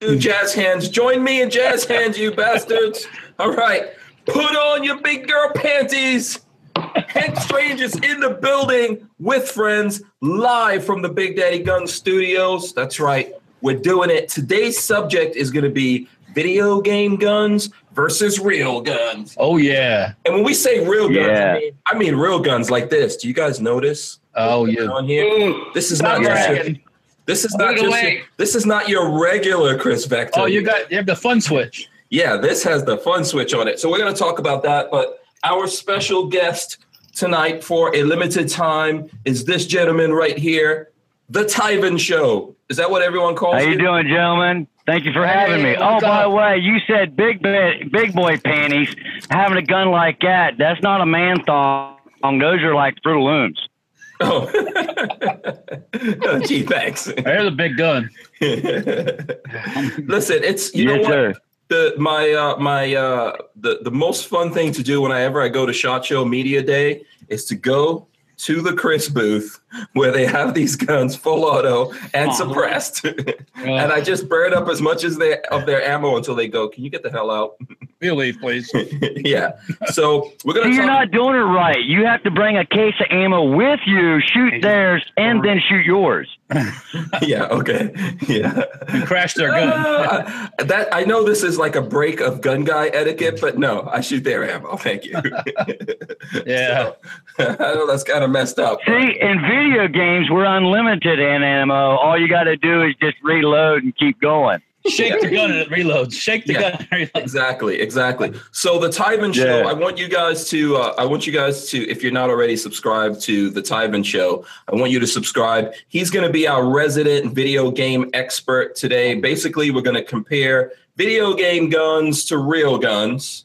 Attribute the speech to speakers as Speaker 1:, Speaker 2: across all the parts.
Speaker 1: You jazz hands, join me in jazz hands, you bastards. All right, put on your big girl panties. Hank Strange is in the building with friends live from the Big Daddy Gun Studios. That's right, we're doing it. Today's subject is going to be video game guns versus real guns.
Speaker 2: Oh yeah.
Speaker 1: And when we say real guns,
Speaker 3: Yeah.
Speaker 1: I, mean, I mean real guns like this. Do you guys notice?
Speaker 2: Oh
Speaker 1: what's going
Speaker 2: yeah.
Speaker 1: on here? This is not
Speaker 3: Yeah.
Speaker 1: just your, this is not
Speaker 4: Put it
Speaker 1: just
Speaker 4: away.
Speaker 1: your, this is not your regular Chris Vector.
Speaker 2: Oh, you got you have the fun switch.
Speaker 1: Yeah, this has the fun switch on it. So we're going to talk about that. But our special guest tonight for a limited time is this gentleman right here, The Tyven Show. Is that what everyone calls
Speaker 3: How you
Speaker 1: it?
Speaker 3: doing, gentlemen? Thank you for having me.
Speaker 2: Hey,
Speaker 3: Oh,
Speaker 2: what's
Speaker 3: by
Speaker 2: up?
Speaker 3: the way, you said big ba- big boy panties. Having a gun like that, that's not a man thong. Those are like Fruit Looms.
Speaker 1: Oh. oh, gee, thanks.
Speaker 2: There's a big gun.
Speaker 1: Listen, it's you know
Speaker 3: yes,
Speaker 1: what
Speaker 3: sir.
Speaker 1: the my uh, my uh, the the most fun thing to do whenever I go to Shot Show Media Day is to go to the Chris booth where they have these guns full auto and
Speaker 4: Aw.
Speaker 1: suppressed, and
Speaker 2: Uh,
Speaker 1: I just burn up as much as they of their ammo until they go. Can you get the hell out?
Speaker 2: we leave, please.
Speaker 1: yeah. So we're
Speaker 3: See,
Speaker 1: gonna
Speaker 3: you're
Speaker 1: talk.
Speaker 3: not doing it right. You have to bring a case of ammo with you, shoot theirs, and then shoot yours.
Speaker 1: yeah. Okay. Yeah.
Speaker 2: You crashed their gun.
Speaker 1: Ah, that I know this is like a break of gun guy etiquette, but no, I shoot their ammo. Thank you.
Speaker 2: Yeah.
Speaker 1: I know that's kind of messed up. but-
Speaker 3: See, in video games, we're unlimited in ammo. All you got to do is just reload and keep going.
Speaker 2: Shake the gun and it reloads. Shake the
Speaker 1: Yeah.
Speaker 2: gun and it reloads.
Speaker 1: Exactly, exactly. So the Tyven
Speaker 3: Yeah.
Speaker 1: Show, I want you guys to, uh, I want you guys to, if you're not already subscribed to the Tyven Show, I want you to subscribe. He's going to be our resident video game expert today. Basically, we're going to compare video game guns to real guns,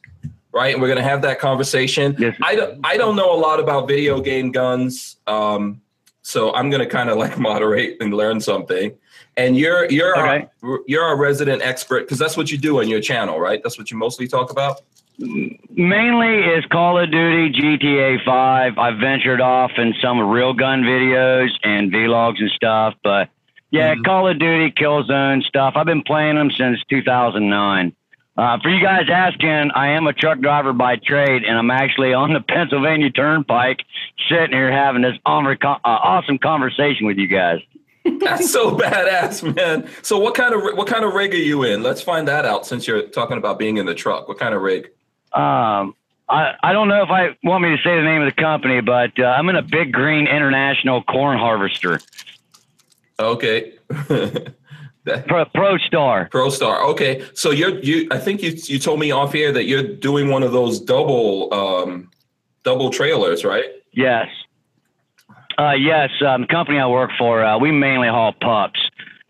Speaker 1: right? And we're going to have that conversation.
Speaker 3: Yes.
Speaker 1: I don't, I don't know a lot about video game guns, um, so I'm going to kind of like moderate and learn something. And you're you're
Speaker 3: Okay.
Speaker 1: our, you're our resident expert because that's what you do on your channel, right? That's what you mostly talk about.
Speaker 3: Mainly is Call of Duty, GTA 5. I ventured off in some real gun videos and vlogs and stuff, but yeah, Call of Duty, Killzone stuff. I've been playing them since 2009. Uh, for you guys asking, I am a truck driver by trade, and I'm actually on the Pennsylvania Turnpike, sitting here having this honor- uh, awesome conversation with you guys.
Speaker 1: That's so badass, man. So what kind of what kind of rig are you in? Let's find that out since you're talking about being in the truck. What kind of rig?
Speaker 3: Um, I, I don't know if I want me to say the name of the company, but uh, I'm in a Big Green International corn harvester,
Speaker 1: Okay. that,
Speaker 3: Pro, Pro Star.
Speaker 1: Pro Star. Okay. So you're you I think you you told me off here that you're doing one of those double um double trailers, right?
Speaker 3: Yes. Uh, yes, um, the company I work for, uh, we mainly haul pups.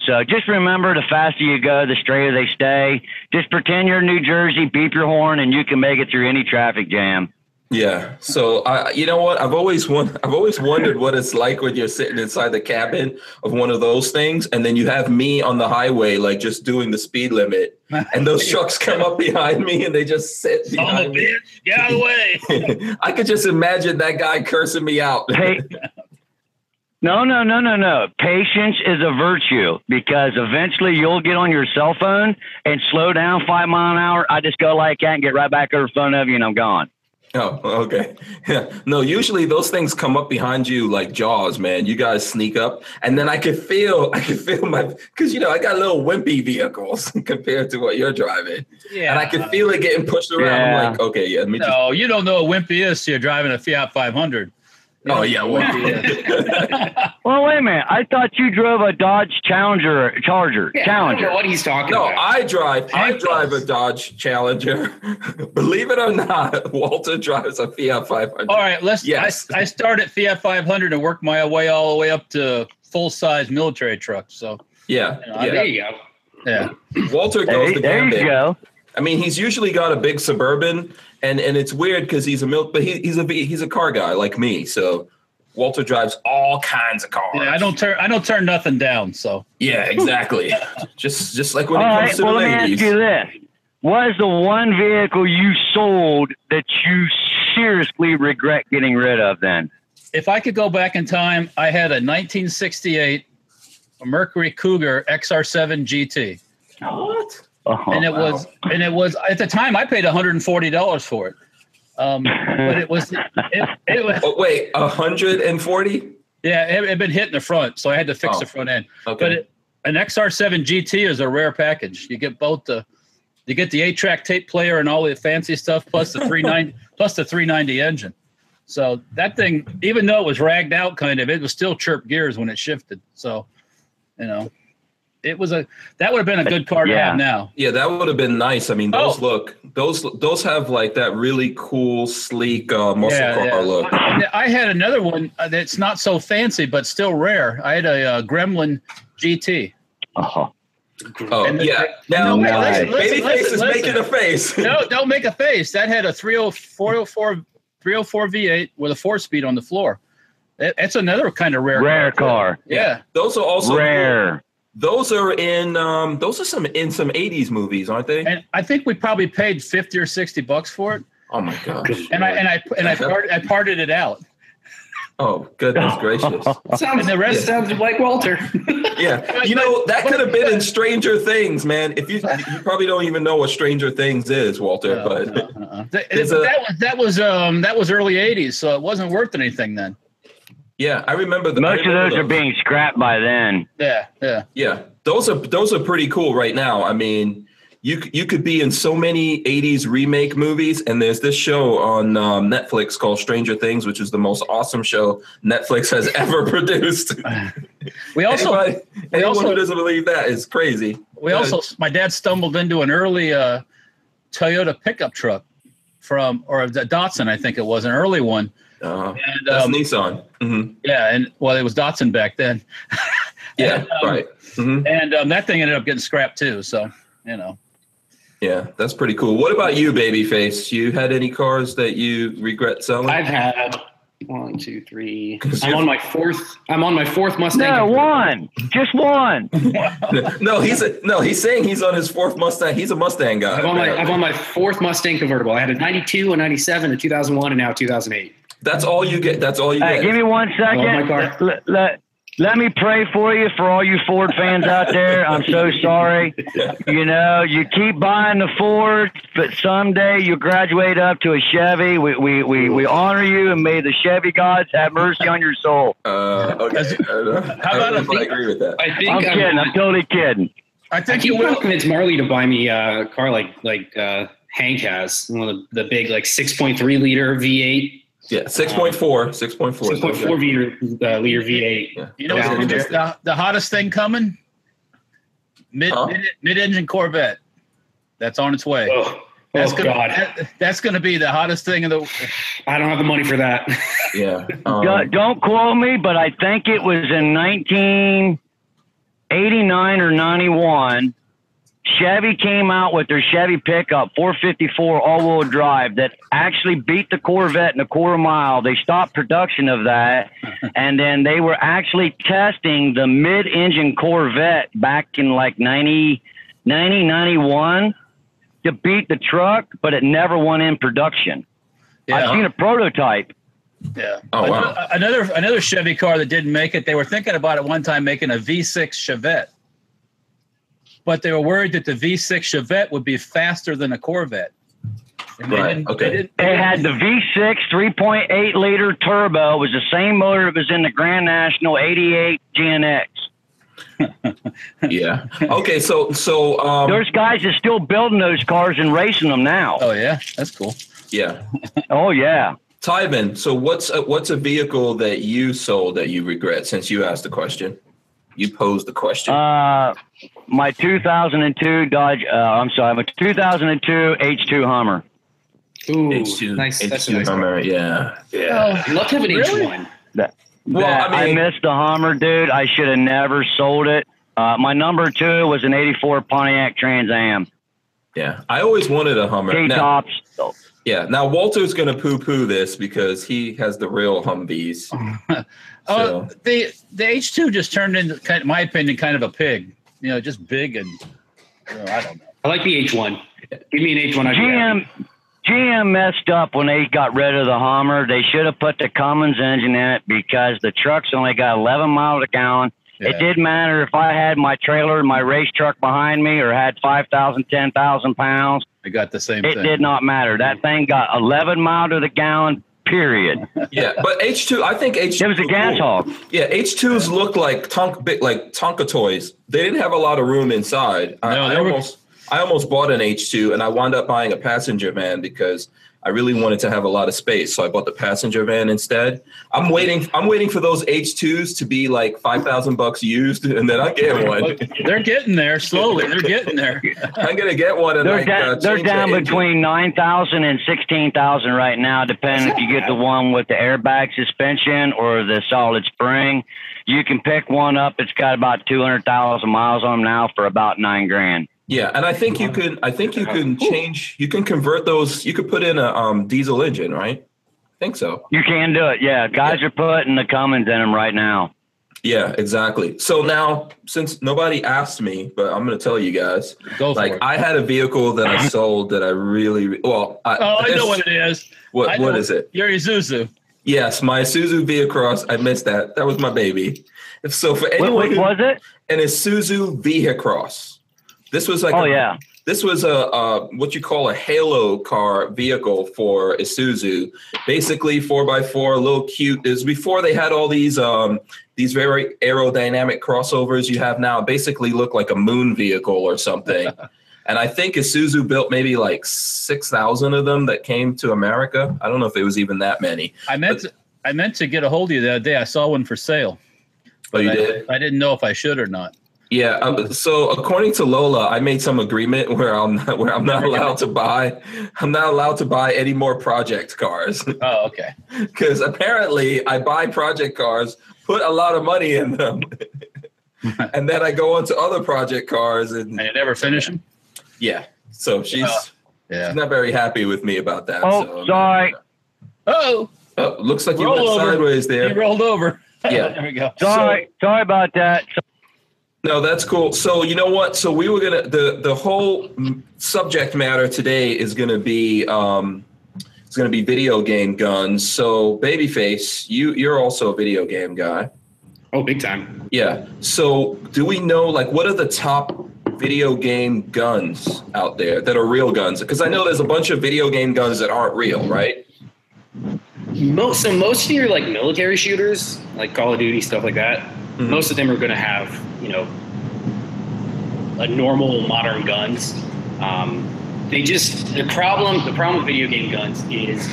Speaker 3: So just remember the faster you go, the straighter they stay. Just pretend you're in New Jersey, beep your horn, and you can make it through any traffic jam.
Speaker 1: Yeah. So I, you know what? I've always won- I've always wondered what it's like when you're sitting inside the cabin of one of those things, and then you have me on the highway, like just doing the speed limit, and those trucks come up behind me and they just sit
Speaker 2: Son of
Speaker 1: behind
Speaker 2: a
Speaker 1: me.
Speaker 2: bitch. Get out of the way.
Speaker 1: I could just imagine that guy cursing me out.
Speaker 3: Pa- no, no, no, no, no. Patience is a virtue because eventually you'll get on your cell phone and slow down five mile an hour. I just go like that and get right back over the phone of you and I'm gone.
Speaker 1: Oh, okay. Yeah. No, usually those things come up behind you like jaws, man. You guys sneak up, and then I could feel, I could feel my, because you know I got little wimpy vehicles compared to what you're driving,
Speaker 2: Yeah.
Speaker 1: and I could feel it getting pushed around. I'm
Speaker 3: Yeah.
Speaker 1: like, okay, yeah, let me just.
Speaker 2: No, you don't know what wimpy is. So you're driving a Fiat 500.
Speaker 1: Oh yeah, well,
Speaker 3: Well, wait a minute. I thought you drove a Dodge Challenger. Charger.
Speaker 4: Yeah, I don't
Speaker 3: Challenger.
Speaker 4: know what he's talking
Speaker 1: no,
Speaker 4: about.
Speaker 1: I drive. I
Speaker 2: Tank
Speaker 1: drive a
Speaker 2: does.
Speaker 1: Dodge Challenger. Believe it or not, Walter drives a Fiat 500.
Speaker 2: All right, let's.
Speaker 1: Yes.
Speaker 2: I, I start at Fiat 500 and work my way all the way up to full size military trucks. So
Speaker 1: Yeah,
Speaker 2: No, I
Speaker 1: yeah.
Speaker 4: there you go.
Speaker 2: yeah,
Speaker 1: Walter goes
Speaker 3: There,
Speaker 1: the
Speaker 3: there
Speaker 1: gambit.
Speaker 3: you go.
Speaker 1: I mean, he's usually got a big suburban, and and it's weird because he's a milk, but he, he's a he's a car guy like me. So Walter drives all kinds of cars.
Speaker 2: yeah. I don't turn. I don't turn nothing down. So
Speaker 1: Yeah, exactly. just just like
Speaker 3: All
Speaker 1: when it comes
Speaker 3: right.
Speaker 1: to
Speaker 3: Well,
Speaker 1: the
Speaker 3: let me ask
Speaker 1: ladies.
Speaker 3: you this. What is the one vehicle you sold that you seriously regret getting rid of then?
Speaker 2: if I could go back in time, I had a 1968 Mercury Cougar XR7 GT.
Speaker 1: What?
Speaker 3: Oh.
Speaker 2: and it
Speaker 1: wow.
Speaker 2: was and it was at the time I paid 140 dollars for it. Um, but it was it, it was
Speaker 1: Oh, wait, 140?
Speaker 2: yeah it had been hit in the front, so I had to fix
Speaker 1: Oh.
Speaker 2: the front end.
Speaker 1: Okay.
Speaker 2: But it, an XR7 GT is a rare package. You get both the you get the eight track tape player and all the fancy stuff plus the 390 plus the 390 engine. So that thing, even though it was ragged out kind of, it was still chirp gears when it shifted. So, you know, it was a that would have been a good car to
Speaker 3: Yeah.
Speaker 2: have now.
Speaker 1: yeah, that would have been nice. I mean, those
Speaker 2: Oh.
Speaker 1: look those those have like that really cool, sleek uh, muscle
Speaker 2: Yeah,
Speaker 1: car
Speaker 2: yeah.
Speaker 1: look.
Speaker 2: And I had another one uh, that's not so fancy but still rare. I had a uh, Gremlin GT.
Speaker 3: Oh.
Speaker 1: Oh
Speaker 2: And the-
Speaker 1: yeah. Now,
Speaker 2: No,
Speaker 1: babyface
Speaker 3: wait, listen,
Speaker 2: listen, listen,
Speaker 1: is
Speaker 2: listen.
Speaker 1: making a face.
Speaker 2: No, don't make a face. That had a 304 304 V8 with a four speed on the floor. That- That's another kind of rare.
Speaker 3: Rare car.
Speaker 2: Yeah.
Speaker 1: Those are also
Speaker 3: Rare.
Speaker 1: Those are in um those are some in some 80s movies, aren't they?
Speaker 2: And I think we probably paid 50 or 60 bucks for it.
Speaker 1: oh my gosh.
Speaker 2: And I and I and I, part, I parted it out.
Speaker 1: Oh goodness gracious.
Speaker 4: Sounds,
Speaker 2: And the rest-
Speaker 4: sounds like Walter.
Speaker 1: Yeah.
Speaker 2: But-
Speaker 1: You know, that
Speaker 2: but-
Speaker 1: could have been in Stranger Things, man. If you you probably don't even know what Stranger Things is, Walter,
Speaker 2: Uh,
Speaker 1: but
Speaker 2: uh, uh, uh. Th-
Speaker 1: There's
Speaker 2: but
Speaker 1: a-
Speaker 2: that was that was um that was early 80s, so it wasn't worth anything then.
Speaker 1: yeah, I remember the I
Speaker 3: Most of
Speaker 1: remember
Speaker 3: those are
Speaker 1: those.
Speaker 3: being scrapped by then.
Speaker 2: Yeah, yeah.
Speaker 1: Yeah, those are those are pretty cool right now. I mean, you c- you could be in so many '80s remake movies, and there's this show on um, Netflix called Stranger Things, which is the most awesome show Netflix has ever produced.
Speaker 2: We also
Speaker 1: Anybody- anyone
Speaker 2: also-
Speaker 1: who doesn't believe that is crazy.
Speaker 2: We also, my dad stumbled into an early uh, Toyota pickup truck from, or the Datsun, I think it was an early one.
Speaker 1: Uh,
Speaker 2: And
Speaker 1: that's
Speaker 2: um,
Speaker 1: Nissan. hmm
Speaker 2: yeah, and well, it was Datsun back then.
Speaker 1: Yeah,
Speaker 2: and, um,
Speaker 1: right. hmm
Speaker 2: And um, that thing ended up getting scrapped too. So, you know,
Speaker 1: Yeah, that's pretty cool. What about you, Babyface? You had any cars that you regret selling?
Speaker 4: I've had one, two, three. I'm
Speaker 1: you're-
Speaker 4: on my fourth. I'm on my fourth Mustang.
Speaker 3: No,
Speaker 4: convertible.
Speaker 3: one. Just one.
Speaker 1: no, he's a, no, he's saying he's on his fourth Mustang. He's a Mustang guy.
Speaker 4: I'm on my.
Speaker 1: apparently.
Speaker 4: I'm on my fourth Mustang convertible. I had a '92, a '97, a 2001, and now 2008.
Speaker 1: that's all you get. That's all you
Speaker 3: Hey,
Speaker 1: get.
Speaker 3: give me one second.
Speaker 4: Oh, my God.
Speaker 3: Let, let- let me pray for you for all you Ford fans out there. I'm so sorry. You know, you keep buying the Ford, but someday you graduate up to a Chevy. We, we, we, we honor you and may the Chevy gods have mercy on your soul.
Speaker 1: Uh, okay. I don't know.
Speaker 2: How
Speaker 1: I,
Speaker 2: about
Speaker 1: don't know
Speaker 2: a
Speaker 1: if I
Speaker 2: V-
Speaker 1: agree with that.
Speaker 4: I think
Speaker 3: I'm kidding. I'm totally kidding.
Speaker 2: I
Speaker 4: I
Speaker 2: think you
Speaker 4: keep
Speaker 2: will.
Speaker 4: trying to convince Marley to buy me a car like like uh, Hank has, one of the, the big like 6.3 liter V8,
Speaker 1: Yeah, 6.4, 6.4.
Speaker 4: 6.4 liter uh, liter V8.
Speaker 1: Yeah.
Speaker 2: You know,
Speaker 4: Yeah,
Speaker 2: what's
Speaker 1: interesting.
Speaker 2: the, the hottest thing coming? Mid,
Speaker 1: Huh?
Speaker 2: mid mid engine Corvette. That's on its way.
Speaker 4: Oh,
Speaker 2: that's
Speaker 4: oh
Speaker 2: gonna,
Speaker 4: God,
Speaker 2: that- that's going to be the hottest thing in the.
Speaker 4: I don't have the money for that.
Speaker 1: Yeah. um,
Speaker 3: Don't- Don't quote me, but I think it was in 1989 or 91. Chevy came out with their Chevy pickup 454 all wheel drive that actually beat the Corvette in a quarter mile. They stopped production of that, and then they were actually testing the mid engine Corvette back in like 90, 90, 91 to beat the truck, but it never went in production. I've seen a prototype.
Speaker 2: Yeah.
Speaker 1: Oh, wow.
Speaker 2: Ano- Another another Chevy car that didn't make it. They were thinking about at one time making a V6 Chevette, but they were worried that the V6 Chevette would be faster than a Corvette. And they
Speaker 1: Right,
Speaker 2: didn't-
Speaker 1: okay.
Speaker 2: They didn't,
Speaker 3: It had the V6 3.8 liter turbo. It was the same motor that was in the Grand National 88 GNX.
Speaker 1: yeah. Okay, so so um
Speaker 3: There's guys that's still building those cars and racing them now.
Speaker 2: oh yeah, that's cool.
Speaker 1: yeah.
Speaker 3: Oh yeah.
Speaker 1: Tyvin, so what's a, what's a vehicle that you sold that you regret since you asked the question? You posed the question.
Speaker 3: Uh, my 2002 Dodge. Uh, I'm sorry, my 2002 H2 Hummer.
Speaker 4: Ooh,
Speaker 1: H2,
Speaker 4: nice. That's a
Speaker 1: H2
Speaker 4: nice. one.
Speaker 1: Hummer, yeah. Yeah.
Speaker 4: I'd love to have an
Speaker 2: Really?
Speaker 4: H1.
Speaker 1: Well,
Speaker 3: That-
Speaker 1: I mean-
Speaker 3: missed the Hummer, dude. I should have never sold it. Uh, my number two was an 84 Pontiac Trans Am.
Speaker 1: Yeah. I always wanted a Hummer.
Speaker 3: T
Speaker 1: Now,
Speaker 3: tops.
Speaker 1: yeah. Now Walter's going to poo poo this because he has the real Humvees.
Speaker 2: Oh,
Speaker 1: So-
Speaker 2: the the H2 just turned into, kind in my opinion, kind of a pig. You know, just big and you know, I don't know.
Speaker 4: I like the H1. Give me an H1. I'd be happy.
Speaker 3: GM GM messed up when they got rid of the Hummer. They should have put the Cummins engine in it because the truck's only got 11 miles a gallon
Speaker 2: Yeah.
Speaker 3: It didn't matter if I had my trailer, my race truck behind me, or had 5,000, 10,000 pounds.
Speaker 2: I got the same
Speaker 3: It
Speaker 2: thing.
Speaker 3: did not matter. That thing got 11 mile to the gallon, period.
Speaker 1: Yeah, but H two, I think H.
Speaker 3: It was a gas hog.
Speaker 1: Yeah, H twos look like Tonka bit like Tonka toys. They didn't have a lot of room inside. I,
Speaker 2: No,
Speaker 1: I
Speaker 2: they were-
Speaker 1: almost I almost bought an H two, and I wound up buying a passenger van because I really wanted to have a lot of space. So I bought the passenger van instead. I'm waiting. I'm waiting for those H twos to be like five thousand bucks used, and then I get one.
Speaker 2: They're getting there slowly. They're getting there.
Speaker 1: I'm gonna get one, and
Speaker 3: They're,
Speaker 1: like,
Speaker 3: da-
Speaker 1: uh,
Speaker 3: they're
Speaker 1: change the
Speaker 3: down
Speaker 1: engine.
Speaker 3: between 9,000 and 16,000 right now, depending if you get the one with the airbag suspension or the solid spring. You can pick one up. It's got about 200,000 miles on 'em now for about nine grand.
Speaker 1: Yeah, and I think you can. I think you can change. You can convert those. You could put in a um, diesel engine, right? I think so.
Speaker 3: You can do it. Yeah. Guys are putting the Cummins in them right now.
Speaker 1: Yeah, exactly. So now, since nobody asked me, but I'm going to tell you guys,
Speaker 2: Go for
Speaker 1: like
Speaker 2: it.
Speaker 1: I had a vehicle that I sold that I really well. I,
Speaker 2: oh, I
Speaker 1: this-
Speaker 2: know what it is. I
Speaker 1: What
Speaker 2: know-
Speaker 1: what is it?
Speaker 2: Your Isuzu.
Speaker 1: Yes, my Isuzu Via-Cross. I missed that. That was my baby. So for
Speaker 3: What,
Speaker 1: anyone,
Speaker 3: what
Speaker 1: who-
Speaker 3: was it?
Speaker 1: an Isuzu Via-Cross. This was like
Speaker 3: Oh,
Speaker 1: a-
Speaker 3: yeah.
Speaker 1: this was a, uh what you call a halo car vehicle for Isuzu, basically four by four, a little cute. It was before they had all these um, these very aerodynamic crossovers you have now. Basically, look like a moon vehicle or something. and I think Isuzu built maybe like six thousand of them that came to America. I don't know if it was even that many,
Speaker 2: I meant to, I meant to get a hold of you the other day. I saw one for sale.
Speaker 1: but you
Speaker 2: I,
Speaker 1: did.
Speaker 2: I didn't know if I should or not.
Speaker 1: Yeah. Um, so according to Lola, I made some agreement where I'm not, where I'm not allowed to buy. I'm not allowed to buy any more project cars.
Speaker 2: Oh, okay.
Speaker 1: because apparently I buy project cars, put a lot of money in them, and then I go on to other project cars, and
Speaker 2: And Uh, you never finish them?
Speaker 1: yeah. So she's
Speaker 2: Yeah.
Speaker 1: she's not very happy with me about that.
Speaker 3: Oh,
Speaker 1: so, um,
Speaker 3: sorry.
Speaker 2: Oh,
Speaker 1: Oh, looks like you
Speaker 2: Roll
Speaker 1: went
Speaker 2: over.
Speaker 1: sideways
Speaker 2: he
Speaker 1: there.
Speaker 2: rolled over.
Speaker 1: Yeah.
Speaker 2: there we go.
Speaker 3: Sorry. sorry about that.
Speaker 1: No, that's cool. So you know what? So we were gonna the the whole mm, subject matter today is gonna be um it's gonna be video game guns. So babyface, you you're also a video game guy.
Speaker 4: Oh, big time.
Speaker 1: Yeah. So, do we know like what are the top video game guns out there that are real guns? Because I know there's a bunch of video game guns that aren't real, right?
Speaker 4: Most so most of your like military shooters, like Call of Duty stuff like that, most of them are going to have you know a normal modern guns. Um, they just the problem the problem with video game guns is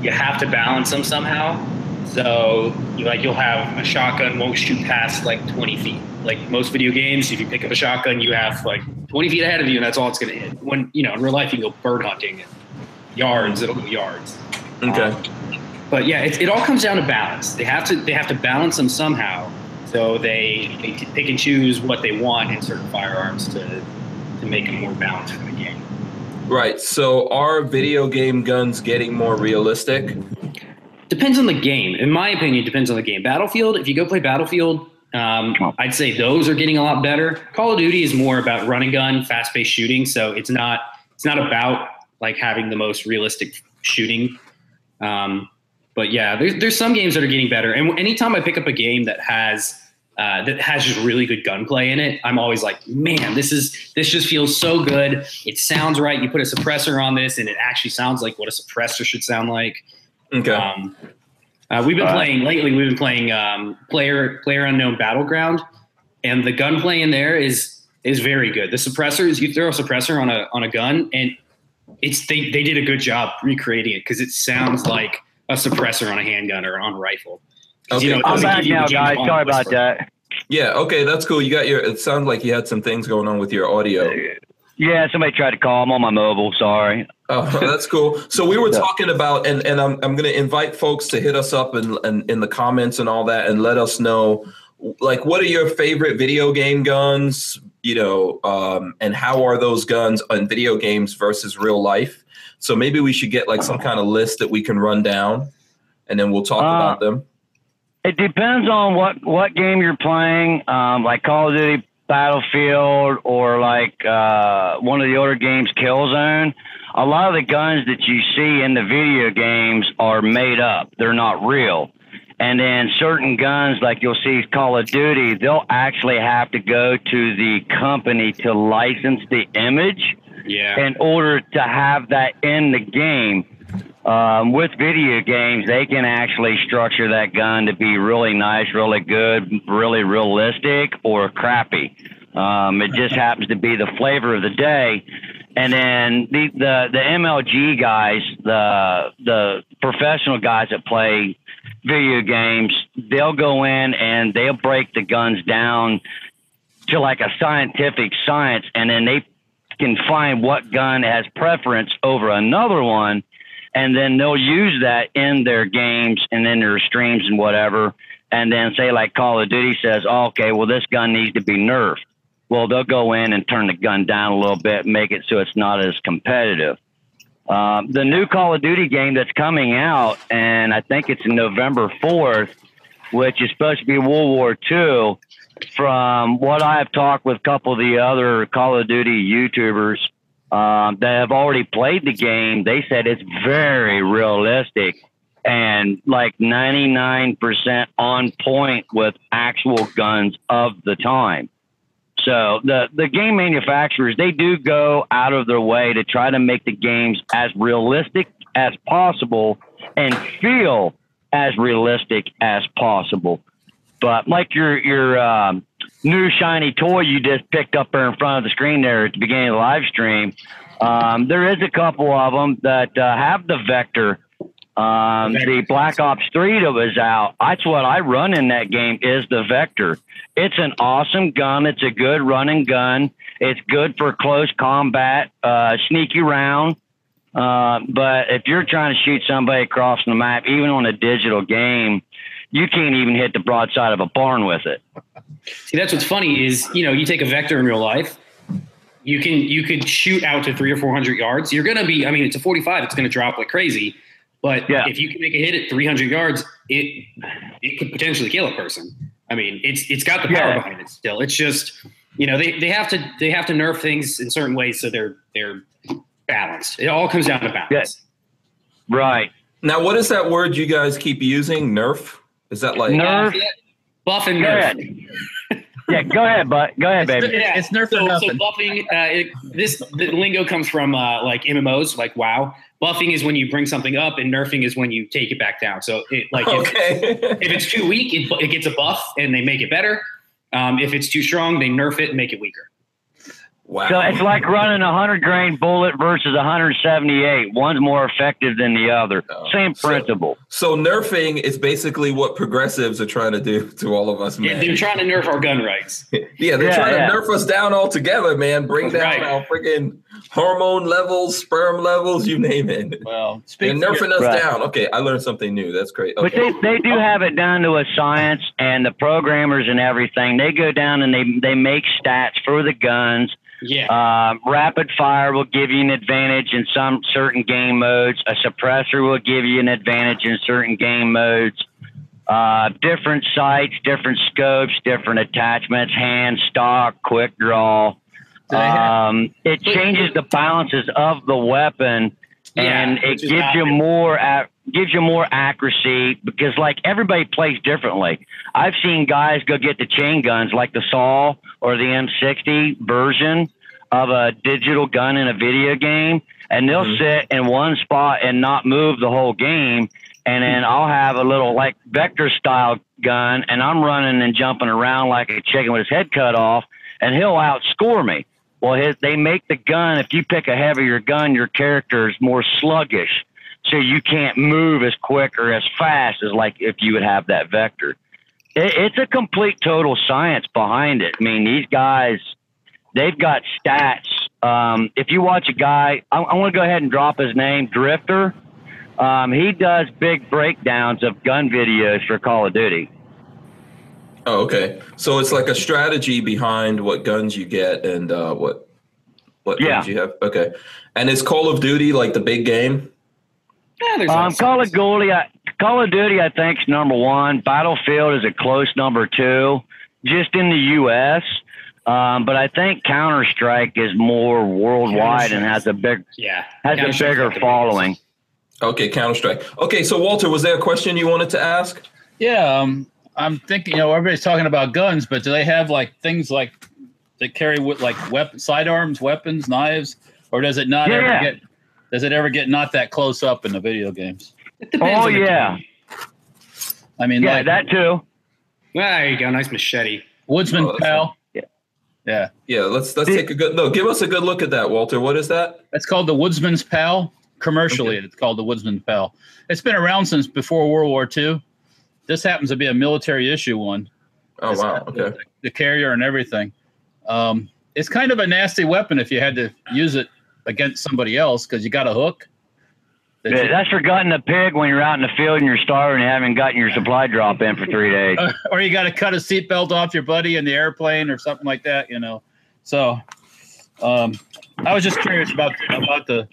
Speaker 4: you have to balance them somehow. So you like you'll have a shotgun won't shoot past like 20 feet. Like most video games, if you pick up a shotgun, you have like 20 feet ahead of you, and that's all it's going to hit. When you know in real life, you can go bird hunting, yards it'll go yards
Speaker 1: Okay.
Speaker 4: but yeah, it, it all comes down to balance. They have to they have to balance them somehow. So they they can pick and choose what they want in certain firearms to to make them more balanced for the game.
Speaker 1: Right. So, are video game guns getting more realistic?
Speaker 4: Depends on the game. In my opinion, it depends on the game. Battlefield. If you go play Battlefield. Um, I'd say those are getting a lot better. Call of Duty is more about run and gun, fast paced shooting. So it's not it's not about like having the most realistic shooting. Um, but yeah, there's there's some games that are getting better. And anytime I pick up a game that has uh, that has just really good gunplay in it, I'm always like, man, this is this just feels so good. It sounds right. You put a suppressor on this, and it actually sounds like what a suppressor should sound like.
Speaker 1: Okay.
Speaker 4: Um, uh, we've been
Speaker 3: Uh,
Speaker 4: playing lately. We've been playing um, player player unknown battleground, and the gunplay in there is is very good. The suppressors you throw a suppressor on a on a gun, and it's they they did a good job recreating it because it sounds like a suppressor on a handgun or on a rifle. 'Cause,
Speaker 1: Okay.
Speaker 4: it
Speaker 3: I'm
Speaker 4: doesn't
Speaker 3: back
Speaker 4: give you the
Speaker 3: now,
Speaker 4: game
Speaker 3: guys.
Speaker 4: on
Speaker 3: Sorry about
Speaker 4: whisper.
Speaker 3: that.
Speaker 1: Yeah. Okay. That's cool. You got your. It sounds like you had some things going on with your audio.
Speaker 3: Yeah, somebody tried to call. I'm on my mobile. Sorry.
Speaker 1: Oh, that's cool. So we were
Speaker 3: Yeah.
Speaker 1: talking about, and, and I'm, I'm going to invite folks to hit us up and, and in the comments and all that, and let us know, like, what are your favorite video game guns? You know, um, and how are those guns on video games versus real life? So maybe we should get like some
Speaker 3: Uh-huh.
Speaker 1: kind of list that we can run down, and then we'll talk
Speaker 3: Uh,
Speaker 1: about them.
Speaker 3: It depends on what what game you're playing, um, like Call of Duty, Battlefield, or like uh, one of the older games, Killzone. A lot of the guns that you see in the video games are made up; they're not real. And then certain guns, like you'll see Call of Duty, they'll actually have to go to the company to license the image
Speaker 4: Yeah.
Speaker 3: in order to have that in the game. Um, with video games, they can actually structure that gun to be really nice, really good, really realistic, or crappy. Um, it just happens to be the flavor of the day. And then the the, the MLG guys, the the professional guys that play video games, they'll go in and they'll break the guns down to like a scientific science, and then they can find what gun has preference over another one, and then they'll use that in their games and in their streams and whatever. And then say like Call of Duty says, oh, okay, well this gun needs to be nerfed. Well, they'll go in and turn the gun down a little bit, make it so it's not as competitive. Um, the new Call of Duty game that's coming out, and I think it's November fourth, which is supposed to be World War II from what I've talked with a couple of the other Call of Duty YouTubers um, that have already played the game, they said it's very realistic and like 99% on point with actual guns of the time. So the, the game manufacturers, they do go out of their way to try to make the games as realistic as possible and feel as realistic as possible. But like your your um, new shiny toy you just picked up there in front of the screen there at the beginning of the live stream, um, there is a couple of them that uh, have the vector. Um, the Black Ops Three that was out. That's what I run in that game is the vector. It's an awesome gun. It's a good running gun. It's good for close combat, uh, sneaky round. Uh, but if you're trying to shoot somebody across the map, even on a digital game, you can't even hit the broadside of a barn with it.
Speaker 4: See, that's what's funny is you know you take a vector in real life, you can you could shoot out to three or four hundred yards. You're gonna be. I mean, it's a 45. It's gonna drop like crazy. But
Speaker 3: Yeah.
Speaker 4: if you can make a hit at 300 yards, it it could potentially kill a person. I mean, it's it's got the power
Speaker 3: Yeah.
Speaker 4: behind it still. It's just you know they, they have to they have to nerf things in certain ways so they're they're balanced. It all comes down to balance.
Speaker 3: Yes. Right.
Speaker 1: Now, what is that word you guys keep using? Nerf? Is that like
Speaker 3: Nerf.
Speaker 4: Buff and
Speaker 3: Go
Speaker 4: nerf.
Speaker 3: ahead. Yeah, go ahead, bud. Go ahead, baby.
Speaker 4: Yeah.
Speaker 2: It's nerf
Speaker 4: so,
Speaker 2: or
Speaker 4: so
Speaker 2: nothing.
Speaker 4: buffing, uh, it, this the lingo comes from uh, like MMOs, like WoW. Buffing is when you bring something up, and nerfing is when you take it back down. So, it, like if,
Speaker 1: okay?
Speaker 4: if it's too weak, it, bu- it gets a buff, and they make it better. Um, if it's too strong, they nerf it and make it weaker.
Speaker 1: wow.
Speaker 3: So it's like running a hundred grain bullet versus a hundred seventy eight. One's more effective than the other.
Speaker 1: Oh,
Speaker 3: Same
Speaker 1: so-
Speaker 3: principle.
Speaker 1: So nerfing is basically what progressives are trying to do to all of us,
Speaker 4: Yeah,
Speaker 1: man.
Speaker 4: they're trying to nerf our gun rights.
Speaker 1: Yeah, they're
Speaker 3: Yeah,
Speaker 1: trying
Speaker 3: yeah.
Speaker 1: to nerf us down altogether, man. Bring down
Speaker 4: Right.
Speaker 1: our freaking hormone levels, sperm levels, you name it.
Speaker 2: Well,
Speaker 1: They're
Speaker 2: speaking
Speaker 1: nerfing us
Speaker 3: Right.
Speaker 1: down. Okay, I learned something new. That's great.
Speaker 3: But
Speaker 1: Okay.
Speaker 3: they, they do have it down to a science, and the programmers and everything. They go down and they they make stats for the guns.
Speaker 4: Yeah,
Speaker 3: Um, rapid fire will give you an advantage in some certain game modes. A suppressor will give you an advantage in certain game modes. Uh, different sights, different scopes, different attachments, hand, stock, quick draw.
Speaker 2: Do they have-
Speaker 3: Um, it changes the balances of the weapon, and
Speaker 4: Yeah,
Speaker 3: it
Speaker 4: which is
Speaker 3: gives
Speaker 4: not-
Speaker 3: you more ac- gives you more accuracy because like everybody plays differently. I've seen guys go get the chain guns like the Saw or the M60 version of a digital gun in a video game, and they'll
Speaker 4: Mm-hmm.
Speaker 1: Mhm.
Speaker 3: sit in one spot and not move the whole game. And
Speaker 4: Hmm.
Speaker 3: then I'll have a little like vector style gun, and I'm running and jumping around like a chicken with his head cut off, and he'll outscore me. Well, his, they make the gun. If you pick a heavier gun, your character is more sluggish, so you can't move as quick or as fast as like if you would have that vector. It, it's a complete total science behind it. I mean, these guys, they've got stats. Um, if you watch a guy, I, I want to go ahead and drop his name, Drifter. Um, he does big breakdowns of gun videos for Call of Duty.
Speaker 1: oh, okay. So it's like a strategy behind what guns you get and uh, what what
Speaker 3: Yeah.
Speaker 1: guns you have. Okay. And is Call of Duty like the big game?
Speaker 4: yeah there's all
Speaker 3: Um, Call of
Speaker 4: sorts.
Speaker 3: Duty, I, Call of Duty, I think is number one. Battlefield is a close number two, just in the U.S. Um, but I think Counter Strike is more worldwide and has a big
Speaker 4: yeah,
Speaker 3: has
Speaker 4: Counter
Speaker 3: a
Speaker 4: Strike's
Speaker 3: bigger
Speaker 4: got the biggest.
Speaker 3: following.
Speaker 1: Okay, Counter Strike. Okay, so Walter, was there a question you wanted to ask?
Speaker 2: Yeah, um, I'm thinking. You know, everybody's talking about guns, but do they have like things like they carry with like weapon, sidearms, weapons, knives, or does it not
Speaker 3: Yeah,
Speaker 2: ever
Speaker 3: yeah.
Speaker 2: get? Does it ever get not that close up in the video games?
Speaker 4: It depends
Speaker 3: Oh
Speaker 4: on the
Speaker 3: yeah,
Speaker 4: game.
Speaker 2: I mean,
Speaker 3: yeah,
Speaker 2: like
Speaker 3: that too.
Speaker 4: Ah, there you go. Nice machete.
Speaker 2: Woodsman
Speaker 1: Oh, that's
Speaker 2: Pal.
Speaker 3: right.
Speaker 2: yeah,
Speaker 1: Yeah, let's let's take a good no. Give us a good look at that, Walter. What is that?
Speaker 2: that's called the Woodsman's Pal. Commercially, it's called the Woodsman's Pal. It's been around since before World War II. This happens to be a military issue one.
Speaker 1: Oh
Speaker 2: It's
Speaker 1: wow.
Speaker 2: got the-
Speaker 1: Okay.
Speaker 2: The carrier and everything. Um, it's kind of a nasty weapon if you had to use it against somebody else because you got a hook. that
Speaker 3: Yeah,
Speaker 2: you-
Speaker 3: That's for gutting a pig when you're out in the field and you're starving and haven't gotten your supply drop in for three days.
Speaker 2: or you got to cut a seatbelt off your buddy in the airplane or something like that, you know. So, um, I was just curious about about the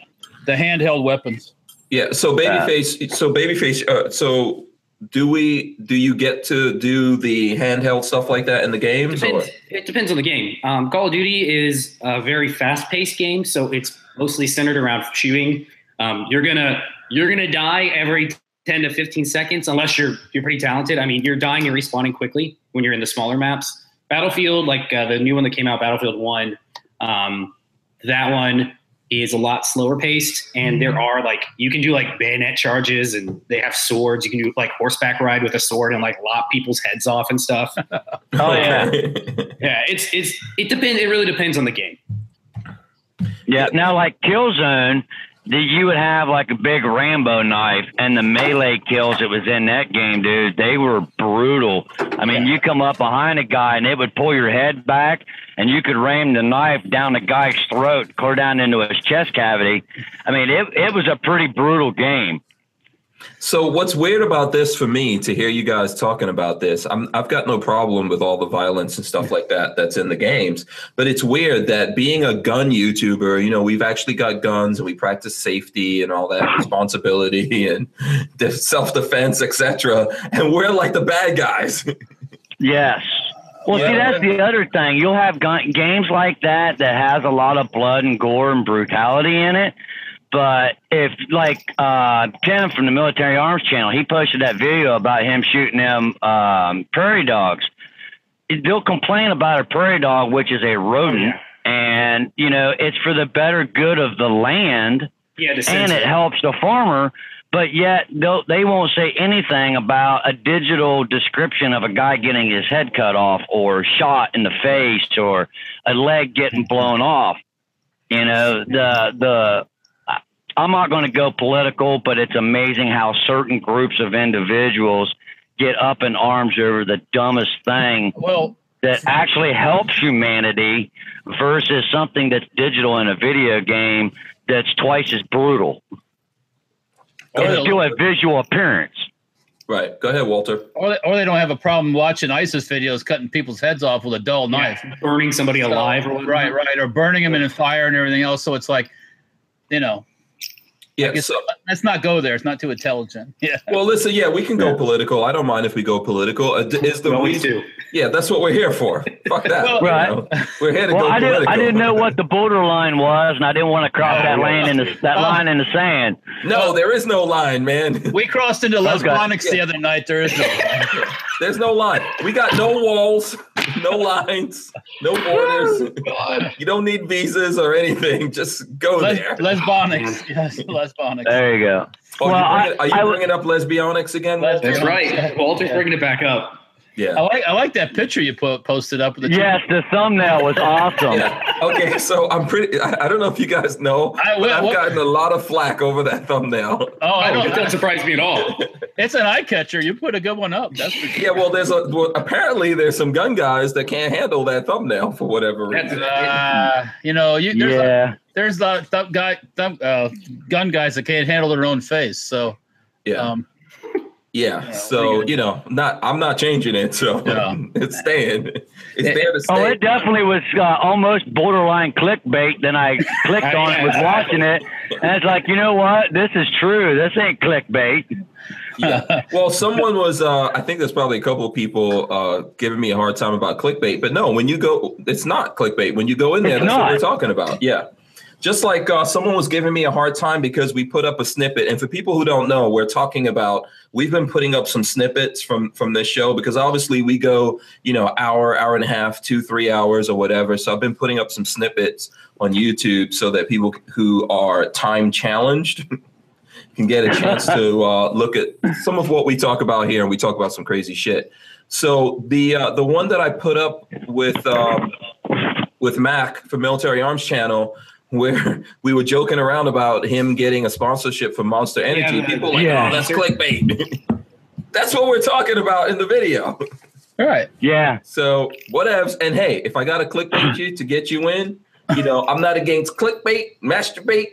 Speaker 2: the handheld weapons.
Speaker 1: Yeah. So babyface. So babyface. Uh, so do we? Do you get to do the handheld stuff like that in the games? Or?
Speaker 4: Depends, it depends on the game. Um, Call of Duty is a very fast-paced game, so it's mostly centered around shooting. Um, you're gonna you're gonna die every 10 to 15 seconds unless you're you're pretty talented. I mean, you're dying and respawning quickly when you're in the smaller maps. Battlefield, like uh, the new one that came out, Battlefield One, um, that one is a lot slower paced, and there are like you can do like bayonet charges, and they have swords. You can do like horseback ride with a sword and like lop people's heads off and stuff.
Speaker 3: Oh yeah,
Speaker 4: Yeah, it's it's it depends. It really depends on the game.
Speaker 3: yeah. Now like Killzone, that you would have like a big Rambo knife, and the melee kills that was in that game, dude, they were brutal. I mean, you come up behind a guy and it would pull your head back, and you could ram the knife down the guy's throat, clear down into his chest cavity. I mean, it it was a pretty brutal game.
Speaker 1: So what's weird about this for me to hear you guys talking about this? I'm, I've got no problem with all the violence and stuff like that that's in the games, but it's weird that being a gun YouTuber, you know, we've actually got guns and we practice safety and all that responsibility and de- self-defense, etc. And we're like the bad guys.
Speaker 3: Yes. Well, see,
Speaker 1: Yeah.
Speaker 3: that's the other thing. You'll have gun- games like that that has a lot of blood and gore and brutality in it. But if, like, uh, Tim from the Military Arms Channel, he posted that video about him shooting them um, prairie dogs. They'll complain about a prairie dog, which is a
Speaker 4: Oh,
Speaker 3: rodent, and you know it's for the better good of the land
Speaker 4: Yeah, to
Speaker 3: and
Speaker 4: censor.
Speaker 3: it helps the farmer. But yet they'll- they won't say anything about a digital description of a guy getting his head cut off or shot in the face or a leg getting blown off. You know the the. I- I'm not going to go political, but it's amazing how certain groups of individuals get up in arms over the dumbest thing
Speaker 2: Well,
Speaker 3: that actually helps humanity versus something that's digital in a video game that's twice as brutal.
Speaker 2: or
Speaker 3: It's
Speaker 2: they,
Speaker 3: still a visual appearance.
Speaker 1: Right. Go ahead, Walter.
Speaker 2: or, they, or they don't have a problem watching ISIS videos cutting people's heads off with a dull knife.
Speaker 4: Yeah, burning somebody
Speaker 2: So-
Speaker 4: alive or whatnot.
Speaker 2: right, right, or burning them in a fire and everything else. So it's like, you know,
Speaker 1: Yeah.
Speaker 2: it's,
Speaker 1: So,
Speaker 2: let's not go there. It's not too intelligent. Yeah,
Speaker 1: well, listen. Yeah, we can go political. I don't mind if we go political. Uh, d- Is the
Speaker 4: We always
Speaker 1: reason?
Speaker 4: do.
Speaker 1: Yeah, that's what we're here for. Fuck that.
Speaker 2: Well-
Speaker 1: you
Speaker 3: Right.
Speaker 1: know. We're here to
Speaker 3: Well,
Speaker 1: go
Speaker 3: I
Speaker 1: political.
Speaker 3: didn't, I didn't know what the borderline was, and I didn't want to cross that line in the, that line in the sand.
Speaker 1: No, there is no line, man.
Speaker 2: we crossed into lesbonics the other night. There is no.
Speaker 1: There's no line. We got no walls, no lines, no borders. You don't need visas or anything. Just go
Speaker 2: Les-
Speaker 1: there.
Speaker 2: lesbonics. Yes, lesbonics.
Speaker 3: There you go.
Speaker 1: Are
Speaker 3: well,
Speaker 1: you
Speaker 3: I-
Speaker 1: bringing, are you
Speaker 3: I w-
Speaker 1: bringing up lesbionics again? Walter?
Speaker 4: That's right. Walter's bringing it back up.
Speaker 1: Yeah.
Speaker 2: I like I like that picture you po- posted up with the
Speaker 3: Yes, the thumbnail was awesome.
Speaker 1: Yeah. Okay, so I'm pretty. I I don't know if you guys know,
Speaker 2: I-
Speaker 1: but I've
Speaker 2: well-
Speaker 1: gotten a lot of flack over that thumbnail.
Speaker 2: Oh, I
Speaker 4: Oh,
Speaker 2: don't.
Speaker 4: that doesn't surprise me at all.
Speaker 2: it's an eye catcher. You put a good one up. That's for sure.
Speaker 1: Yeah, well, there's a well, apparently there's some gun guys that can't handle that thumbnail for whatever
Speaker 4: That's-
Speaker 1: reason.
Speaker 2: Uh, you know, you there's a,
Speaker 3: Yeah.
Speaker 2: there's the thumb guy thumb, uh, gun guys that can't handle their own face. So
Speaker 1: Yeah,
Speaker 2: um,
Speaker 1: yeah.
Speaker 2: yeah, we
Speaker 1: So
Speaker 2: got-
Speaker 1: you know, not I'm not changing it. So
Speaker 2: Yeah.
Speaker 1: it's staying. It's there to stay.
Speaker 3: Oh, it definitely was uh, almost borderline clickbait. Then I clicked on it, was watching it, and it's like, you know what? This is true. This ain't clickbait.
Speaker 1: yeah. Well, someone was. Uh, I think there's probably a couple of people uh, giving me a hard time about clickbait, but no, when you go, it's not clickbait. When you go in there,
Speaker 3: It's
Speaker 1: that's what
Speaker 3: not.
Speaker 1: we're talking about. Yeah. Just like uh, someone was giving me a hard time because we put up a snippet, and for people who don't know, we're talking about we've been putting up some snippets from from this show because obviously we go you know hour, hour and a half, two, three hours or whatever. So I've been putting up some snippets on YouTube so that people who are time challenged can get a chance to uh, look at some of what we talk about here, and we talk about some crazy shit. So the uh, the one that I put up with um, with Mac from Military Arms Channel, where we were joking around about him getting a sponsorship for Monster Energy,
Speaker 4: but-
Speaker 1: people were like,
Speaker 3: Yeah.
Speaker 1: oh, that's clickbait. that's what we're talking about in the video.
Speaker 2: All right.
Speaker 3: Yeah.
Speaker 1: So whatevs. And hey, if I got to clickbait you to get you in, you know, I'm not against clickbait, masturbate.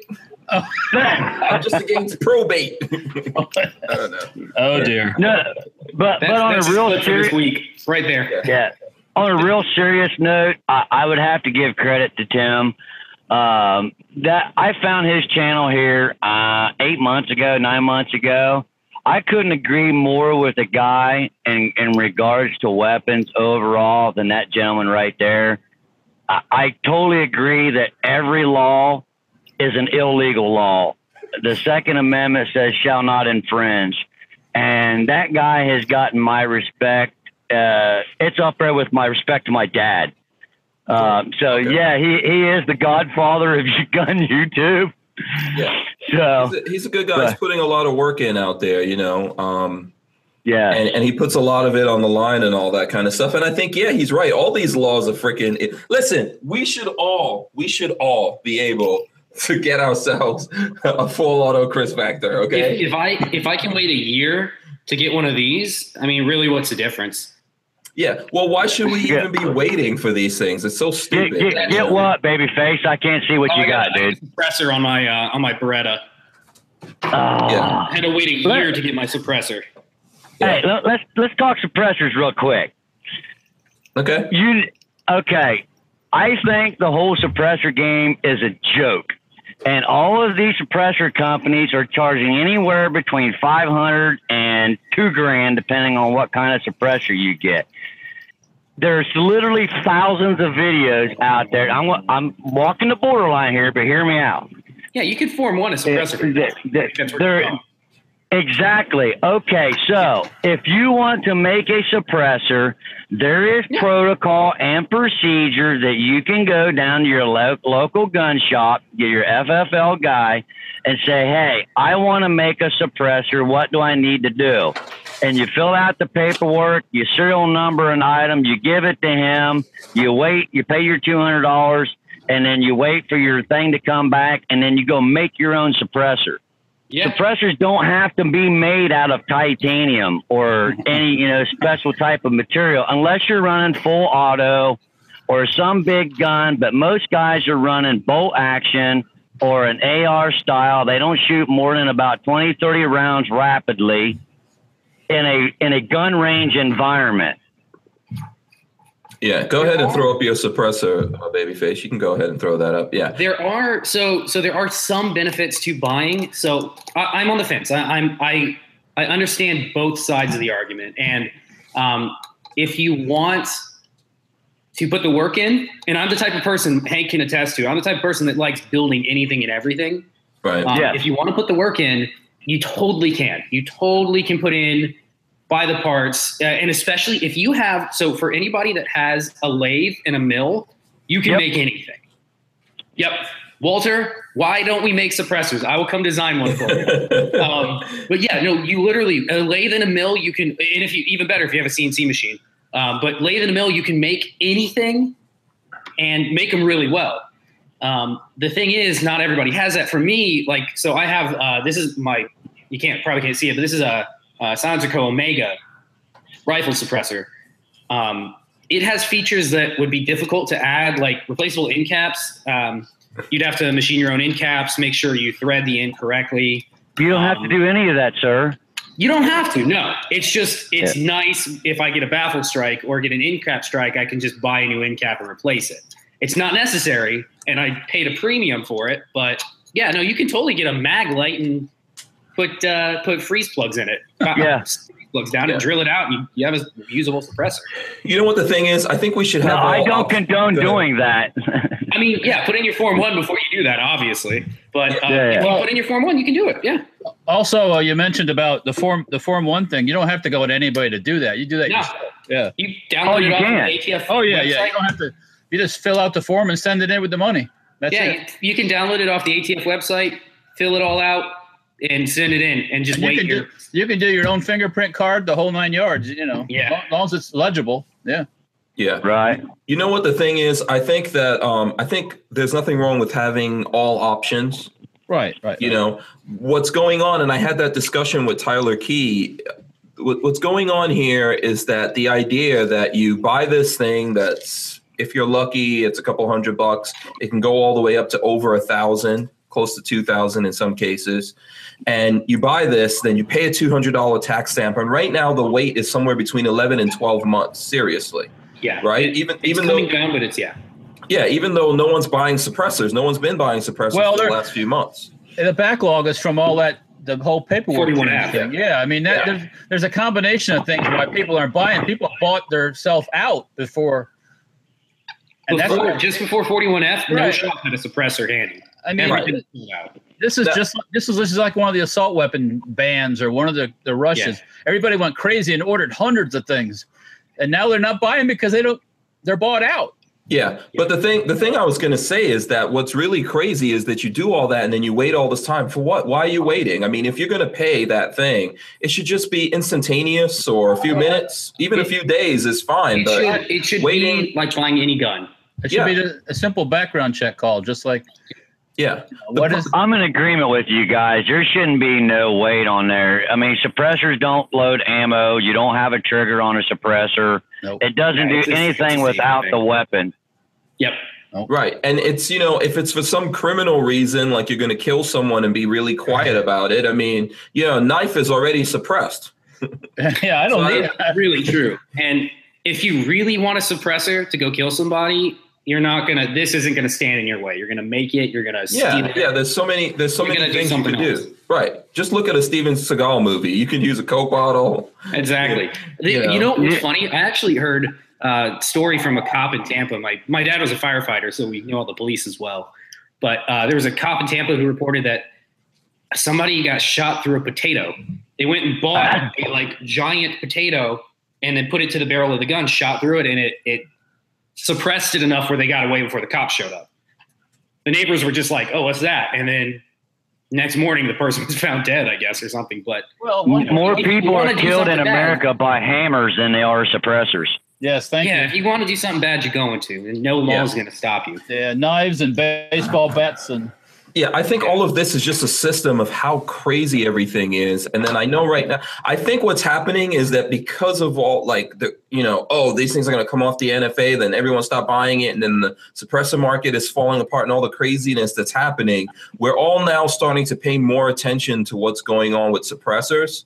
Speaker 1: I'm just against probate. I don't know.
Speaker 2: Oh dear.
Speaker 3: No, but but
Speaker 4: That's-
Speaker 3: on
Speaker 4: that's
Speaker 3: a real
Speaker 4: split for this
Speaker 3: serious
Speaker 4: week, right there.
Speaker 3: yeah, on a real serious note, I, I would have to give credit to Tim. Um, that I found his channel here uh, eight months ago, nine months ago. I couldn't agree more with the guy in, in regards to weapons overall than that gentleman right there. I, I totally agree that every law is an illegal law. The Second Amendment says shall not infringe. And that guy has gotten my respect. Uh, it's up there with my respect to my dad. Um, so,
Speaker 1: Okay.
Speaker 3: yeah, he, he is the godfather of gun YouTube.
Speaker 1: Yeah.
Speaker 3: So,
Speaker 1: He's a, he's a good guy. He's
Speaker 3: Right.
Speaker 1: putting a lot of work in out there, you know, um,
Speaker 3: yeah.
Speaker 1: and, and he puts a lot of it on the line and all that kind of stuff. And I think, yeah, he's right. All these laws are freaking. It, listen, we should all, we should all be able to get ourselves a full auto Chris Factor. Okay.
Speaker 4: If, if I if I can wait a year to get one of these, I mean, really, what's the difference?
Speaker 1: Yeah. Well, why should we
Speaker 3: Yeah.
Speaker 1: even be waiting for these things? It's so
Speaker 3: Get,
Speaker 1: stupid.
Speaker 3: get, get what, baby face? I can't see what
Speaker 4: Oh,
Speaker 3: you
Speaker 4: I
Speaker 3: got,
Speaker 4: I
Speaker 3: dude.
Speaker 4: a Suppressor on my uh, on my Beretta.
Speaker 3: Ah.
Speaker 1: Yeah.
Speaker 4: I had to wait a
Speaker 3: Let-
Speaker 4: year to get my suppressor.
Speaker 3: Hey, let, let's let's talk suppressors real quick.
Speaker 1: Okay.
Speaker 3: You okay? I think the whole suppressor game is a joke, and all of these suppressor companies are charging anywhere between five hundred and two grand, depending on what kind of suppressor you get. There's literally thousands of videos out there. I'm I'm walking the borderline here, but hear me out.
Speaker 4: Yeah, you could form one a suppressor.
Speaker 3: There- there-
Speaker 4: That's where
Speaker 3: there-
Speaker 4: you're from.
Speaker 3: Exactly. Okay, so if you want to make a suppressor, there is protocol and procedure that you can go down to your lo- local gun shop, get your FFL guy, and say, hey, I want to make a suppressor. What do I need to do? And you fill out the paperwork, your serial number and item, you give it to him, you wait, you pay your $200, and then you wait for your thing to come back, and then you go make your own suppressor
Speaker 4: yeah.
Speaker 3: suppressors don't have to be made out of titanium or any you know special type of material unless you're running full auto or some big gun but most guys are running bolt action or an AR style they don't shoot more than about 20 30 rounds rapidly in a in a gun range environment
Speaker 1: Yeah. Go ahead and throw up your suppressor, uh, babyface. You can go ahead and throw that up. Yeah.
Speaker 4: There are so so there are some benefits to buying. So I, I'm on the fence. I, I'm I I understand both sides of the argument, and um, if you want to put the work in, and I'm the type of person Hank can attest to. I'm the type of person that likes building anything and everything.
Speaker 1: Right.
Speaker 4: Um,
Speaker 3: Yes.
Speaker 4: If you want to put the work in, you totally can. You totally can put in, buy the parts, uh, and especially if you have. So for anybody that has a lathe and a mill, you can
Speaker 3: Yep.
Speaker 4: make anything. Yep, Walter. Why don't we make suppressors? I will come design one for you. um, but yeah, no, you literally uh, a lathe and a mill. You can, and if you even better if you have a CNC machine. Um, but lathe and a mill, you can make anything, and make them really well. Um, the thing is, not everybody has that. For me, like, so I have uh, this is my you can't probably can't see it, but this is a, a Sanzuko Omega rifle suppressor. Um, it has features that would be difficult to add, like replaceable end caps. Um, you'd have to machine your own end caps, make sure you thread the end correctly
Speaker 3: you don't have to do any of that sir
Speaker 4: you don't have to. No, it's just it's nice if I get a baffle strike or get an in cap strike, I can just buy a new in cap and replace it. It's not necessary, and I paid a premium for it. But yeah, no, you can totally get a mag light and put uh, put freeze plugs in it.
Speaker 3: Yeah.
Speaker 4: plugs down
Speaker 1: Yeah.
Speaker 4: and drill it out, and you, you have a usable suppressor.
Speaker 1: You know what the thing is? I think we should
Speaker 3: No,
Speaker 1: have. a-
Speaker 3: I don't condone
Speaker 1: Go ahead.
Speaker 3: doing that.
Speaker 4: I mean, yeah, put in your form one before you do that, obviously. But uh,
Speaker 3: Yeah, yeah.
Speaker 4: if you put in your form one, you can do it. Yeah,
Speaker 2: Also, uh, you mentioned about the form the form one thing. You don't have to go to anybody to do that. You do that.
Speaker 4: yeah.
Speaker 2: yourself. Yeah.
Speaker 4: You download
Speaker 3: Oh, you
Speaker 4: it off
Speaker 3: can.
Speaker 4: the ATF.
Speaker 2: Oh yeah, yeah.
Speaker 4: website.
Speaker 2: You don't have to. You just fill out the form and send it in with the money. That's
Speaker 4: yeah,
Speaker 2: it.
Speaker 4: You, you can download it off the ATF website, fill it all out, and send it in, and just
Speaker 2: And you
Speaker 4: wait
Speaker 2: can
Speaker 4: your
Speaker 2: do you can do your own fingerprint card, the whole nine yards. You know,
Speaker 4: Yeah.
Speaker 2: as long as it's legible. Yeah.
Speaker 1: Yeah.
Speaker 3: right.
Speaker 1: You know what the thing is? I think that um, I think there's nothing wrong with having all options.
Speaker 2: Right. Right.
Speaker 1: You know what's going on, and I had that discussion with Tyler Key. What, what's going on here is that the idea that you buy this thing that's, if you're lucky, it's a couple hundred bucks. It can go all the way up to over a thousand, close to two thousand in some cases. And you buy this, then you pay a two hundred dollar tax stamp. And right now, the wait is somewhere between eleven and twelve months. Seriously,
Speaker 4: yeah.
Speaker 1: right?
Speaker 4: It-
Speaker 1: Even
Speaker 4: it's
Speaker 1: even though
Speaker 4: coming down, but it's yeah.
Speaker 1: yeah, even though no one's buying suppressors, no one's been buying suppressors
Speaker 2: Well,
Speaker 1: for the
Speaker 2: they're-
Speaker 1: last few months.
Speaker 2: And the backlog is from all that the whole paperwork
Speaker 4: 41
Speaker 2: change
Speaker 4: app.
Speaker 2: thing. Yeah, I mean that
Speaker 1: Yeah.
Speaker 2: there's, there's a combination of things why people aren't buying. People bought their self out before, and that's
Speaker 4: before,
Speaker 2: why-
Speaker 4: just before 41F, no
Speaker 2: Right.
Speaker 4: shop had a suppressor handy.
Speaker 2: I mean
Speaker 1: Right.
Speaker 4: Everything was out.
Speaker 2: this is
Speaker 1: That-
Speaker 2: just this is this is like one of the assault weapon bans or one of the the rushes. Everybody went crazy and ordered hundreds of things, and now they're not buying because they don't they're bought out.
Speaker 1: Yeah, but the thing the thing I was going to say is that what's really crazy is that you do all that and then you wait all this time for what? Why are you waiting? I mean, if you're going to pay that thing, it should just be instantaneous or a few minutes, even a few days is fine.
Speaker 4: It
Speaker 1: But
Speaker 4: should, it should
Speaker 1: uh, waiting-
Speaker 4: be like buying any gun.
Speaker 2: It should
Speaker 1: Yeah.
Speaker 2: be a, a simple background check call, just like
Speaker 1: yeah,
Speaker 2: what is
Speaker 3: I'm in agreement with you guys. There shouldn't be no weight on there. I mean, suppressors don't load ammo. You don't have a trigger on a suppressor.
Speaker 2: Nope.
Speaker 3: It doesn't
Speaker 4: Yeah, it's
Speaker 3: do
Speaker 4: just- it's
Speaker 3: anything
Speaker 4: the same
Speaker 3: without
Speaker 4: thing.
Speaker 3: the weapon.
Speaker 4: Yep.
Speaker 1: right. And it's you know, if it's for some criminal reason, like you're going to kill someone and be really quiet about it. I mean, you know, a knife is already suppressed.
Speaker 2: yeah, I
Speaker 1: So
Speaker 2: don't
Speaker 1: I-
Speaker 2: need that.
Speaker 4: really true. And if you really want a suppressor to go kill somebody, you're not gonna. This isn't gonna stand in your way. You're gonna make it. You're gonna steal
Speaker 1: Yeah,
Speaker 4: it.
Speaker 1: yeah. There's so many. There's so
Speaker 4: You're
Speaker 1: many
Speaker 4: gonna do
Speaker 1: things you
Speaker 4: something
Speaker 1: can
Speaker 4: else.
Speaker 1: do. Right. Just look at a Steven Seagal movie. You can use a Coke bottle.
Speaker 4: Exactly. The-
Speaker 1: You know.
Speaker 4: You know what's funny? I actually heard a story from a cop in Tampa. My my dad was a firefighter, so we know all the police as well. But uh, there was a cop in Tampa who reported that somebody got shot through a potato. They went and bought a like giant potato and then put it to the barrel of the gun, shot through it, and it it suppressed it enough where they got away before the cops showed up. The neighbors were just like, "Oh, what's that?" And then next morning, the person was found dead, I guess, or something. But
Speaker 2: Well, one-
Speaker 3: More
Speaker 4: If you
Speaker 3: people
Speaker 4: wanna
Speaker 3: are
Speaker 4: do
Speaker 3: killed in
Speaker 4: something bad-
Speaker 3: America by hammers than they are suppressors.
Speaker 2: yes, thank
Speaker 4: yeah,
Speaker 2: you.
Speaker 4: if you want to do something bad, you're going to, and no
Speaker 1: Yeah.
Speaker 4: law's going to stop you.
Speaker 2: Yeah, knives and baseball bats and
Speaker 1: Yeah, I think all of this is just a system of how crazy everything is. And then I know right now, I think what's happening is that because of all like the, you know, oh, these things are going to come off the NFA, then everyone stop buying it, and then the suppressor market is falling apart, and all the craziness that's happening. We're all now starting to pay more attention to what's going on with suppressors.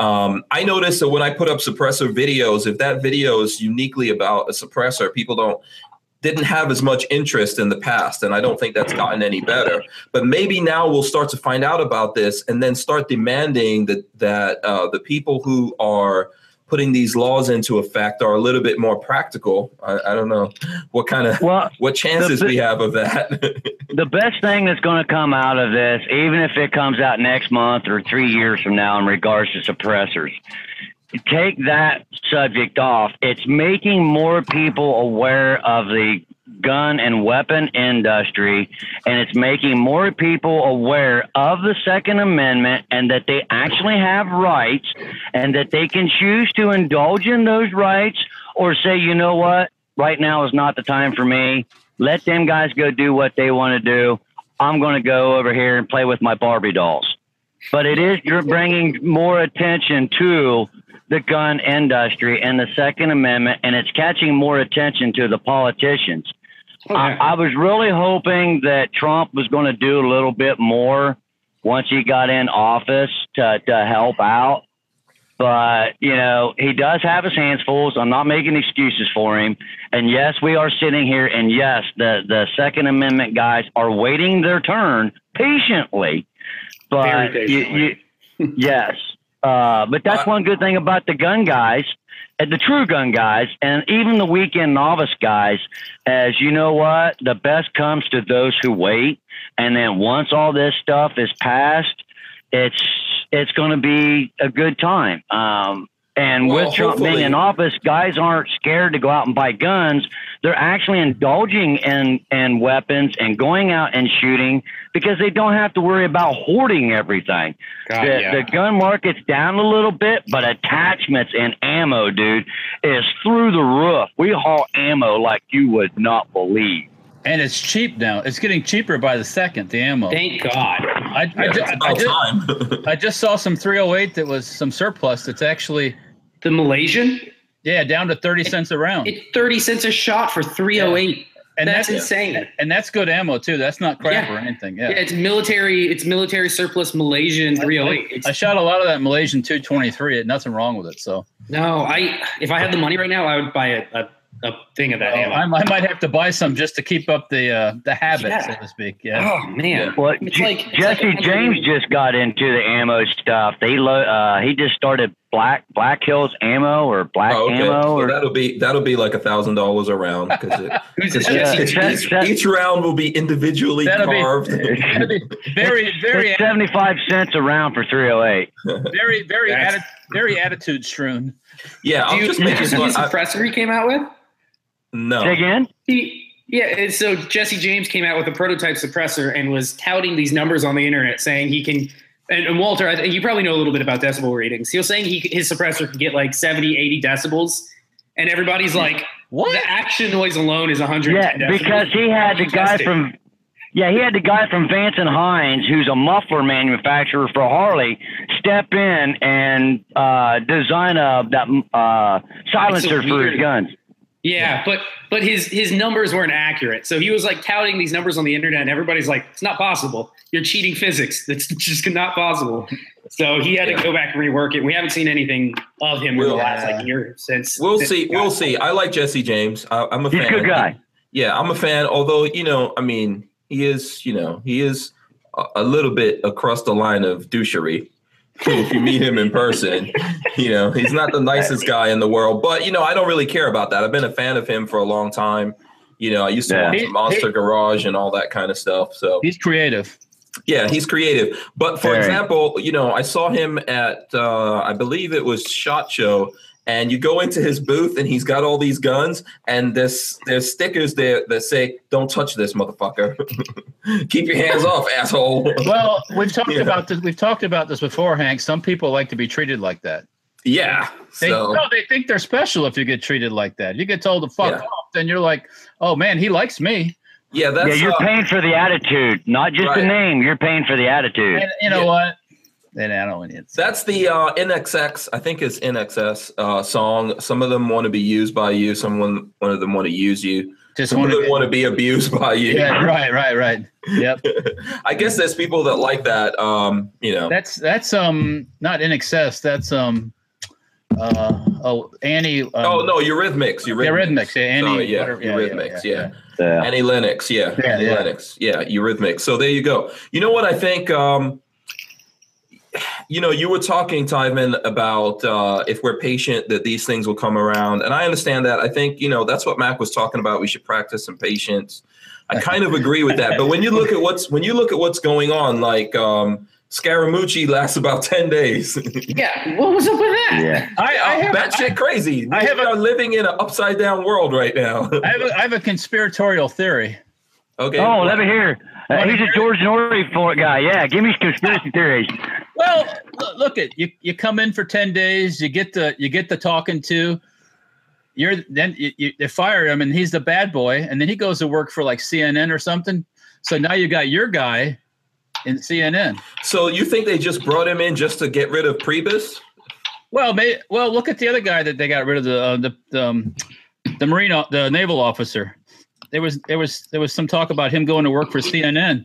Speaker 1: Um, I noticed that when I put up suppressor videos, if that video is uniquely about a suppressor, people don't didn't have as much interest in the past, and I don't think that's gotten any better. But maybe now we'll start to find out about this, and then start demanding that that uh, the people who are putting these laws into effect are a little bit more practical. I, I don't know what kind of
Speaker 3: Well,
Speaker 1: what chances we have of that.
Speaker 3: the best thing that's going to come out of this, even if it comes out next month or three years from now, in regards to suppressors, take that subject off. It's making more people aware of the gun and weapon industry, and it's making more people aware of the Second Amendment and that they actually have rights and that they can choose to indulge in those rights or say, you know what, right now is not the time for me. Let them guys go do what they want to do. I'm going to go over here and play with my Barbie dolls. But it is you're bringing more attention to the gun industry and the Second Amendment, and it's catching more attention to the politicians. I, I was really hoping that Trump was going to do a little bit more once he got in office to, to help out. But, you know, he does have his hands full, so I'm not making excuses for him. And yes, we are sitting here, and yes, the, the Second Amendment guys are waiting their turn patiently. But
Speaker 4: Very patiently.
Speaker 3: You, you, yes. Uh, but that's
Speaker 1: Uh,
Speaker 3: one good thing about the gun guys, uh, the true gun guys, and even the weekend novice guys, as you know what? The best comes to those who wait. And then once all this stuff is passed, it's it's going to be a good time. Um, and
Speaker 1: Well,
Speaker 3: with Trump being
Speaker 1: hopefully-
Speaker 3: in office, guys aren't scared to go out and buy guns. They're actually indulging in, in weapons and going out and shooting because they don't have to worry about hoarding everything
Speaker 1: Uh,
Speaker 4: God,
Speaker 3: the,
Speaker 4: yeah.
Speaker 3: the gun market's down a little bit, but attachments and ammo, dude, is through the roof. We haul ammo like you would not believe.
Speaker 2: and it's cheap now. It's getting cheaper by the second. The ammo.
Speaker 4: Thank God.
Speaker 2: I, I, ju-
Speaker 1: it's
Speaker 2: I,
Speaker 1: about
Speaker 2: ju-
Speaker 1: time.
Speaker 2: I just saw some 308 that was some surplus. That's actually
Speaker 4: The Malaysian,
Speaker 2: yeah down to 30 cents a round,
Speaker 4: it's 30 cents a shot for 308.
Speaker 2: and that's
Speaker 4: that's, insane. Yeah.
Speaker 2: and that's good ammo too. That's not crap
Speaker 4: Yeah.
Speaker 2: or anything. Yeah.
Speaker 4: it's military. It's military surplus Malaysian 308. It's,
Speaker 2: I shot a lot of that Malaysian 223. and Nothing wrong with it. So
Speaker 4: no, I if I had the money right now, I would buy a, a, a thing of that ammo.
Speaker 2: I, might- I might have to buy some just to keep up the uh, the habit,
Speaker 4: Yeah.
Speaker 2: so to speak. Yeah.
Speaker 4: Oh man,
Speaker 3: Well,
Speaker 4: It's
Speaker 3: Je-
Speaker 4: like- it's
Speaker 3: Jesse
Speaker 4: like a hundred
Speaker 3: James
Speaker 4: years.
Speaker 3: just got into the ammo stuff. They lo- uh, he just started Black Black Hills Ammo or Black
Speaker 1: Oh, okay.
Speaker 3: Ammo
Speaker 1: So
Speaker 3: or
Speaker 1: that'll be that'll be like a thousand dollars a round because
Speaker 4: who's this?
Speaker 1: Yeah.
Speaker 4: Jesse
Speaker 3: It's
Speaker 4: James?
Speaker 3: just-
Speaker 1: each,
Speaker 3: that-
Speaker 1: each round will be individually
Speaker 2: That'll be-
Speaker 1: carved.
Speaker 2: That'd be very, very,
Speaker 3: it's seventy five cents a round for three hundred eight.
Speaker 2: very, very,
Speaker 4: That's-
Speaker 2: atti- very attitude strewn.
Speaker 1: yeah,
Speaker 4: Do
Speaker 1: I'm
Speaker 4: you,
Speaker 1: just
Speaker 4: did you
Speaker 1: making
Speaker 4: see the
Speaker 1: fun. I-
Speaker 4: suppressor he came out with?
Speaker 1: no,
Speaker 3: Say again?
Speaker 4: He, yeah, and so Jesse James came out with a prototype suppressor and was touting these numbers on the internet, saying he can. And, and Walter, I think you probably know a little bit about decibel readings. He was saying he, his suppressor could get like 70, 80 decibels, and everybody's like,
Speaker 2: What?
Speaker 4: the action noise alone is 100.
Speaker 3: Yeah, because he had the guy
Speaker 4: Fantastic.
Speaker 3: from yeah, he had the guy from Vance and Hines, who's a muffler manufacturer for Harley, step in and uh, design a that uh, silencer for
Speaker 4: weird-
Speaker 3: his guns.
Speaker 4: Yeah, but but his his numbers weren't accurate. So he was like touting these numbers on the internet, and everybody's like, "It's not possible. You're cheating physics. That's just not possible." So he had
Speaker 1: Yeah.
Speaker 4: to go back and rework it. We haven't seen anything of him in the
Speaker 1: We'll- uh,
Speaker 4: last like year since.
Speaker 1: we'll
Speaker 4: since
Speaker 1: see.
Speaker 4: he got-
Speaker 1: We'll see. I like Jesse James. I, I'm a
Speaker 3: He's
Speaker 1: fan.
Speaker 3: a good guy.
Speaker 1: Yeah, I'm a fan. Although you know, I mean, he is. You know, he is a, a little bit across the line of douchery. if you meet him in person, you know he's not the nicest guy in the world. But you know, I don't really care about that. I've been a fan of him for a long time. You know, I used to
Speaker 3: Yeah.
Speaker 1: watch
Speaker 2: He-
Speaker 1: Monster Garage and all that kind of stuff. So
Speaker 2: He's creative.
Speaker 1: yeah, he's creative. But for
Speaker 3: Very.
Speaker 1: example, you know, I saw him at uh, I believe it was Shot Show, and you go into his booth and he's got all these guns and there's there's stickers there that say "Don't touch this, motherfucker. Keep your hands off, asshole."
Speaker 2: Well, we've talked
Speaker 1: Yeah.
Speaker 2: about this. We've talked about this before, Hank. Some people like to be treated like that.
Speaker 1: yeah.
Speaker 2: They,
Speaker 1: So
Speaker 2: No, they think they're special if you get treated like that. You get told to fuck
Speaker 1: Yeah.
Speaker 2: off, then you're like, oh man, he likes me.
Speaker 1: yeah, that's
Speaker 3: yeah, you're
Speaker 1: uh,
Speaker 3: paying for the attitude, not just the
Speaker 1: Right.
Speaker 3: name. You're paying for the attitude.
Speaker 2: And you know
Speaker 1: Yeah.
Speaker 2: what? Then I don't want it.
Speaker 1: That's the uh, NXX, I think it's NXS uh, song. Some of them want to be used by you. Someone, one of them want to use you.
Speaker 2: Just
Speaker 1: Some of
Speaker 2: want
Speaker 1: them
Speaker 2: to.
Speaker 1: want to be abused by you.
Speaker 2: Yeah, right, right, right. Yep.
Speaker 1: I guess there's people that like that. Um, you know,
Speaker 2: That's that's um not in excess. That's um uh oh Annie. Um,
Speaker 1: oh no, Eurythmics. Eurythmics.
Speaker 2: yeah, Rhythmics. Yeah, Annie.
Speaker 1: Sorry, yeah,
Speaker 2: whatever-
Speaker 1: Eurythmics. Yeah,
Speaker 3: Yeah.
Speaker 1: Annie Lennox. Yeah,
Speaker 2: Yeah,
Speaker 1: Annie
Speaker 2: yeah.
Speaker 1: Lennox. Yeah, Eurythmics. So there you go. You know what I think? Um, you know, you were talking, Tyvin, about uh, if we're patient, that these things will come around, and I understand that. I think you know that's what Mac was talking about. We should practice some patience. I kind of agree with that. But when you look at what's when you look at what's going on, like um, Scaramucci lasts about ten days.
Speaker 4: Yeah, what was up with that?
Speaker 3: Yeah.
Speaker 2: I, I have
Speaker 1: Oh, that shit crazy.
Speaker 2: I
Speaker 1: we
Speaker 2: have a-
Speaker 1: are living in an upside down world right now.
Speaker 2: I have, a, I have a conspiratorial theory.
Speaker 1: okay.
Speaker 3: Oh, let me hear. Uh, he's a George Norrie for guy. Yeah, give me conspiracy theories.
Speaker 2: Well, lo- look at you. You come in for ten days. You get the you get the talking to. You're then you, you, they fire him, and he's the bad boy, and then he goes to work for like CNN or something. So now you got your guy in CNN.
Speaker 1: So you think they just brought him in just to get rid of Priebus?
Speaker 2: Well, may, well, look at the other guy that they got rid of the uh, the the, um, the marine o- the naval officer. There was there was there was some talk about him going to work for CNN,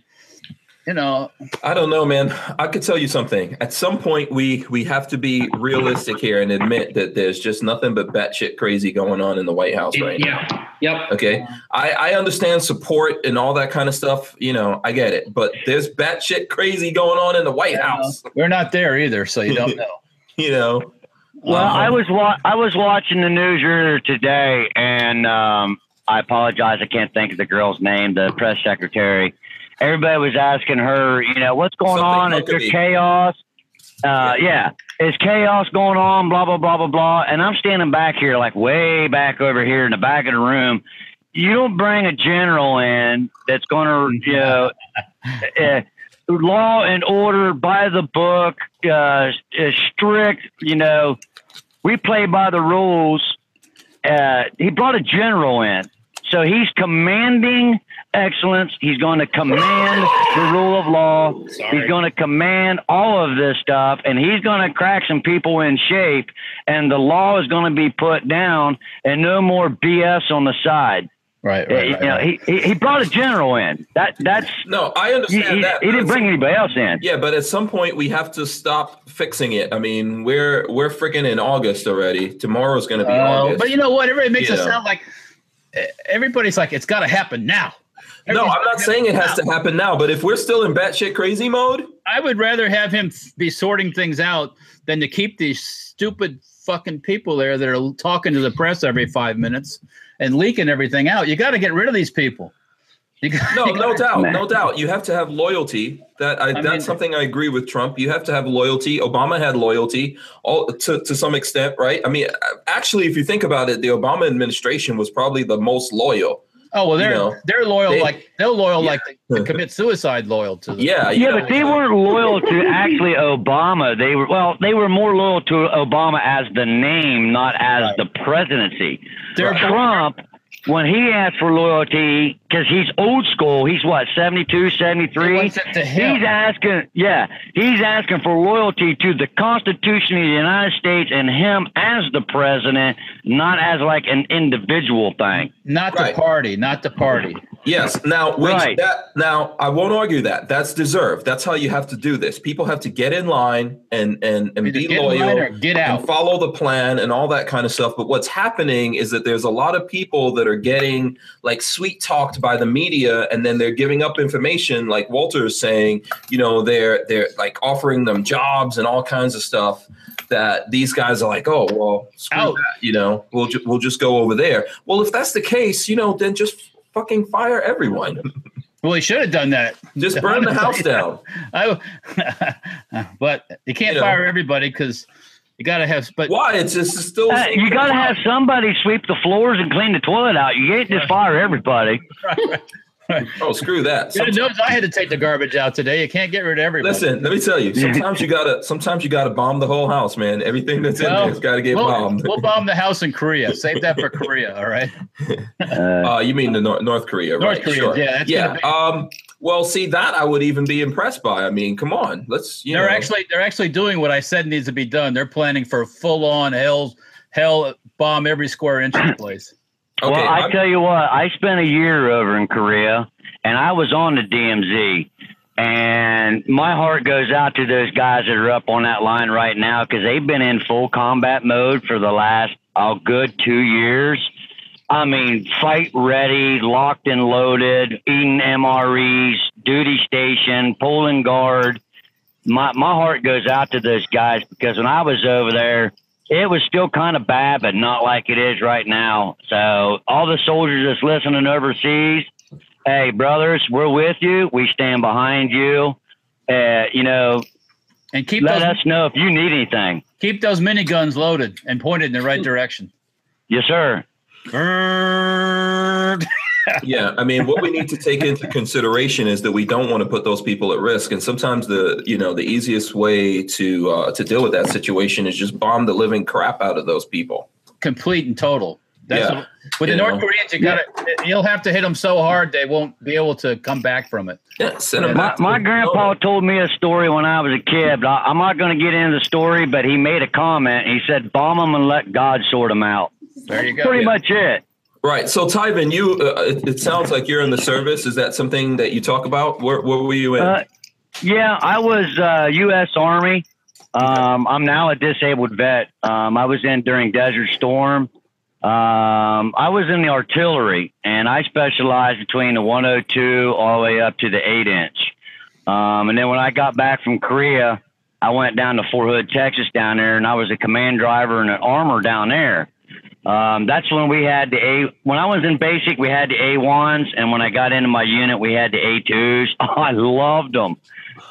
Speaker 2: you know,
Speaker 1: I don't know, man. I could tell you something. At some point, we we have to be realistic here and admit that there's just nothing but batshit crazy going on in the White House
Speaker 4: It-
Speaker 1: right now.
Speaker 4: yeah. Yep.
Speaker 1: Okay, I I understand support and all that kind of stuff. You know, I get it, but there's batshit crazy going on in the White House.
Speaker 2: we're not there either, so you don't know.
Speaker 1: You know,
Speaker 3: Well,
Speaker 1: Um,
Speaker 3: I was wa- I was watching the news earlier today, and um, I apologize, I can't think of the girl's name, the press secretary. Everybody was asking her, you know, what's going on?
Speaker 1: Something
Speaker 3: Is there
Speaker 1: Huckabee.
Speaker 3: chaos? Uh, yeah, is chaos going on? Blah blah blah blah blah. And I'm standing back here, like way back over here in the back of the room. You don't bring a general in that's going to, you know. uh, law and order by the book uh, is strict you know we play by the rules uh, he brought a general in so he's commanding excellence he's going to command the rule of law
Speaker 4: Sorry.
Speaker 3: he's going to command all of this stuff and he's going to crack some people in shape and the law is going to be put down and no more bs on the side
Speaker 2: Right,
Speaker 3: Uh,
Speaker 2: right,
Speaker 3: you
Speaker 2: right,
Speaker 3: know,
Speaker 2: right.
Speaker 3: he, he, he brought a general in that that's
Speaker 1: no, I
Speaker 3: he,
Speaker 1: understand
Speaker 3: he,
Speaker 1: that.
Speaker 3: he didn't bring anybody else in.
Speaker 1: Yeah, but at some point we have to stop fixing it. I mean, we're we're freaking in August already. Tomorrow's going to be
Speaker 2: Uh,
Speaker 1: August.
Speaker 2: but you know what? Everybody makes
Speaker 1: You
Speaker 2: it
Speaker 1: know.
Speaker 2: sound like eh, everybody's like it's got to happen now.
Speaker 1: no,
Speaker 2: Everything's
Speaker 1: I'm
Speaker 2: gotta
Speaker 1: not saying it
Speaker 2: happen
Speaker 1: has
Speaker 2: now.
Speaker 1: to happen now. But if we're still in batshit crazy mode,
Speaker 2: I would rather have him f- be sorting things out than to keep these stupid fucking people there that are talking to the press every five minutes and leaking everything out. You got to get rid of these people. You got,
Speaker 1: no,
Speaker 2: you
Speaker 1: no
Speaker 2: gotta-
Speaker 1: doubt,
Speaker 3: Nah.
Speaker 1: no doubt. You have to have loyalty. That I,
Speaker 2: mean-
Speaker 1: that's something I agree with Trump. You have to have loyalty. Obama had loyalty, all to to some extent, right? I mean, actually, if you think about it, the Obama administration was probably the most loyal.
Speaker 2: Oh well, they're
Speaker 1: You know,
Speaker 2: they're loyal
Speaker 1: they-
Speaker 2: like they're loyal
Speaker 1: Yeah.
Speaker 2: like to, to commit suicide loyal to them.
Speaker 1: Yeah, you
Speaker 3: Yeah,
Speaker 1: know, uh,
Speaker 3: but they weren't loyal to actually Obama. They were well, they were more loyal to Obama as the name, not as the presidency.
Speaker 2: They're
Speaker 3: Trump, when he asked for loyalty, because he's old school, he's what, 72,
Speaker 2: They
Speaker 3: 73?
Speaker 2: want it to
Speaker 3: He's
Speaker 2: him.
Speaker 3: asking, yeah, he's asking for loyalty to the Constitution of the United States and him as the president, not as like an individual thing.
Speaker 2: Not
Speaker 1: Right.
Speaker 2: the party, not the party.
Speaker 1: Yes. Now, which
Speaker 3: Right.
Speaker 1: that now I won't argue that. That's deserved. That's how you have to do this. People have to get in line and and and
Speaker 2: Either
Speaker 1: be
Speaker 2: get in line or
Speaker 1: loyal
Speaker 2: get out.
Speaker 1: and follow the plan and all that kind of stuff. But what's happening is that there's a lot of people that are getting like sweet talked by the media, and then they're giving up information. Like Walter is saying, you know, they're they're like offering them jobs and all kinds of stuff. That these guys are like, oh well, screw
Speaker 2: Out.
Speaker 1: that, you know, we'll ju- we'll just go over there. Well, if that's the case, you know, then just fucking fire everyone.
Speaker 2: Well, he should have done that.
Speaker 1: Just burn the house down.
Speaker 2: I, but you can't
Speaker 1: You know.
Speaker 2: fire everybody because you got to have. But
Speaker 1: Why? It's just it's still.
Speaker 3: Uh, you got to have somebody sweep the floors and clean the toilet out. You can't just fire everybody.
Speaker 1: Oh, screw that.
Speaker 2: you
Speaker 1: Sometimes-
Speaker 2: know, I had to take the garbage out today. You can't get rid of everybody.
Speaker 1: listen, let me tell you. Sometimes you gotta. Sometimes you gotta bomb the whole house, man. Everything that's in
Speaker 2: Well,
Speaker 1: there's gotta get
Speaker 2: we'll,
Speaker 1: bombed.
Speaker 2: we'll bomb the house in Korea. Save that for Korea. All right.
Speaker 3: Uh,
Speaker 1: Uh, you mean the North, North Korea,
Speaker 2: North
Speaker 1: right?
Speaker 2: Korea, yeah, that's
Speaker 1: yeah.
Speaker 2: gonna be-
Speaker 1: Um, well, see that I would even be impressed by. I mean, come on, let's. You
Speaker 2: They're
Speaker 1: know,
Speaker 2: actually they're actually doing what I said needs to be done. They're planning for full on hell hell bomb every square inch of the place.
Speaker 1: Okay,
Speaker 3: well, I
Speaker 1: I'm-
Speaker 3: tell you what, I spent a year over in Korea, and I was on the DMZ, and my heart goes out to those guys that are up on that line right now because they've been in full combat mode for the last oh good two years. I mean, fight ready, locked and loaded, eating MREs, duty station, pulling guard. My my heart goes out to those guys because when I was over there, it was still kind of bad, but not like it is right now. So all the soldiers that's listening overseas, hey brothers, we're with you. We stand behind you. Uh, you know,
Speaker 2: And keep
Speaker 3: let
Speaker 2: those
Speaker 3: us know if you need anything.
Speaker 2: keep those miniguns loaded and pointed in the right direction.
Speaker 3: Yes, sir.
Speaker 2: Bird.
Speaker 1: yeah i mean what we need to take into consideration is that we don't want to put those people at risk and sometimes the you know the easiest way to uh, to deal with that situation is just bomb the living crap out of those people
Speaker 2: Complete and total. That's
Speaker 1: Yeah.
Speaker 2: what- with the
Speaker 1: You
Speaker 2: North
Speaker 1: know.
Speaker 2: Koreans, you got to you'll have to hit them so hard they won't be able to come back from it.
Speaker 1: yeah send them
Speaker 3: My,
Speaker 1: back to
Speaker 3: my
Speaker 1: the-
Speaker 3: grandpa told me a story when I was a kid. but I, I'm not going to get into the story, but he made a comment. He said, "Bomb them and let God sort them out."
Speaker 2: There you go.
Speaker 3: Pretty much it.
Speaker 1: right so uh, tyven you uh, it, it sounds like you're in the service is that something that you talk about where, where were you in
Speaker 3: Uh, Yeah, I was uh, U.S. Army. Um, I'm now a disabled vet. Um, I was in during Desert Storm. Um, I was in the artillery, and I specialized between the 102 all the way up to the 8 inch. Um, and then when I got back from Korea, I went down to Fort Hood, Texas, down there, and I was a command driver and an armor down there. Um, that's when we had the A. When I was in basic, we had the A ones, and when I got into my unit, we had the A twos. Oh, I loved them.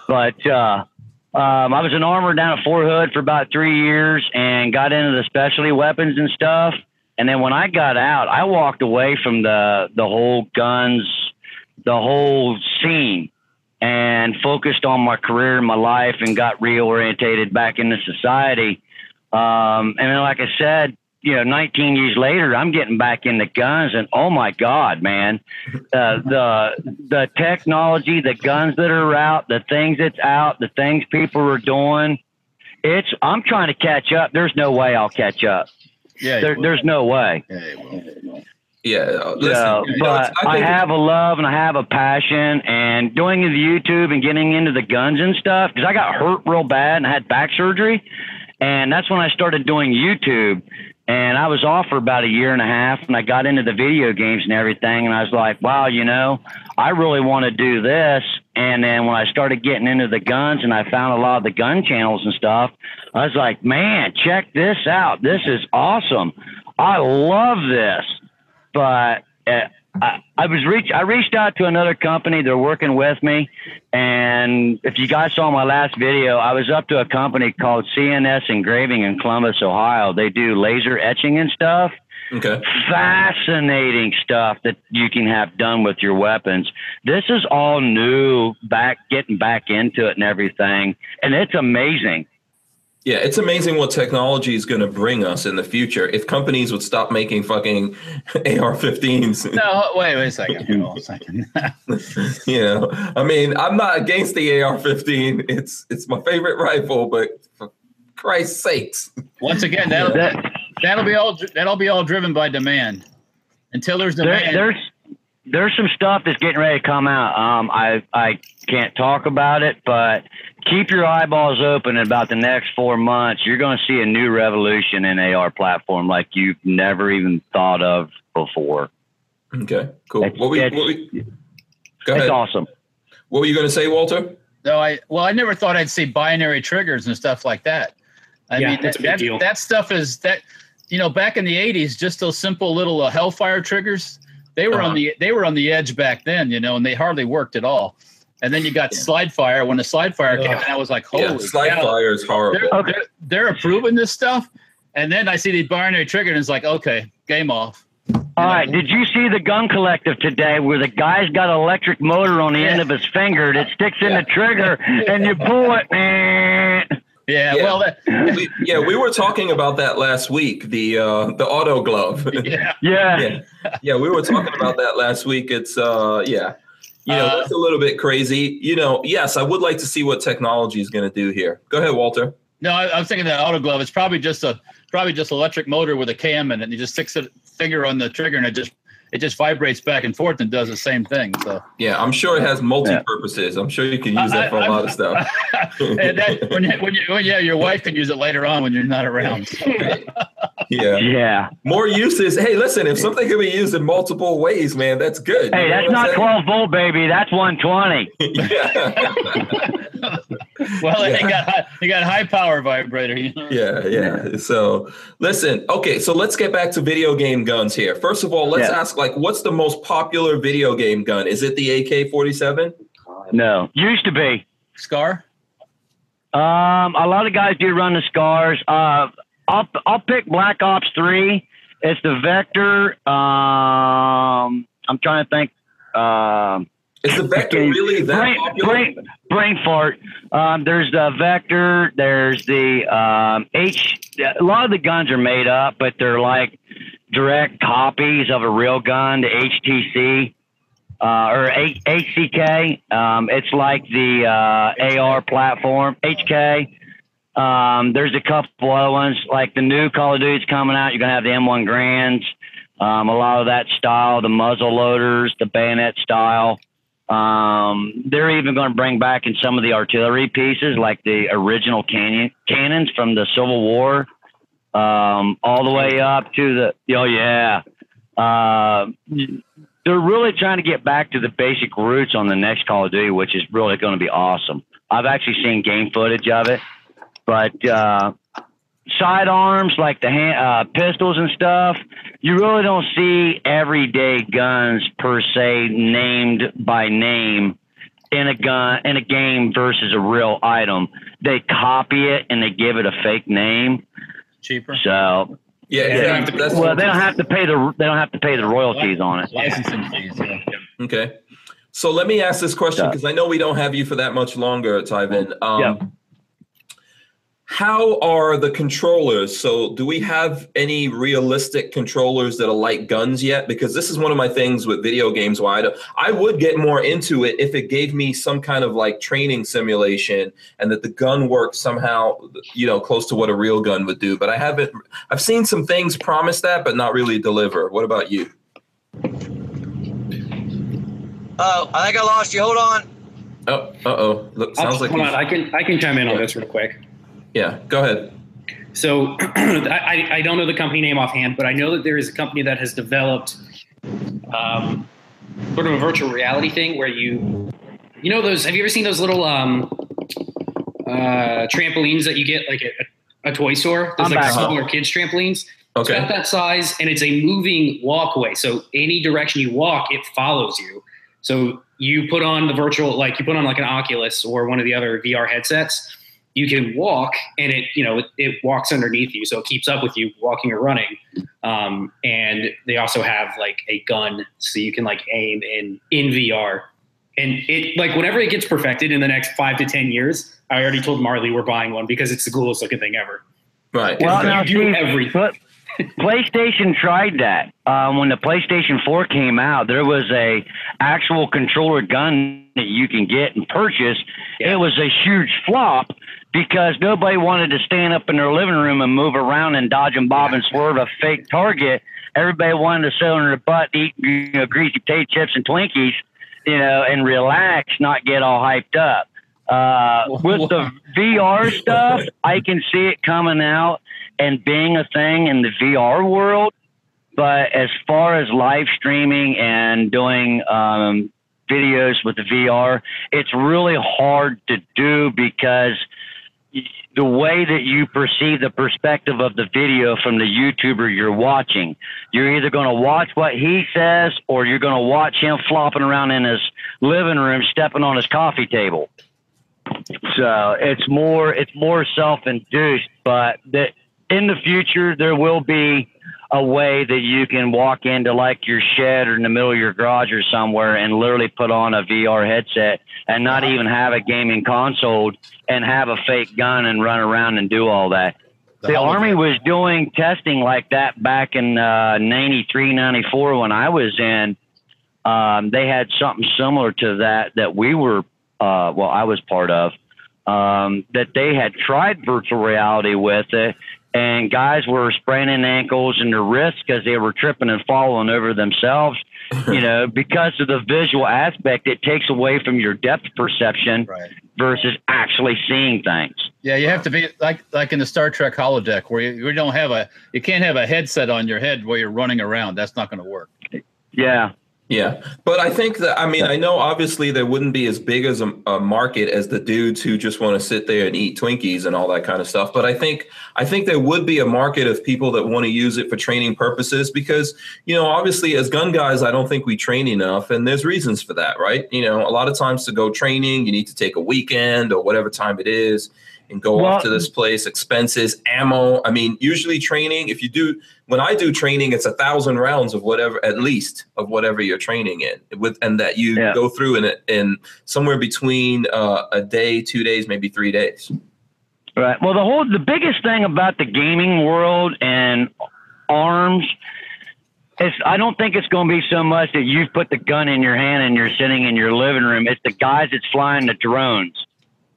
Speaker 3: But uh, um, I was an armor down at Fort Hood for about three years, and got into the specialty weapons and stuff. And then when I got out, I walked away from the the whole guns, the whole scene, and focused on my career and my life, and got reorientated back into society. Um, and then, like I said, you know, 19 years later, I'm getting back into guns, and oh my God, man, uh, the the technology, the guns that are out, the things that's out, the things people are doing, it's I'm trying to catch up. There's no way I'll catch up.
Speaker 2: Yeah,
Speaker 3: There,
Speaker 2: you will.
Speaker 3: there's no way.
Speaker 2: Yeah, you will.
Speaker 1: Yeah, uh, listen,
Speaker 3: So,
Speaker 1: you know,
Speaker 3: but
Speaker 1: it's-
Speaker 3: I
Speaker 1: think
Speaker 3: have a love and I have a passion, and doing the YouTube and getting into the guns and stuff because I got hurt real bad and I had back surgery, and that's when I started doing YouTube. And I was off for about a year and a half, and I got into the video games and everything, and I was like, wow, you know, I really want to do this. And then when I started getting into the guns and I found a lot of the gun channels and stuff, I was like, man, check this out. This is awesome. I love this but uh, I, I was reach I reached out to another company. They're working with me, and if you guys saw my last video, I was up to a company called CNS Engraving in Columbus, Ohio. They do laser etching and stuff.
Speaker 1: okay.
Speaker 3: Fascinating stuff that you can have done with your weapons. This is all new, back getting back into it and everything, and it's amazing.
Speaker 1: Yeah, it's amazing what technology is going to bring us in the future. If companies would stop making fucking AR-15s,
Speaker 2: No, wait, wait a second. Hold on a second.
Speaker 1: you know, I mean, I'm not against the AR-15. It's it's my favorite rifle, but for Christ's sakes,
Speaker 2: Once again, that'll
Speaker 3: That-
Speaker 2: that'll be all dri- that'll be all driven by demand. Until there's
Speaker 3: there,
Speaker 2: demand,
Speaker 3: there's there's some stuff that's getting ready to come out. Um, I I can't talk about it, but keep your eyeballs open. In about the next four months, you're going to see a new revolution in AR platform like you've never even thought of before.
Speaker 1: okay, cool.
Speaker 3: It's-
Speaker 1: What we,
Speaker 3: it's-
Speaker 1: what we go
Speaker 3: It's
Speaker 1: ahead.
Speaker 3: awesome.
Speaker 1: What were you going to say, Walter?
Speaker 2: No, I well, I never thought I'd see binary triggers and stuff like that. I
Speaker 4: Yeah,
Speaker 2: mean,
Speaker 4: that's
Speaker 2: that,
Speaker 4: a big
Speaker 2: that,
Speaker 4: deal.
Speaker 2: that stuff is that you know back in the '80s, just those simple little uh, Hellfire triggers. They were
Speaker 1: Uh-huh.
Speaker 2: on the they were on the edge back then, you know, and they hardly worked at all. And then you got
Speaker 1: Yeah.
Speaker 2: slide fire. When the slide fire came,
Speaker 1: Ugh.
Speaker 2: and I was like, holy
Speaker 1: yeah, slide
Speaker 2: cow.
Speaker 1: fire is horrible.
Speaker 2: They're,
Speaker 3: Okay.
Speaker 2: they're, they're approving this stuff, and then I see the binary trigger, and it's like, okay, game off.
Speaker 3: All right, did you see the gun collective today where the guy's got an electric motor on the end of his finger that sticks in the trigger and you pull it? eh.
Speaker 2: Yeah,
Speaker 1: Yeah.
Speaker 2: well, that,
Speaker 1: we, yeah, we were talking about that last week. The uh, the auto glove.
Speaker 2: yeah,
Speaker 3: Yeah.
Speaker 1: yeah, yeah, we were talking about that last week. It's uh, yeah, you know,
Speaker 2: Uh,
Speaker 1: that's a little bit crazy. You know, yes, I would like to see what technology is going to do here. Go ahead, Walter.
Speaker 2: no, I, I was thinking that auto glove. It's probably just a probably just electric motor with a cam in it, and you just sticks a finger on the trigger, and it just it just vibrates back and forth and does the same thing. So
Speaker 1: Yeah, I'm sure it has multi purposes. I'm sure you can use that for a
Speaker 2: I- I-
Speaker 1: lot of stuff.
Speaker 2: and that, when, you- when you, when, yeah, your wife can use it later on when you're not around.
Speaker 1: yeah,
Speaker 3: Yeah.
Speaker 1: more uses. Hey, listen, if something can be used in multiple ways, man, that's good.
Speaker 3: Hey,
Speaker 1: You know
Speaker 3: that's
Speaker 1: what I'm
Speaker 3: not 12 volt, baby. That's 120.
Speaker 1: saying? yeah.
Speaker 2: Well, and they
Speaker 1: Yeah.
Speaker 2: got high, they got high power vibrator. You know?
Speaker 1: yeah, yeah. So listen, okay, so let's get back to video game guns here. First of all, let's
Speaker 3: Yeah.
Speaker 1: ask like what's the most popular video game gun? Is it the AK forty seven?
Speaker 3: No, used to be.
Speaker 2: Scar.
Speaker 3: Um, a lot of guys do run the scars. Uh, I'll I'll pick Black Ops Three. It's the Vector. Um, I'm trying to think. Um,
Speaker 1: Is the Vector really that
Speaker 3: brain,
Speaker 1: popular?
Speaker 3: brain, brain fart. Um, there's the Vector. There's the um, H. A lot of the guns are made up, but they're like direct copies of a real gun, the HTC. Uh, or H- HCK, um, it's like the uh, AR platform. HK, um, there's a couple other ones like the new Call of Duty's coming out. You're gonna have the M1 Grands, um, a lot of that style, the muzzle loaders, the bayonet style. Um, they're even going to bring back in some of the artillery pieces, like the original canyon, cannons from the Civil War, um, all the way up to the. Oh yeah, uh, they're really trying to get back to the basic roots on the next Call of Duty, which is really going to be awesome. I've actually seen game footage of it, but uh, sidearms like the hand, uh, pistols and stuff, you really don't see everyday guns per se named by name in a gun in a game versus a real item. They copy it and they give it a fake name.
Speaker 2: Cheaper.
Speaker 3: So
Speaker 1: Yeah,
Speaker 4: Yeah.
Speaker 1: exactly. That's
Speaker 3: well, they don't have to pay the they don't have to pay the royalties on it.
Speaker 2: Licensing fees. Yeah.
Speaker 1: Okay. So let me ask this question because I know we don't have you for that much longer, Tyvin. Um,
Speaker 3: Yeah.
Speaker 1: How are the controllers? So, do we have any realistic controllers that are like guns yet? Because this is one of my things with video games. Why I, don't- I would get more into it if it gave me some kind of like training simulation and that the gun works somehow, you know, close to what a real gun would do. But I haven't. I've seen some things promise that, but not really deliver. What about you?
Speaker 5: Oh, Uh, I think I lost you. Hold on.
Speaker 1: Oh, uh oh. Look,
Speaker 4: I'll-
Speaker 1: sounds like
Speaker 4: hold
Speaker 1: you-
Speaker 4: on, I can I can chime in on
Speaker 1: Yeah.
Speaker 4: this real quick.
Speaker 1: yeah. Go ahead.
Speaker 4: So I, I- I don't know the company name offhand, but I know that there is a company that has developed um, sort of a virtual reality thing where you, you know, those. Have you ever seen those little um, uh, trampolines that you get like at a toy store? Those
Speaker 3: I'm
Speaker 4: like
Speaker 3: back.
Speaker 4: smaller kids trampolines.
Speaker 1: Okay.
Speaker 4: It's got that size, and it's a moving walkway. So any direction you walk, it follows you. So you put on the virtual, like you put on like an Oculus or one of the other VR headsets. You can walk, and it you know it, it walks underneath you, so it keeps up with you walking or running. Um, and they also have like a gun, so you can like aim in in VR. And it like whenever it gets perfected in the next five to ten years, I already told Marley we're buying one because it's the coolest looking thing ever.
Speaker 1: Right.
Speaker 3: Well,
Speaker 4: You
Speaker 3: now
Speaker 4: do
Speaker 3: see,
Speaker 4: everything.
Speaker 3: but PlayStation tried that um, when the PlayStation 4 came out. There was a actual controller gun that you can get and purchase.
Speaker 4: Yeah.
Speaker 3: It was a huge flop because nobody wanted to stand up in their living room and move around and dodge and bob and swerve a fake target. Everybody wanted to sit on their butt, eat you know, greasy potato chips and Twinkies, you know, and relax, not get all hyped up. Uh, with the VR stuff, I can see it coming out and being a thing in the VR world. But as far as live streaming and doing um, videos with the VR, it's really hard to do because y- the way that you perceive the perspective of the video from the YouTuber you're watching, you're either going to watch what he says or you're going to watch him flopping around in his living room, stepping on his coffee table. So it's more it's more self induced, but that in the future there will be a way that you can walk into like your shed or in the middle of your garage or somewhere and literally put on a VR headset and not even have a gaming console and have a fake gun and run around and do all that. The, army was doing testing like that back in uh, 93, 94 when I was in. Um, they had something similar to that that we were, uh, well, I was part of, um, that they had tried virtual reality with it, and guys were spraining ankles and their wrists because they were tripping and falling over themselves. you know, because of the visual aspect, it takes away from your depth perception
Speaker 2: Right.
Speaker 3: versus actually seeing things.
Speaker 2: Yeah, you have to be like like in the Star Trek holodeck where you, you don't have a you can't have a headset on your head where you're running around. That's not going to work.
Speaker 3: Yeah.
Speaker 1: Yeah, but I think that I mean I know obviously there wouldn't be as big as a, a market as the dudes who just want to sit there and eat Twinkies and all that kind of stuff. But I think I think there would be a market of people that want to use it for training purposes because you know obviously as gun guys I don't think we train enough and there's reasons for that, right? You know, a lot of times to go training you need to take a weekend or whatever time it is and go
Speaker 3: Well-
Speaker 1: off to this place, expenses, ammo. I mean, usually training if you do when I do training, it's a thousand rounds of whatever, at least of whatever you're training in, with and that you
Speaker 3: Yeah.
Speaker 1: go through in it in somewhere between uh, a day, two days, maybe three days.
Speaker 3: Right. Well, the whole the biggest thing about the gaming world and arms is I don't think it's going to be so much that you've put the gun in your hand and you're sitting in your living room. It's the guys that's flying the drones.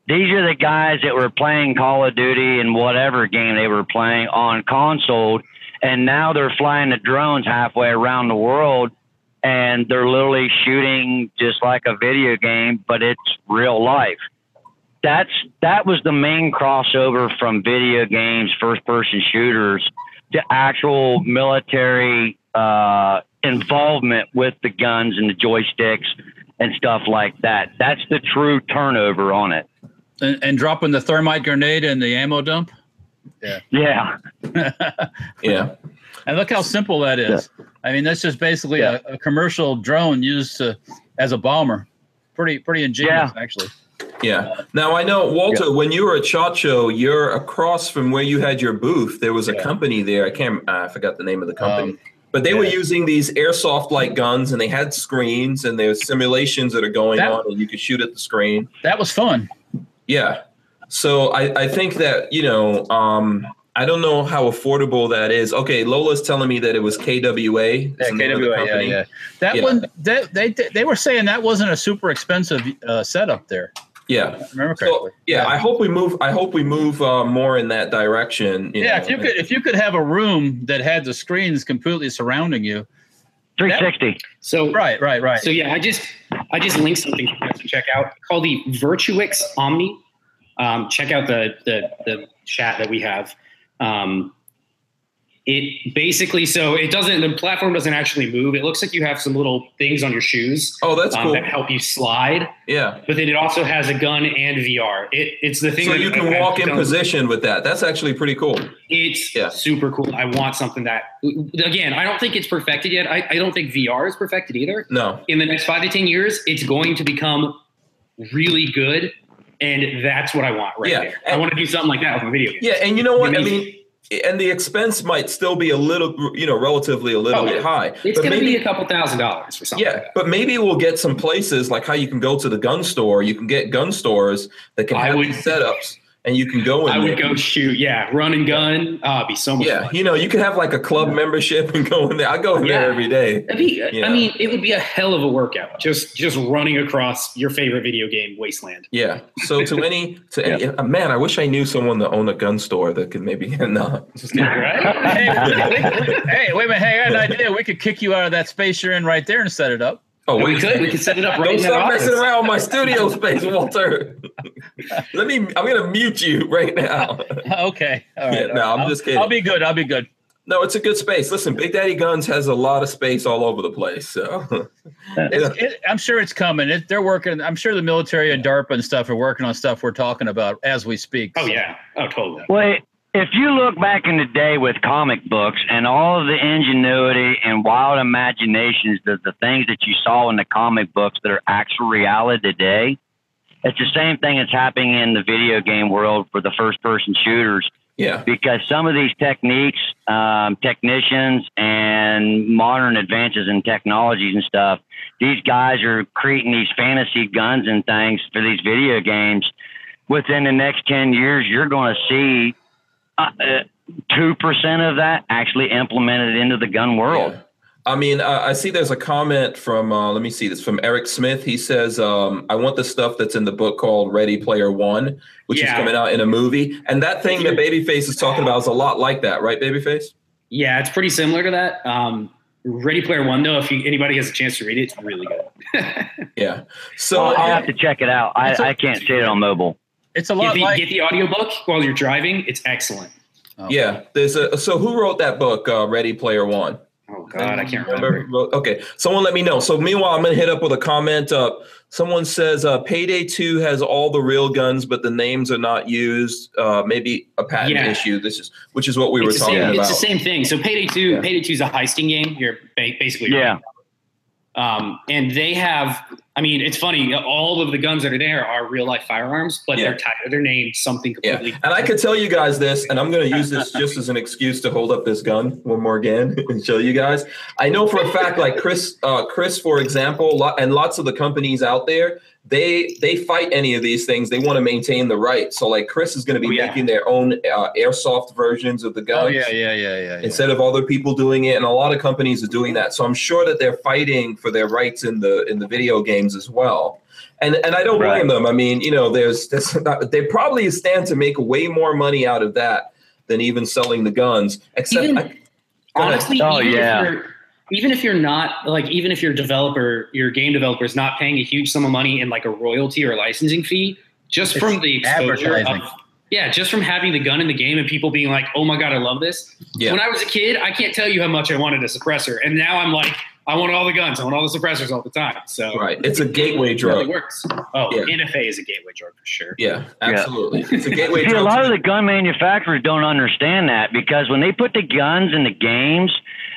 Speaker 3: These are the guys that were playing Call of Duty and whatever game they were playing on console, and now they're flying the drones halfway around the world and they're literally shooting just like a video game, but it's real life. That's that was the main crossover from video games, first person shooters, to actual military uh, involvement with the guns and the joysticks and stuff like that. That's the true turnover on it.
Speaker 2: and, and dropping the thermite grenade in the ammo dump.
Speaker 3: Yeah,
Speaker 1: Yeah.
Speaker 2: And look how simple that is. I mean, that's just basically a, a commercial drone used to, as a bomber. Pretty, pretty ingenious, actually.
Speaker 1: Yeah. Now I know Walter. When you were at Shot Show, you're across from where you had your booth. There was a
Speaker 2: Yeah.
Speaker 1: company there. I can't. I forgot the name of the company.
Speaker 2: Um,
Speaker 1: but they were
Speaker 2: yeah.
Speaker 1: using these airsoft like guns, and they had screens, and there's simulations that are going
Speaker 2: That-
Speaker 1: on, and you could shoot at the screen.
Speaker 2: That was fun.
Speaker 1: Yeah. So I, I think that you know um, I don't know how affordable that is. Okay, Lola's telling me that it was KWA. is the name of the company.
Speaker 2: That
Speaker 1: Yeah.
Speaker 2: one, they, they they were saying that wasn't a super expensive uh, setup there.
Speaker 1: Yeah.
Speaker 2: if I remember
Speaker 1: So,
Speaker 2: correctly?
Speaker 1: yeah, I hope we move. I hope we move uh, more in that direction.
Speaker 2: yeah. if you
Speaker 1: know.
Speaker 2: could, if you could have a room that had the screens completely surrounding you.
Speaker 3: three sixty.
Speaker 4: So
Speaker 2: Right, right, right.
Speaker 4: So yeah, I just I just linked something for you guys to check out called the Virtuix Omni. Um, check out the, the the chat that we have. Um, it basically so it doesn't the platform doesn't actually move. It looks like you have some little things on your shoes
Speaker 1: Oh, that's
Speaker 4: um,
Speaker 1: cool.
Speaker 4: that help you slide,
Speaker 1: Yeah.
Speaker 4: but then it also has a gun and VR. It, it's the thing
Speaker 1: So
Speaker 4: that
Speaker 1: you can
Speaker 4: I- I've
Speaker 1: walk in
Speaker 4: done-
Speaker 1: position with that. That's actually pretty cool.
Speaker 4: It's
Speaker 1: Yeah.
Speaker 4: super cool. I want something that again. I don't think it's perfected yet. I, I don't think VR is perfected either.
Speaker 1: No.
Speaker 4: in the next five to ten years, it's going to become really good, and that's what I want right
Speaker 1: Yeah.
Speaker 4: there. I want to do something like that with my video. Game.
Speaker 1: Yeah, and you know what? I
Speaker 4: Maybe-
Speaker 1: mean, and the expense might still be a little, you know, relatively a little
Speaker 4: Oh,
Speaker 1: bit
Speaker 4: yeah.
Speaker 1: high.
Speaker 4: It's
Speaker 1: but
Speaker 4: going to
Speaker 1: maybe,
Speaker 4: be a couple thousand dollars or something.
Speaker 1: yeah,
Speaker 4: like
Speaker 1: but maybe we'll get some places like how you can go to the gun store. You can get gun stores that can
Speaker 4: I
Speaker 1: have
Speaker 4: would-
Speaker 1: these setups, and you can go
Speaker 4: that.
Speaker 1: in.
Speaker 4: I would
Speaker 1: there.
Speaker 4: go shoot. Yeah, run and gun. Oh, it'd be so much
Speaker 1: Yeah,
Speaker 4: fun.
Speaker 1: you know, you can have like a club membership and go in there. I go in there
Speaker 4: Yeah.
Speaker 1: every day.
Speaker 4: It'd be,
Speaker 1: Yeah.
Speaker 4: I mean, it would be a hell of a workout. Just just running across your favorite video game wasteland.
Speaker 1: Yeah. So to any to any, uh, man, I wish I knew someone that owned a gun store that could maybe no.
Speaker 4: Right?
Speaker 2: hey, wait- hey, wait a minute. Hey, I got an idea. We could kick you out of that space you're in right there and set it up.
Speaker 1: Oh,
Speaker 4: we
Speaker 1: wait,
Speaker 4: could we could set it up right
Speaker 1: Don't
Speaker 4: in that
Speaker 1: stop messing
Speaker 4: office.
Speaker 1: around with my studio space, Walter. Let me. I'm gonna mute you right now.
Speaker 2: Okay. All right.
Speaker 1: Yeah, no, I'm
Speaker 2: I'll-
Speaker 1: just kidding.
Speaker 2: I'll be good. I'll be good.
Speaker 1: No, it's a good space. Listen, Big Daddy Guns has a lot of space all over the place. So, Yeah.
Speaker 2: It, I'm sure it's coming. It, they're working. I'm sure the military and DARPA and stuff are working on stuff we're talking about as we speak.
Speaker 4: Oh yeah. Oh totally.
Speaker 3: Well, if you look back in the day with comic books and all of the ingenuity and wild imaginations, the, the things that you saw in the comic books that are actual reality today, it's the same thing that's happening in the video game world for the first person shooters
Speaker 1: yeah,
Speaker 3: because some of these techniques, um, technicians, and modern advances in technologies and stuff, these guys are creating these fantasy guns and things for these video games. Within the next 10 years, you're going to see uh, uh, 2% of that actually implemented into the gun world.
Speaker 1: Yeah. I mean, I, I see there's a comment from. Uh, let me see this from Eric Smith. He says, um, "I want the stuff that's in the book called Ready Player One, which is
Speaker 4: Yeah.
Speaker 1: coming out in a movie." And that thing that Babyface is talking about is a lot like that, right, Babyface?
Speaker 4: Yeah, it's pretty similar to that. Um, Ready Player One though, if you, anybody has a chance to read it, it's really good.
Speaker 1: Yeah. So,
Speaker 3: I'll, I'll
Speaker 1: uh,
Speaker 3: have to check it out. Oh, I,
Speaker 2: It's a-
Speaker 3: I can't see it on mobile.
Speaker 2: It's a
Speaker 4: Get
Speaker 2: lot
Speaker 4: the,
Speaker 2: like. Oh.
Speaker 4: get the audiobook while you're driving. It's excellent.
Speaker 1: yeah, there's a. So, who wrote that book, uh, Ready Player One?
Speaker 4: Oh God, I can't
Speaker 1: Remember-
Speaker 4: remember.
Speaker 1: well, Okay, someone let me know. So meanwhile, I'm gonna hit up with a comment. Uh, someone says uh, Payday Two has all the real guns, but the names are not used. Uh, maybe a patent
Speaker 4: Yeah.
Speaker 1: issue. This is which is what we
Speaker 4: It's
Speaker 1: were
Speaker 4: the,
Speaker 1: talking
Speaker 4: same, it's
Speaker 1: about.
Speaker 4: the same thing. So Payday Two,
Speaker 1: Yeah.
Speaker 4: Payday Two is a heisting game. You're ba- basically
Speaker 3: Yeah.
Speaker 4: Um, and they have, I mean, it's funny. All of the guns that are there are real life firearms, but
Speaker 1: Yeah.
Speaker 4: they're tied, they're named something
Speaker 1: Yeah,
Speaker 4: completely.
Speaker 1: and I could tell you guys this, and I'm going to use this just as an excuse to hold up this gun one more again and show you guys. I know for a fact, like Chris, uh, Chris, for example, lo- and lots of the companies out there, they they fight any of these things. They want to maintain the right. So, like Chris is going to be
Speaker 4: Oh, yeah.
Speaker 1: making their own uh, airsoft versions of the guns
Speaker 2: oh yeah, yeah, yeah, yeah. yeah.
Speaker 4: uh,
Speaker 1: instead of other people doing it and a lot of companies are doing that so i'm sure that they're fighting for their rights in the in the video games as well and and i don't blame
Speaker 3: Right.
Speaker 1: them i mean you know there's, there's not, they probably stand to make way more money out of that than even selling the guns except
Speaker 4: Even-
Speaker 1: I- go ahead.
Speaker 4: Honestly,
Speaker 3: Oh,
Speaker 4: even if
Speaker 3: yeah.
Speaker 4: you're- even if you're not like even if your developer your game developer is not paying a huge sum of money in like a royalty or licensing fee just
Speaker 2: It's
Speaker 4: from the exposure of,
Speaker 2: advertising.
Speaker 4: yeah just from having the gun in the game and people being like oh my god i love this
Speaker 1: Yeah.
Speaker 4: when i was a kid i can't tell you how much i wanted a suppressor and now i'm like i want all the guns i want all the suppressors all the time so
Speaker 1: Right. It's a gateway
Speaker 4: it really
Speaker 1: drug.
Speaker 4: works oh
Speaker 1: Yeah.
Speaker 4: nfa is a gateway drug for sure
Speaker 1: Yeah, absolutely. It's a gateway
Speaker 3: See,
Speaker 1: drug.
Speaker 3: a
Speaker 1: to
Speaker 3: lot of
Speaker 1: the-
Speaker 3: the gun manufacturers don't understand that because when they put the guns in the games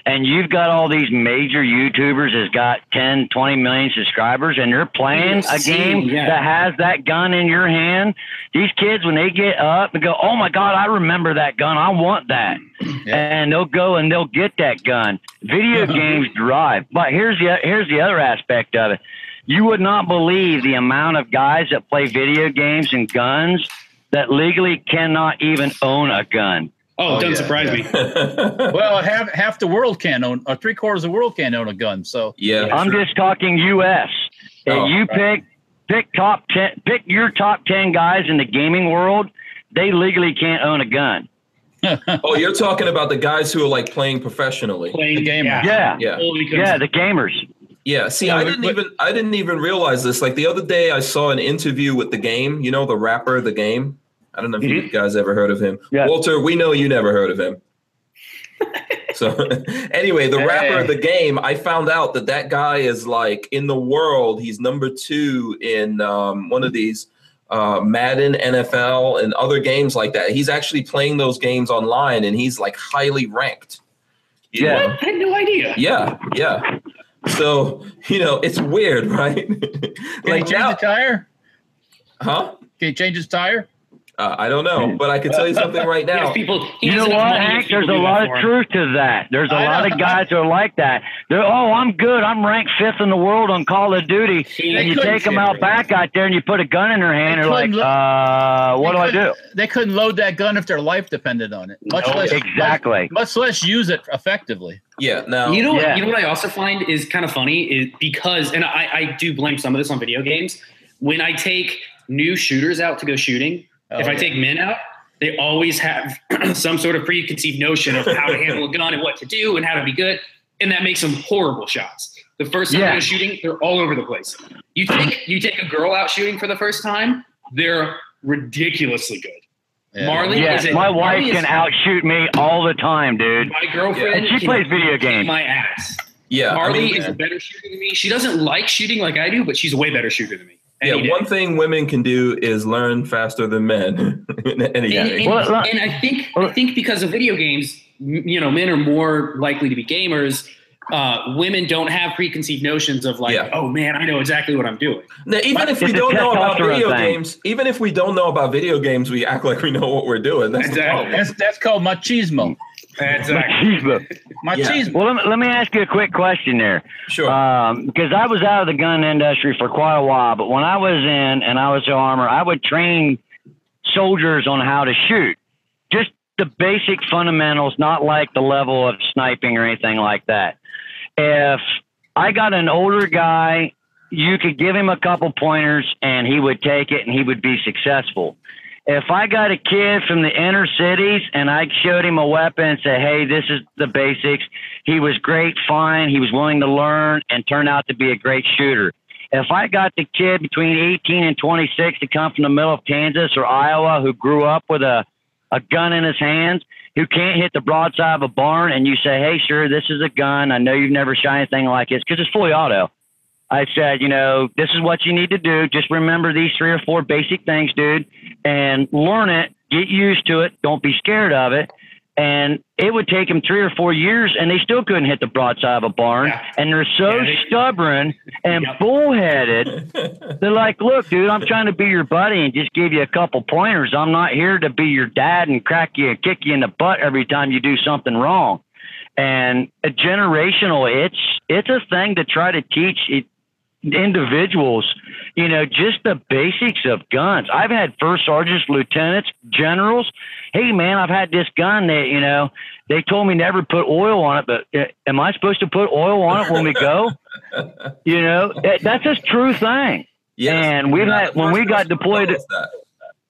Speaker 3: and you've got all these major YouTubers that's got 10, 20 million subscribers and they're playing a
Speaker 4: Yes,
Speaker 3: game
Speaker 4: yeah.
Speaker 3: that has that gun in your hand, these kids, when they get up and go, oh my God, I remember that gun. I want that.
Speaker 2: Yeah.
Speaker 3: And they'll go and they'll get that gun. Video games drive. But here's the, here's the other aspect of it. You would not believe the amount of guys that play video games and guns that legally cannot even own a gun.
Speaker 4: oh,
Speaker 2: Oh,
Speaker 4: don't
Speaker 2: yeah,
Speaker 4: surprise
Speaker 2: yeah.
Speaker 4: me
Speaker 2: Well, half half the world can own, or three quarters of the world can own a gun. So
Speaker 1: yeah.
Speaker 3: I'm just talking U.S. If
Speaker 1: Oh,
Speaker 3: you pick pick top ten, pick your top ten guys in the gaming world. They legally can't own a gun.
Speaker 1: Oh, you're talking about the guys who are like playing professionally.
Speaker 4: playing
Speaker 2: The game.
Speaker 3: Yeah, yeah,
Speaker 1: Yeah.
Speaker 4: Holy
Speaker 3: yeah the gamers.
Speaker 1: Yeah, see,
Speaker 2: Yeah,
Speaker 1: I
Speaker 2: but-
Speaker 1: didn't
Speaker 2: but-
Speaker 1: even I didn't even realize this. Like the other day, I saw an interview with the game. You know, the rapper, the game. I don't know if
Speaker 2: Mm-hmm.
Speaker 1: you guys ever heard of him.
Speaker 3: Yeah.
Speaker 1: Walter, we know you never heard of him. so, anyway, the rapper,
Speaker 2: Hey.
Speaker 1: the game. I found out that that guy is like in the world. He's number two in um, one of these uh, Madden, NFL, and other games like that. He's actually playing those games online, and he's like highly ranked. you
Speaker 3: Yeah.
Speaker 1: know?
Speaker 4: I had no idea
Speaker 1: Yeah, yeah. So you know, it's weird, right?
Speaker 2: can he
Speaker 1: like
Speaker 2: change
Speaker 1: now,
Speaker 2: the tire?
Speaker 1: huh?
Speaker 2: Can he change his tire?
Speaker 1: Uh, I don't know, but I can tell you something right
Speaker 4: He has
Speaker 1: now.
Speaker 4: people he
Speaker 3: You
Speaker 4: has
Speaker 3: know
Speaker 4: enough
Speaker 3: what,
Speaker 4: money if
Speaker 3: Hank?
Speaker 4: people
Speaker 3: There's a
Speaker 4: do that
Speaker 3: lot
Speaker 4: for
Speaker 3: of
Speaker 4: him.
Speaker 3: truth to that. There's a
Speaker 2: I
Speaker 3: lot
Speaker 2: know.
Speaker 3: of guys that are like that. They're oh, I'm good. I'm ranked fifth in the world on Call of Duty,
Speaker 4: He-
Speaker 3: and you
Speaker 2: couldn't
Speaker 3: take them out
Speaker 4: see it.
Speaker 3: back out there and you put a gun in their hand.
Speaker 2: They
Speaker 3: They're like,
Speaker 2: couldn't
Speaker 3: uh, what do I
Speaker 2: They
Speaker 3: do?
Speaker 2: couldn't- They couldn't load that gun if their life depended on it. Much
Speaker 4: No,
Speaker 2: less
Speaker 3: Oh, Exactly.
Speaker 2: Much, much less use it effectively.
Speaker 1: Yeah, now
Speaker 4: You know, what-
Speaker 3: Yeah.
Speaker 4: you know what I also find is kind of funny is because, and I, I do blame some of this on video games. When I take new shooters out to go shooting,
Speaker 2: Oh,
Speaker 4: if I
Speaker 2: yeah.
Speaker 4: take men out, they always have some sort of preconceived notion of how to handle a gun and what to do and how to be good, and that makes them horrible shots. The first time
Speaker 3: Yeah.
Speaker 4: they go shooting, they're all over the place. You take you take a girl out shooting for the first time, they're ridiculously good.
Speaker 2: Yeah.
Speaker 4: Marley is
Speaker 3: Yeah,
Speaker 4: a-
Speaker 3: my
Speaker 4: Marley
Speaker 3: wife
Speaker 4: is-
Speaker 3: can outshoot me all the time, dude.
Speaker 4: My girlfriend
Speaker 3: And she
Speaker 4: can
Speaker 3: plays video
Speaker 4: kick
Speaker 3: games.
Speaker 4: My ass.
Speaker 1: yeah, I
Speaker 4: Marley
Speaker 1: mean,
Speaker 4: is a better shooter than me. She doesn't like shooting like I do, but she's a way better shooter than me.
Speaker 1: yeah.
Speaker 4: Any day.
Speaker 1: One thing women can do is learn faster than men. in any
Speaker 4: and,
Speaker 1: case.
Speaker 4: and-
Speaker 3: Well, look-
Speaker 4: and I think
Speaker 3: well-
Speaker 4: I think because of video games, m- you know, men are more likely to be gamers. Uh, women don't have preconceived notions of like,
Speaker 1: Yeah.
Speaker 4: oh man, I know exactly what I'm doing.
Speaker 1: Now, even if we
Speaker 3: It's a
Speaker 1: don't know about
Speaker 3: testosterone
Speaker 1: video
Speaker 3: thing.
Speaker 1: games, even if we don't know about video games, we act like we know what we're doing. That's the
Speaker 4: Exactly.
Speaker 1: problem.
Speaker 2: That's that's called machismo.
Speaker 4: Exactly.
Speaker 2: Machismo.
Speaker 3: Well, let me, let me ask you a quick question there.
Speaker 1: Sure.
Speaker 3: Um, because I was out of the gun industry for quite a while, but when I was in and I was in armor, I would train soldiers on how to shoot. Just the basic fundamentals, not like the level of sniping or anything like that. If I got an older guy, you could give him a couple pointers and he would take it and he would be successful. If I got a kid from the inner cities and I showed him a weapon and said, hey, this is the basics, he was great, fine. He was willing to learn and turned out to be a great shooter. If I got the kid between 18 and 26 to come from the middle of Kansas or Iowa who grew up with a, a gun in his hands, who can't hit the broadside of a barn, and you say, hey, sure, this is a gun. I know you've never shot anything like this because it's fully auto. I said, you know, this is what you need to do. Just remember these three or four basic things, dude, and learn it. Get used to it. Don't be scared of it and it would take them three or four years, and they still couldn't hit the broadside of a barn.
Speaker 4: Yeah.
Speaker 3: And they're so
Speaker 4: Yeah, they-
Speaker 3: stubborn and
Speaker 4: Yep.
Speaker 3: bullheaded. They're like, "Look, dude, I'm trying to be your buddy and just give you a couple pointers. I'm not here to be your dad and crack you and kick you in the butt every time you do something wrong." And a generational, it's it's a thing to try to teach it, individuals, you know, just the basics of guns. I've had first sergeants, lieutenants, generals. Hey, man, I've had this gun that, you know, they told me never put oil on it, but uh, am I supposed to put oil on it when we go? you know, that, that's a true thing.
Speaker 1: Yes.
Speaker 3: and we've
Speaker 1: Not
Speaker 3: had-
Speaker 1: the
Speaker 3: when
Speaker 1: first
Speaker 3: we got
Speaker 1: person to
Speaker 3: deployed-
Speaker 1: tell us that.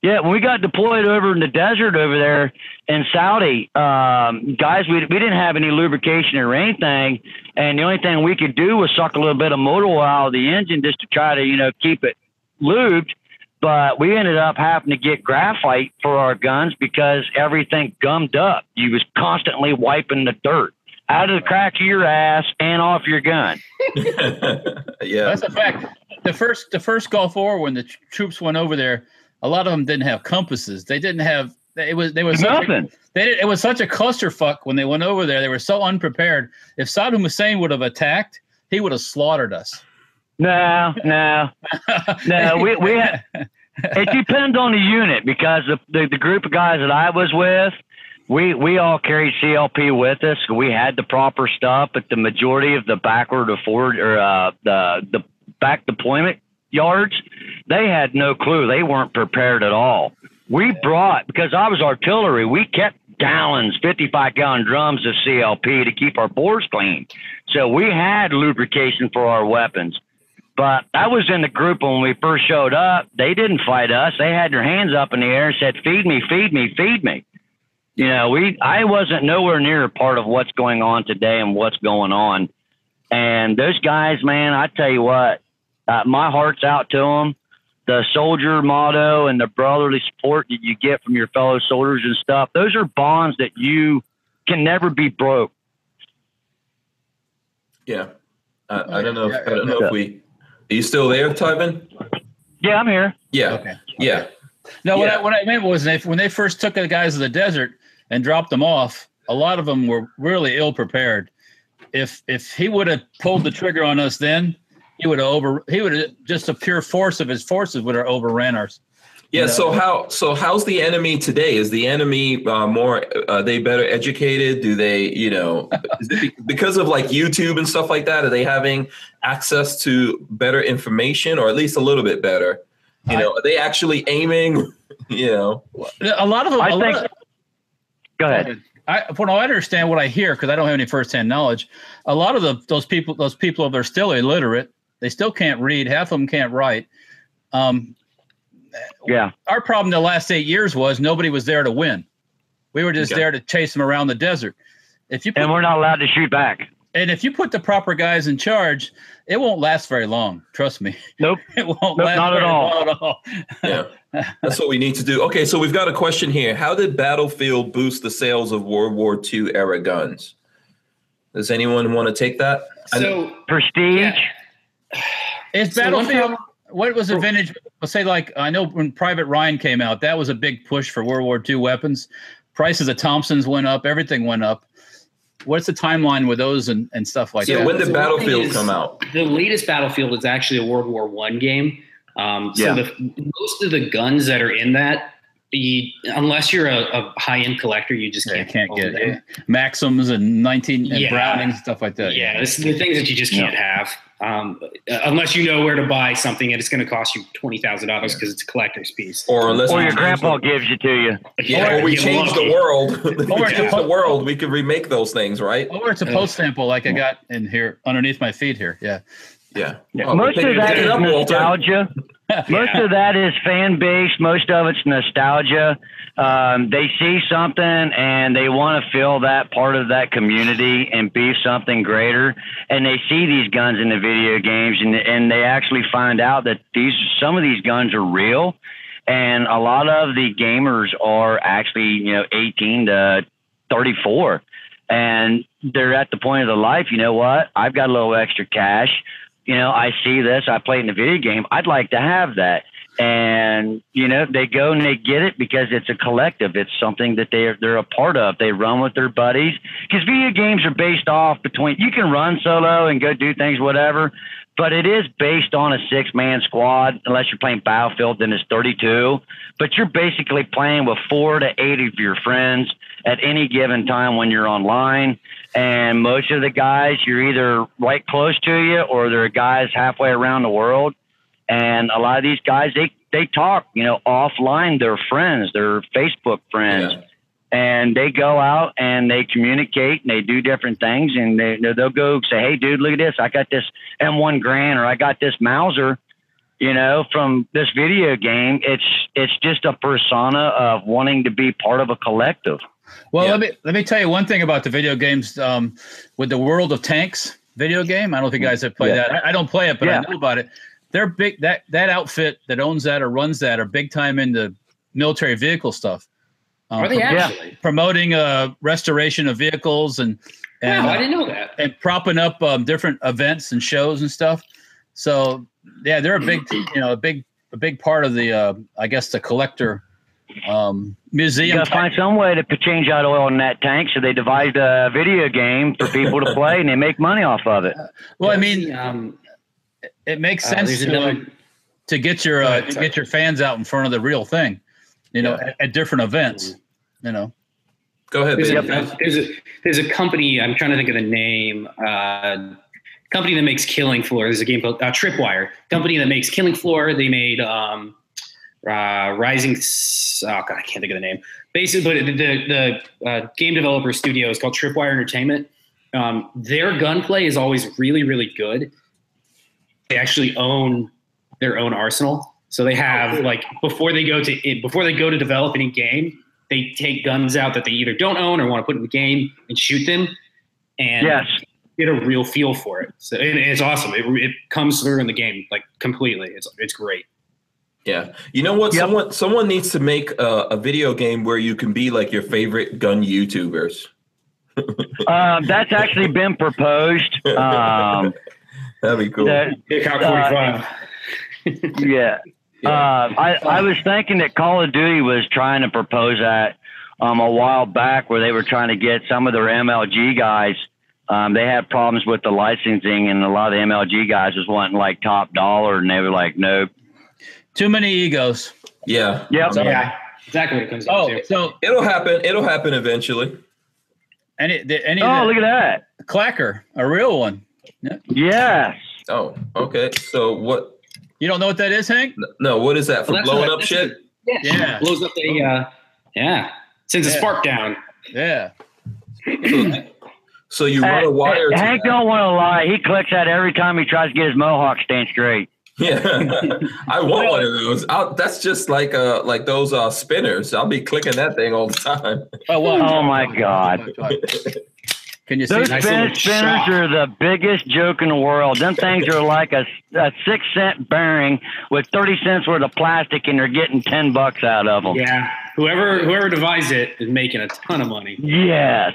Speaker 3: Yeah, when we got deployed over in the desert over there in Saudi, um, guys, we, we didn't have any lubrication or anything, and the only thing we could do was suck a little bit of motor oil out of the engine just to try to you know keep it lubed. But we ended up having to get graphite for our guns because everything gummed up. You was constantly wiping the dirt out of the crack of your ass and off your gun.
Speaker 1: yeah.
Speaker 2: That's a fact. The first the first Gulf War when the tr- troops went over there, a lot of them didn't have compasses. They didn't have it was they was such a-
Speaker 3: Nothing.
Speaker 2: they did, it was such a clusterfuck when they went over there. They were so unprepared. If Saddam Hussein would have attacked, he would have slaughtered us.
Speaker 3: No, no, no. We we had, it depends on the unit because the, the the group of guys that I was with, we we all carried CLP with us. We had the proper stuff, but the majority of the backward or forward or uh, the the back deployment yards, they had no clue. They weren't prepared at all. We brought because I was artillery. We kept gallons, fifty-five gallon drums of CLP to keep our bores clean. So we had lubrication for our weapons. But I was in the group when we first showed up. They didn't fight us. They had their hands up in the air and said, "Feed me, feed me, feed me." You know, we I wasn't nowhere near a part of what's going on today and what's going on. And those guys, man, I tell you what, uh, my heart's out to them. The soldier motto and the brotherly support that you get from your fellow soldiers and stuff, those are bonds that you can never be broke.
Speaker 1: Yeah. I, I don't know. If, I don't know if we. Are you still there, Tyvin?
Speaker 3: Yeah, I'm here.
Speaker 1: Yeah.
Speaker 2: Okay.
Speaker 1: Yeah.
Speaker 2: No, what,
Speaker 1: Yeah.
Speaker 2: I, what I meant was they, when they first took the guys to the desert and dropped them off, a lot of them were really ill prepared. If if he would have pulled the trigger on us then, he would have over he would have just a pure force of his forces would have overran us.
Speaker 1: Yeah. So how? So how's the enemy today? Is the enemy uh, more? Are they better educated? Do they? You know, is it be- because of like YouTube and stuff like that? Are they having access to better information, or at least a little bit better? You know, are they actually aiming? You know.
Speaker 2: A lot of them.
Speaker 3: I
Speaker 2: a
Speaker 3: think-
Speaker 2: lot,
Speaker 3: Go ahead.
Speaker 2: I from what I understand what I hear because I don't have any firsthand knowledge. A lot of the those people those people they're still illiterate. They still can't read. Half of them can't write. Um,
Speaker 3: Yeah.
Speaker 2: our problem the last eight years was nobody was there to win. We were just
Speaker 1: Okay.
Speaker 2: there to chase them around the desert. If you put,
Speaker 3: And
Speaker 2: and,
Speaker 3: we're not allowed to shoot back.
Speaker 2: if you put the proper guys in charge, it won't last very long. Trust me,
Speaker 3: Nope.
Speaker 2: it won't
Speaker 3: Nope,
Speaker 2: last
Speaker 3: not at
Speaker 2: very
Speaker 3: all.
Speaker 2: long at all.
Speaker 1: Yeah. That's what we need to do. Okay, so we've got a question here. How did Battlefield boost the sales of World War II era guns? Does anyone want to take that? I-
Speaker 4: So
Speaker 3: Prestige.
Speaker 4: Yeah.
Speaker 2: It's
Speaker 4: So Oh. one
Speaker 2: Battlefield.
Speaker 4: problem-
Speaker 2: What was advantage? Let's say, like I know when Private Ryan came out, that was a big push for World War II weapons. Prices of Thompsons went up. Everything went up. What's the timeline with those and, and stuff like
Speaker 1: yeah,
Speaker 2: that?
Speaker 1: when did
Speaker 4: So one
Speaker 1: Battlefield
Speaker 4: thing is-
Speaker 1: come out?
Speaker 4: the latest Battlefield is actually a World War One game. Um, so
Speaker 3: Yeah.
Speaker 4: the, most of the guns that are in that, you, unless you're a, a high end collector, you just
Speaker 2: Yeah, you
Speaker 4: can't,
Speaker 2: can't
Speaker 4: own
Speaker 2: get
Speaker 4: them.
Speaker 2: it. Maxims and nineteen and
Speaker 4: Yeah.
Speaker 2: Browning and stuff like that.
Speaker 4: Yeah, it's the things that you just can't have um, unless you know where to buy something and it's going to cost you twenty thousand dollars because it's a collector's piece.
Speaker 1: Or unless
Speaker 3: Or
Speaker 1: we
Speaker 3: your
Speaker 1: change
Speaker 3: grandpa
Speaker 1: the-
Speaker 3: gives it to you.
Speaker 1: yeah, or we
Speaker 4: get
Speaker 1: change the
Speaker 4: lucky.
Speaker 1: world. If we
Speaker 2: Or-
Speaker 1: change the world. We could remake those things, right?
Speaker 2: Or it's a post sample like I got in here underneath my feet here. Yeah.
Speaker 1: Yeah.
Speaker 2: Yeah.
Speaker 1: Oh,
Speaker 3: Most
Speaker 1: pick
Speaker 3: of
Speaker 1: it-
Speaker 3: that
Speaker 1: pick it
Speaker 3: is
Speaker 1: up, Walter.
Speaker 3: nostalgia. Most of that is fan base. Most of it's nostalgia. Um, they see something and they want to feel that part of that community and be something greater. And they see these guns in the video games and and they actually find out that these some of these guns are real. And a lot of the gamers are actually you know 18 to 34, and they're at the point of their life. You know what? I've got a little extra cash you know, I see this, I played in a video game, I'd like to have that. And you know, they go and they get it because it's a collective. It's something that they're they're a part of. They run with their buddies because video games are based off between you can run solo and go do things whatever, but it is based on a six man squad unless you're playing Battlefield then it's 32. But you're basically playing with four to eight of your friends at any given time when you're online. And most of the guys, you're either right close to you or they're guys halfway around the world. And a lot of these guys, they, they talk, you know, offline, they're friends, they're Facebook friends.
Speaker 1: Yeah.
Speaker 3: And they go out and they communicate and they do different things. And they, they'll go say, hey, dude, look at this. I got this M1 Grand or I got this Mauser. you know, from this video game. It's it's just a persona of wanting to be part of a collective.
Speaker 2: Well,
Speaker 1: Yeah.
Speaker 2: let me let me tell you one thing about the video games um, with the World of Tanks video game. I don't know if you guys have played
Speaker 3: Yeah.
Speaker 2: that. I, I don't play it, but
Speaker 3: Yeah.
Speaker 2: I know about it. They're big. That that outfit that owns that or runs that are big time into military vehicle stuff. Um,
Speaker 4: Are they
Speaker 2: prom-
Speaker 4: actually?
Speaker 2: promoting uh, restoration of vehicles and and
Speaker 4: Wow,
Speaker 2: uh,
Speaker 4: I didn't know that.
Speaker 2: and propping up um, different events and shows and stuff. So yeah, they're a big you know a big a big part of the uh, I guess the collector um,
Speaker 3: You
Speaker 2: museum.
Speaker 3: got to find some way to p- change out oil in that tank, so they devised a video game for people to play, and they make money off of it.
Speaker 2: well, I mean,
Speaker 4: um,
Speaker 2: it makes
Speaker 4: uh,
Speaker 2: sense
Speaker 4: there's
Speaker 2: to, um,
Speaker 4: another.
Speaker 2: to get your
Speaker 4: ahead,
Speaker 2: uh, to
Speaker 4: sorry.
Speaker 2: get your fans out in front of the real thing, you know, at, at different events.
Speaker 4: Mm-hmm.
Speaker 2: You know,
Speaker 1: Go ahead,
Speaker 4: There's,
Speaker 1: Ben.
Speaker 4: a, there's a there's a company. I'm trying to think of the name. Uh, company that makes Killing Floor. There's a game called uh, Tripwire. Company that makes Killing Floor. They made um, uh, Rising. S- Oh God, I can't think of the name. Basically, but the the, the uh, game developer studio is called Tripwire Entertainment. Um, their gunplay is always really really good. They actually own their own arsenal. So they
Speaker 2: Oh,
Speaker 4: have like before they go to it, before they go to develop any game, they take guns out that they either don't own or want to put in the game and shoot them. And
Speaker 3: Yes,
Speaker 4: get a real feel for it. So and it's awesome. It, it comes through in the game like completely. It's it's great.
Speaker 1: Yeah, you know what?
Speaker 3: Yep.
Speaker 1: Someone someone needs to make a, a video game where you can be like your favorite gun YouTubers.
Speaker 3: uh, that's actually been proposed. Um,
Speaker 1: That'd be cool.
Speaker 3: that-
Speaker 4: Pick out
Speaker 3: Uh,
Speaker 4: 45.
Speaker 3: yeah.
Speaker 1: Yeah.
Speaker 3: Uh, I, I was thinking that Call of Duty was trying to propose that um, a while back, where they were trying to get some of their MLG guys. Um, they had problems with the licensing, and a lot of the MLG guys was wanting like top dollar, and they were like, nope.
Speaker 2: too many egos.
Speaker 1: yeah,
Speaker 3: Yep.
Speaker 4: yeah, exactly what it comes down
Speaker 2: Oh,
Speaker 4: to.
Speaker 2: so
Speaker 1: it'll happen. It'll happen eventually.
Speaker 2: any the, any
Speaker 3: Oh, look at that.
Speaker 2: clacker, a real one.
Speaker 3: Yes.
Speaker 1: Oh, okay. So what?
Speaker 2: You don't know what that is, Hank?
Speaker 1: No, what is that for
Speaker 4: Well, that's
Speaker 1: blowing up
Speaker 4: what-
Speaker 1: shit?
Speaker 4: Yeah,
Speaker 2: Yeah. Oh.
Speaker 4: blows up the uh, yeah, sends
Speaker 2: Yeah.
Speaker 4: a spark down.
Speaker 2: Yeah.
Speaker 1: So you
Speaker 3: Uh,
Speaker 1: run a wire.
Speaker 3: uh,
Speaker 1: to
Speaker 3: Hank
Speaker 1: that.
Speaker 3: don't want to lie. He clicks that every time he tries to get his mohawk stand straight.
Speaker 1: Yeah, I want one of those. I'll, that's just like uh like those uh spinners. I'll be clicking that thing all the time.
Speaker 2: Oh, wow.
Speaker 3: Oh, my God.
Speaker 2: Can you see?
Speaker 3: Those
Speaker 2: that?
Speaker 4: nice
Speaker 3: spin
Speaker 4: little
Speaker 3: spinners
Speaker 4: shot.
Speaker 3: are the biggest joke in the world. Them things are like a, a six cent bearing with thirty cents worth of plastic, and you're getting ten bucks out of them.
Speaker 4: Yeah, whoever whoever devised it is making a ton of money.
Speaker 3: Yes.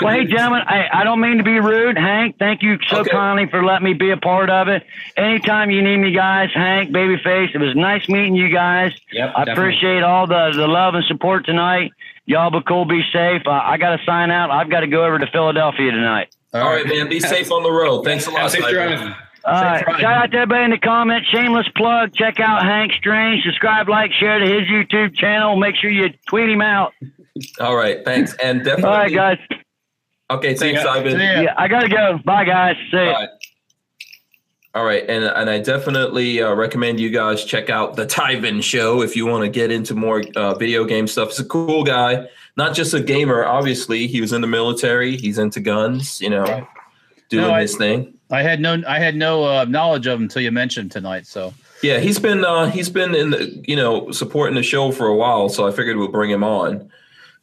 Speaker 3: well, hey, gentlemen, I, I don't mean to be rude. Hank, thank you so
Speaker 1: Okay.
Speaker 3: kindly for letting me be a part of it. Anytime you need me, guys, Hank, Babyface, it was nice meeting you guys.
Speaker 4: Yep,
Speaker 3: I appreciate all the, the love and support tonight. Y'all be cool, be safe. Uh, I got to sign out. I've got to go over to Philadelphia tonight.
Speaker 1: All right, man. Be safe on the road. Thanks a lot.
Speaker 4: Have a safe
Speaker 1: Cypher.
Speaker 4: drive.
Speaker 3: All right.
Speaker 2: Friday.
Speaker 3: Shout out to everybody in the comments. Shameless plug. Check out Hank Strange. Subscribe, like, share to his YouTube channel. Make sure you tweet him out.
Speaker 1: All right, thanks, and definitely.
Speaker 3: All right, guys.
Speaker 1: Okay, thanks,
Speaker 4: ya.
Speaker 1: Ivan.
Speaker 2: See ya.
Speaker 3: Yeah, I gotta go. Bye, guys. See. ya.
Speaker 1: Bye. All right, and and I definitely uh, recommend you guys check out the Tyvin show if you want to get into more uh, video game stuff. He's a cool guy, not just a gamer. Obviously, he was in the military. He's into guns. You know, doing
Speaker 2: No, I-
Speaker 1: his thing.
Speaker 2: I had no I had no uh, knowledge of them until you mentioned tonight. So
Speaker 1: Yeah, he's been uh, he's been in the you know supporting the show for a while, so I figured we'll bring him on.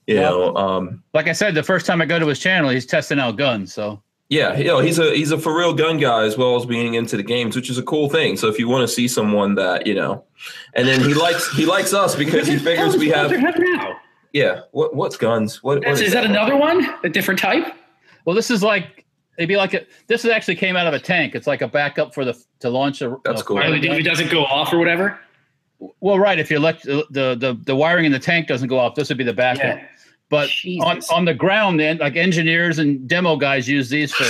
Speaker 1: You
Speaker 2: Yeah.
Speaker 1: know, um,
Speaker 2: like I said, the first time I go to his channel, he's testing out guns. So
Speaker 1: Yeah, you know, he's a he's a for real gun guy as well as being into the games, which is a cool thing. So if you want to see someone that you know, and then he likes he likes us because he figures we have
Speaker 4: now.
Speaker 1: yeah. What what's guns? What, what
Speaker 4: That's, is that another one? A different type?
Speaker 2: well, this is like it'd be like a, this is actually came out of a tank. It's like a backup for the to launch a.
Speaker 1: That's
Speaker 2: a-
Speaker 1: cool.
Speaker 4: Or if it doesn't go off or whatever.
Speaker 2: Well, right. If you elect uh, the, the the wiring in the tank doesn't go off, this would be the backup.
Speaker 4: Yeah.
Speaker 2: But on,
Speaker 4: Jesus.
Speaker 2: on the ground, then like engineers and demo guys use these for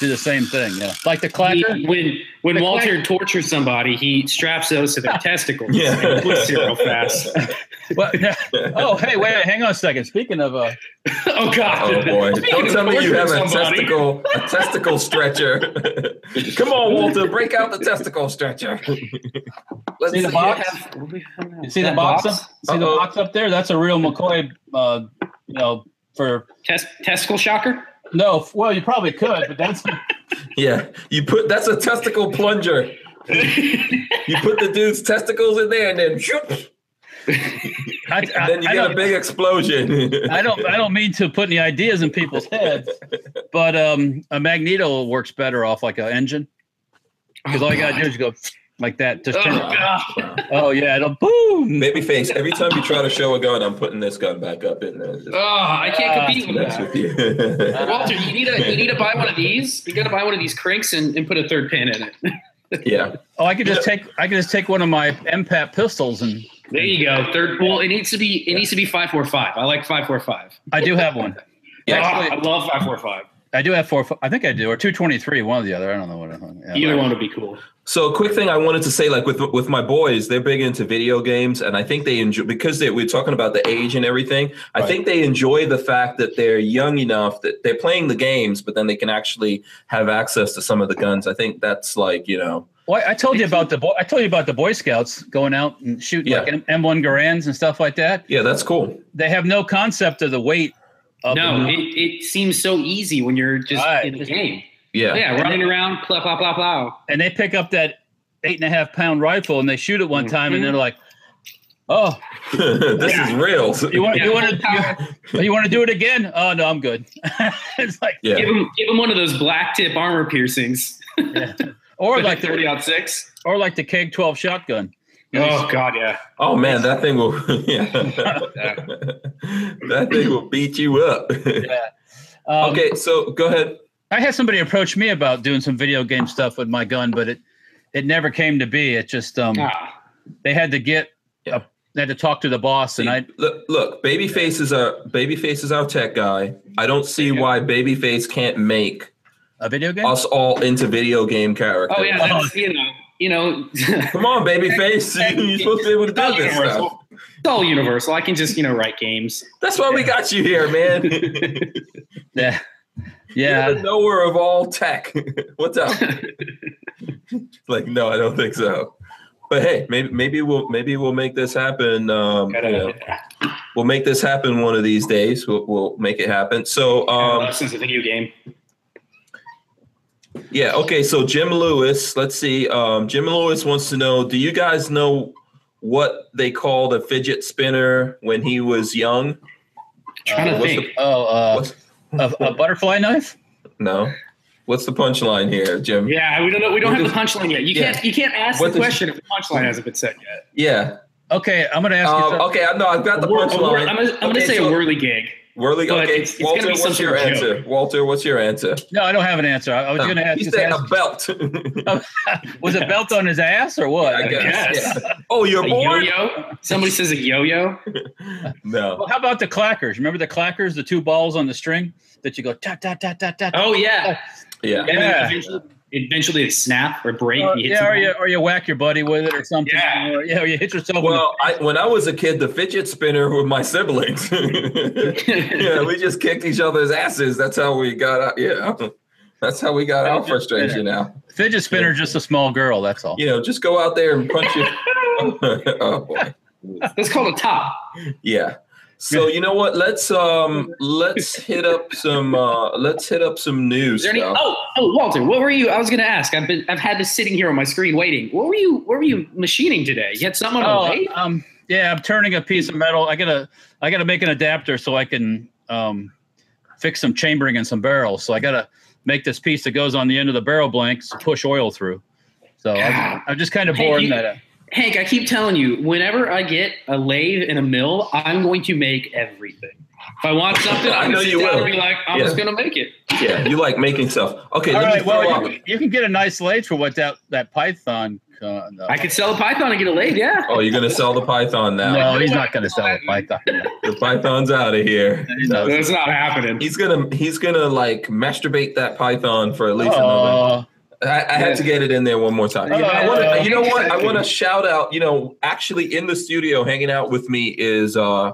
Speaker 2: do the same thing. Yeah, like the clacker.
Speaker 4: He- when when
Speaker 2: The
Speaker 4: Walter tortures somebody, he straps those to their testicles
Speaker 1: Yeah.
Speaker 4: and twists it real fast.
Speaker 2: But, oh, hey, wait, hang on a second. Speaking of uh,
Speaker 4: oh God!
Speaker 1: Oh boy!
Speaker 4: Speaking
Speaker 1: Don't
Speaker 4: of
Speaker 1: tell me you
Speaker 4: torturing
Speaker 1: have a
Speaker 4: somebody,
Speaker 1: testicle a testicle stretcher. Come on, Walter, break out the testicle stretcher. Let's
Speaker 2: See the
Speaker 1: it.
Speaker 2: box? You see the
Speaker 4: That
Speaker 2: box,
Speaker 4: box?
Speaker 2: up? See the
Speaker 1: Uh-oh.
Speaker 2: box up there? That's a real McCoy. Uh, you know, for
Speaker 4: Test, testicle shocker.
Speaker 2: no. f- Well, you probably could, but that's
Speaker 1: Yeah, you put that's a testicle plunger. You put the dude's testicles in there, and then shoop,
Speaker 2: I,
Speaker 1: and then you
Speaker 2: I-
Speaker 1: get
Speaker 2: I don't-
Speaker 1: a big explosion.
Speaker 2: I don't I don't mean to put any ideas in people's heads, but um, a magneto works better off like an engine because all you gotta do is go like that. Just turn it. oh yeah, it'll boom.
Speaker 1: Babyface, every time you try to show a gun, I'm putting this gun back up in there. Just
Speaker 4: Oh, I can't
Speaker 2: Ah,
Speaker 4: compete with
Speaker 1: mess
Speaker 4: that.
Speaker 1: with you.
Speaker 4: Walter, you need to you need to buy one of these. You got to buy one of these cranks and, and put a third pin in it.
Speaker 1: yeah.
Speaker 2: Oh, I could just take I could just take one of my MPAT pistols and
Speaker 4: There you go. Third pool. It needs to be it needs to be five four five. I like five four five.
Speaker 2: I do have one.
Speaker 1: Yeah.
Speaker 4: Oh, I love five four five.
Speaker 2: I do have four. I think I do, or two twenty three, one or the other. I don't know what. Yeah.
Speaker 4: Either one would be cool.
Speaker 1: So, a quick thing I wanted to say, like with with my boys, they're big into video games, and I think they enjoy because they, we're talking about the age and everything. I
Speaker 2: Right.
Speaker 1: think they enjoy the fact that they're young enough that they're playing the games, but then they can actually have access to some of the guns. I think that's like you know,
Speaker 2: Well, I told you about the boy. I told you about the Boy Scouts going out and shooting
Speaker 1: Yeah.
Speaker 2: like M M one Garands and stuff like that.
Speaker 1: yeah, that's cool.
Speaker 2: They have no concept of the weight. Of
Speaker 4: No,
Speaker 2: the-
Speaker 4: it, it seems so easy when you're just
Speaker 2: Right.
Speaker 4: in the game.
Speaker 1: Yeah,
Speaker 4: Yeah, running around, blah blah blah blah.
Speaker 2: and they pick up that eight and a half pound rifle and they shoot it one time and they're like, "Oh,
Speaker 1: this is real.
Speaker 2: you want
Speaker 4: Yeah.
Speaker 2: you want to you, want to do it again? Oh no, I'm good." it's like
Speaker 1: yeah,
Speaker 4: Give him give him one of those black tip armor piercings.
Speaker 2: or like
Speaker 4: thirty
Speaker 2: the
Speaker 4: out six.
Speaker 2: or like the Keg twelve shotgun.
Speaker 4: Oh god, yeah.
Speaker 1: Oh man, that thing will yeah. that thing will beat you up.
Speaker 2: Um,
Speaker 1: Oh, okay, so go ahead.
Speaker 2: I had somebody approach me about doing some video game stuff with my gun, but it it never came to be. It just um
Speaker 4: Ah,
Speaker 2: they had to get
Speaker 1: Yeah.
Speaker 2: a, they had to talk to the boss, and I
Speaker 1: look, look, Babyface is our Babyface is our tech guy. I don't see why Babyface can't make
Speaker 2: a video game.
Speaker 1: us all into video game characters.
Speaker 4: oh yeah, that's you know, you know it's
Speaker 1: Come on, Babyface, you're supposed to be able to do
Speaker 4: all
Speaker 1: this stuff.
Speaker 4: universal. It's all universal. I can just, you know, write games.
Speaker 1: That's why we got you here, man.
Speaker 2: Yeah,
Speaker 1: You're the
Speaker 2: yeah.
Speaker 1: knower of all tech. What's up? like, no, I don't think so. But hey, maybe maybe we'll maybe we'll make this happen. Um, you know, we'll make this happen one of these days. We'll, we'll make it happen. So um,
Speaker 4: Since a video game.
Speaker 1: yeah, okay. So Jim Lewis, let's see. Um, Jim Lewis wants to know: Do you guys know what they called a fidget spinner when he was young?
Speaker 4: Trying to
Speaker 1: what's
Speaker 4: think.
Speaker 2: Oh, uh,
Speaker 1: What's,
Speaker 2: a, a butterfly knife.
Speaker 1: no, what's the punchline here, Jim?
Speaker 4: Yeah, we don't know. We don't
Speaker 1: What
Speaker 4: have
Speaker 1: is-
Speaker 4: the punchline yet. You
Speaker 1: Yeah.
Speaker 4: can't. You can't ask
Speaker 1: What
Speaker 4: the
Speaker 1: is-
Speaker 4: question if the punchline hasn't been said yet.
Speaker 1: yeah.
Speaker 2: Okay, I'm gonna ask you.
Speaker 1: Um,
Speaker 2: something.
Speaker 1: okay, I know I've got the
Speaker 4: A whir- a whir-
Speaker 1: punchline.
Speaker 4: I'm, gonna- I'm
Speaker 1: Okay,
Speaker 4: gonna say
Speaker 1: so-
Speaker 4: a whirly gig.
Speaker 1: Whirly.
Speaker 4: But
Speaker 1: okay,
Speaker 4: it's- it's
Speaker 1: Walter,
Speaker 4: gotta be some
Speaker 1: what's
Speaker 4: sort
Speaker 1: your
Speaker 4: of
Speaker 1: answer? Walter, what's your answer?
Speaker 2: No, I don't have an answer. I, I was
Speaker 1: No,
Speaker 2: gonna ask.
Speaker 1: he
Speaker 2: just
Speaker 1: said a
Speaker 2: ask-
Speaker 1: belt.
Speaker 2: was it belt on his ass or what?
Speaker 1: I
Speaker 2: Okay.
Speaker 1: guess.
Speaker 4: guess.
Speaker 1: yeah. Oh, you're
Speaker 4: A
Speaker 1: bored?
Speaker 4: yo-yo. Somebody says a yo-yo.
Speaker 1: No.
Speaker 2: Well, how about the clackers? Remember the clackers, the two balls on the string that you go dot dot dot dot dot.
Speaker 4: Oh yeah.
Speaker 1: Yeah. Uh,
Speaker 4: And
Speaker 2: Yeah.
Speaker 4: then eventually, eventually it snap or break.
Speaker 2: Or-
Speaker 4: you hit
Speaker 2: yeah, or
Speaker 4: something.
Speaker 2: you or you whack your buddy with it or something.
Speaker 4: Yeah.
Speaker 2: or, yeah, or you hit yourself. with
Speaker 1: Well, I, when I was a kid, the fidget spinner were my siblings. yeah, we just kicked each other's asses. That's how we got out. Yeah, that's how we got out
Speaker 2: Fidget spinner.
Speaker 1: frustration. Now,
Speaker 2: a fidget spinner, just a small girl. That's all.
Speaker 1: you know, just go out there and punch it. oh boy,
Speaker 4: That's called a top.
Speaker 1: yeah. So you know what? Let's um, let's hit up some uh, let's hit up some news.
Speaker 4: Is there any?
Speaker 1: stuff.
Speaker 4: Oh, oh, Walter, what were you? I was going to ask. I've been, I've had this sitting here on my screen waiting. What were you? What were you machining today? You had someone on a
Speaker 2: Oh,
Speaker 4: lathe?
Speaker 2: um, yeah, I'm turning a piece of metal. I gotta, I gotta make an adapter so I can um, fix some chambering and some barrels. So I gotta make this piece that goes on the end of the barrel blanks, push oil through. So I'm, I'm just kind of
Speaker 4: Hey,
Speaker 2: bored
Speaker 4: you-
Speaker 2: that. uh,
Speaker 4: Hank, I keep telling you, whenever I get a lathe and a mill, I'm going to make everything. If I want something,
Speaker 1: I
Speaker 4: I'm
Speaker 1: know
Speaker 4: going to
Speaker 1: you
Speaker 4: sit down
Speaker 1: will.
Speaker 4: and be like, I'm
Speaker 1: Yeah.
Speaker 4: just going to make it.
Speaker 1: Yeah, you like making stuff. Okay,
Speaker 2: All
Speaker 1: let
Speaker 2: right,
Speaker 1: me throw
Speaker 2: well,
Speaker 1: out.
Speaker 2: you, you can get a nice lathe for what that that Python. Uh, no.
Speaker 4: I could sell a python and get a lathe. Yeah.
Speaker 1: Oh, you're gonna sell the python now.
Speaker 2: no, he's not going to sell a Python.
Speaker 1: The python's out of here.
Speaker 2: No.
Speaker 1: No,
Speaker 4: That's not happening.
Speaker 1: He's gonna he's gonna like masturbate that python for at least another.
Speaker 2: Oh,
Speaker 1: I, I had to get it in there one more time.
Speaker 2: Yeah.
Speaker 1: I wanna, you know what? I want to shout out. You know, actually in the studio, hanging out with me is uh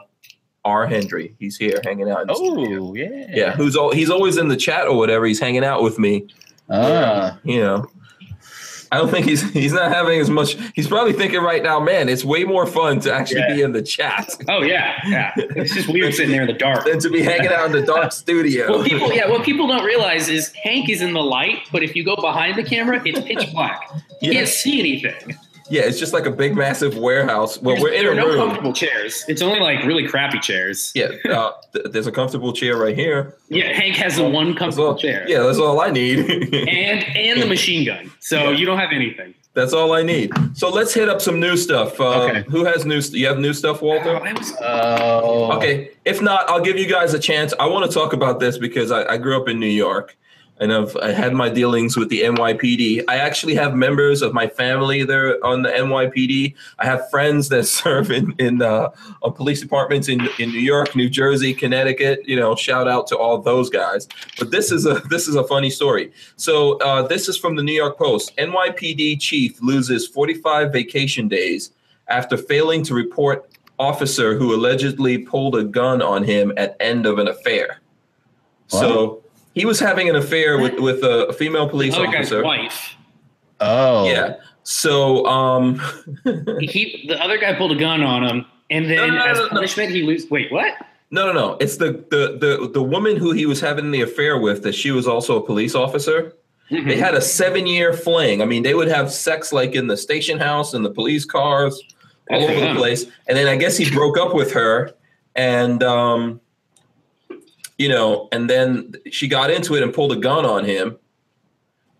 Speaker 1: R. Hendry. He's here hanging out. in the studio.
Speaker 2: oh, yeah.
Speaker 1: yeah. Who's all? He's always in the chat or whatever. He's hanging out with me.
Speaker 2: Ah.
Speaker 1: You know. I don't think he's he's not having as much. He's probably thinking right now, man, it's way more fun to actually
Speaker 6: Yeah.
Speaker 1: be in the chat
Speaker 6: Oh yeah, yeah. It's just weird sitting there in the dark.
Speaker 1: than to be hanging out in the dark studio.
Speaker 4: Well, people, yeah, what people don't realize is Hank is in the light, but if you go behind the camera, it's pitch black. You
Speaker 1: Yeah.
Speaker 4: can't see anything.
Speaker 1: Yeah, it's just like a big massive warehouse. Well,
Speaker 6: There's-
Speaker 1: we're in
Speaker 6: there
Speaker 1: a
Speaker 6: are no
Speaker 1: room.
Speaker 6: comfortable chairs. It's only like really crappy chairs.
Speaker 1: Yeah, uh, th- there's a comfortable chair right here.
Speaker 4: Yeah, Hank has the one
Speaker 1: That's
Speaker 4: comfortable
Speaker 1: all,
Speaker 4: chair.
Speaker 1: Yeah, that's all I need.
Speaker 4: And and the machine gun. So
Speaker 1: Yeah.
Speaker 4: you don't have anything.
Speaker 1: that's all I need. So let's hit up some new stuff. Um,
Speaker 2: Okay.
Speaker 1: Who has new? St- you have new stuff, Walter?
Speaker 4: I Uh, was-
Speaker 2: Oh.
Speaker 1: Okay. If not, I'll give you guys a chance. I want to talk about this because I, I grew up in New York and I've I had my dealings with the NYPD. I actually have members of my family there on the NYPD. I have friends that serve in, in uh, uh, police departments in, in New York, New Jersey, Connecticut. You know, shout out to all those guys. But this is a this is a funny story. So uh, this is from the New York Post. NYPD chief loses 45 vacation days after failing to report officer who allegedly pulled a gun on him at end of an affair. So he was having an affair with with a female police
Speaker 4: Other guy's
Speaker 1: officer.
Speaker 4: wife.
Speaker 2: Oh.
Speaker 1: Yeah. So um
Speaker 4: He the other guy pulled a gun on him, and then
Speaker 1: No, no,
Speaker 4: as
Speaker 1: no, no.
Speaker 4: punishment, he loses. Wait, what?
Speaker 1: no no no, it's the the the the woman who he was having the affair with that she was also a police officer.
Speaker 4: Mm-hmm.
Speaker 1: They had a 7-year fling. I mean, they would have sex like in the station house and the police cars all
Speaker 4: That's
Speaker 1: over the
Speaker 4: dumb.
Speaker 1: place. And then I guess he broke up with her, and um, you know, and then she got into it and pulled a gun on him.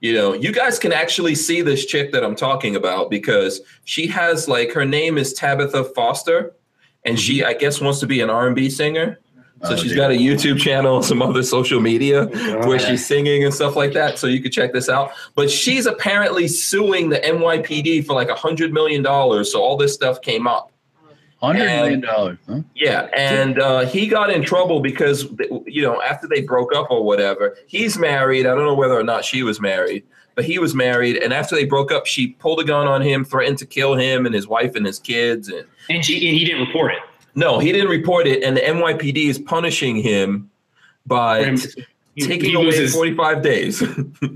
Speaker 1: You know, you guys can actually see this chick that I'm talking about because she has like her name is Tabitha Foster, and she I guess wants to be an R&B singer. So
Speaker 2: Oh,
Speaker 1: she's
Speaker 2: dear.
Speaker 1: got a YouTube channel and some other social media where she's singing and stuff like that. So you could check this out. But she's apparently suing the NYPD for like a hundred million dollars. So all this stuff came up.
Speaker 2: Hundred million dollars. Huh?
Speaker 1: Yeah, and uh, he got in trouble because you know after they broke up or whatever, he's married. I don't know whether or not she was married, but he was married. And after they broke up, she pulled a gun on him, threatened to kill him and his wife and his kids. And
Speaker 4: And she and he didn't report it.
Speaker 1: no, he didn't report it, and the NYPD is punishing him by
Speaker 4: Him-
Speaker 1: t-
Speaker 4: he-
Speaker 1: taking
Speaker 4: he
Speaker 1: away
Speaker 4: loses-
Speaker 1: forty-five days.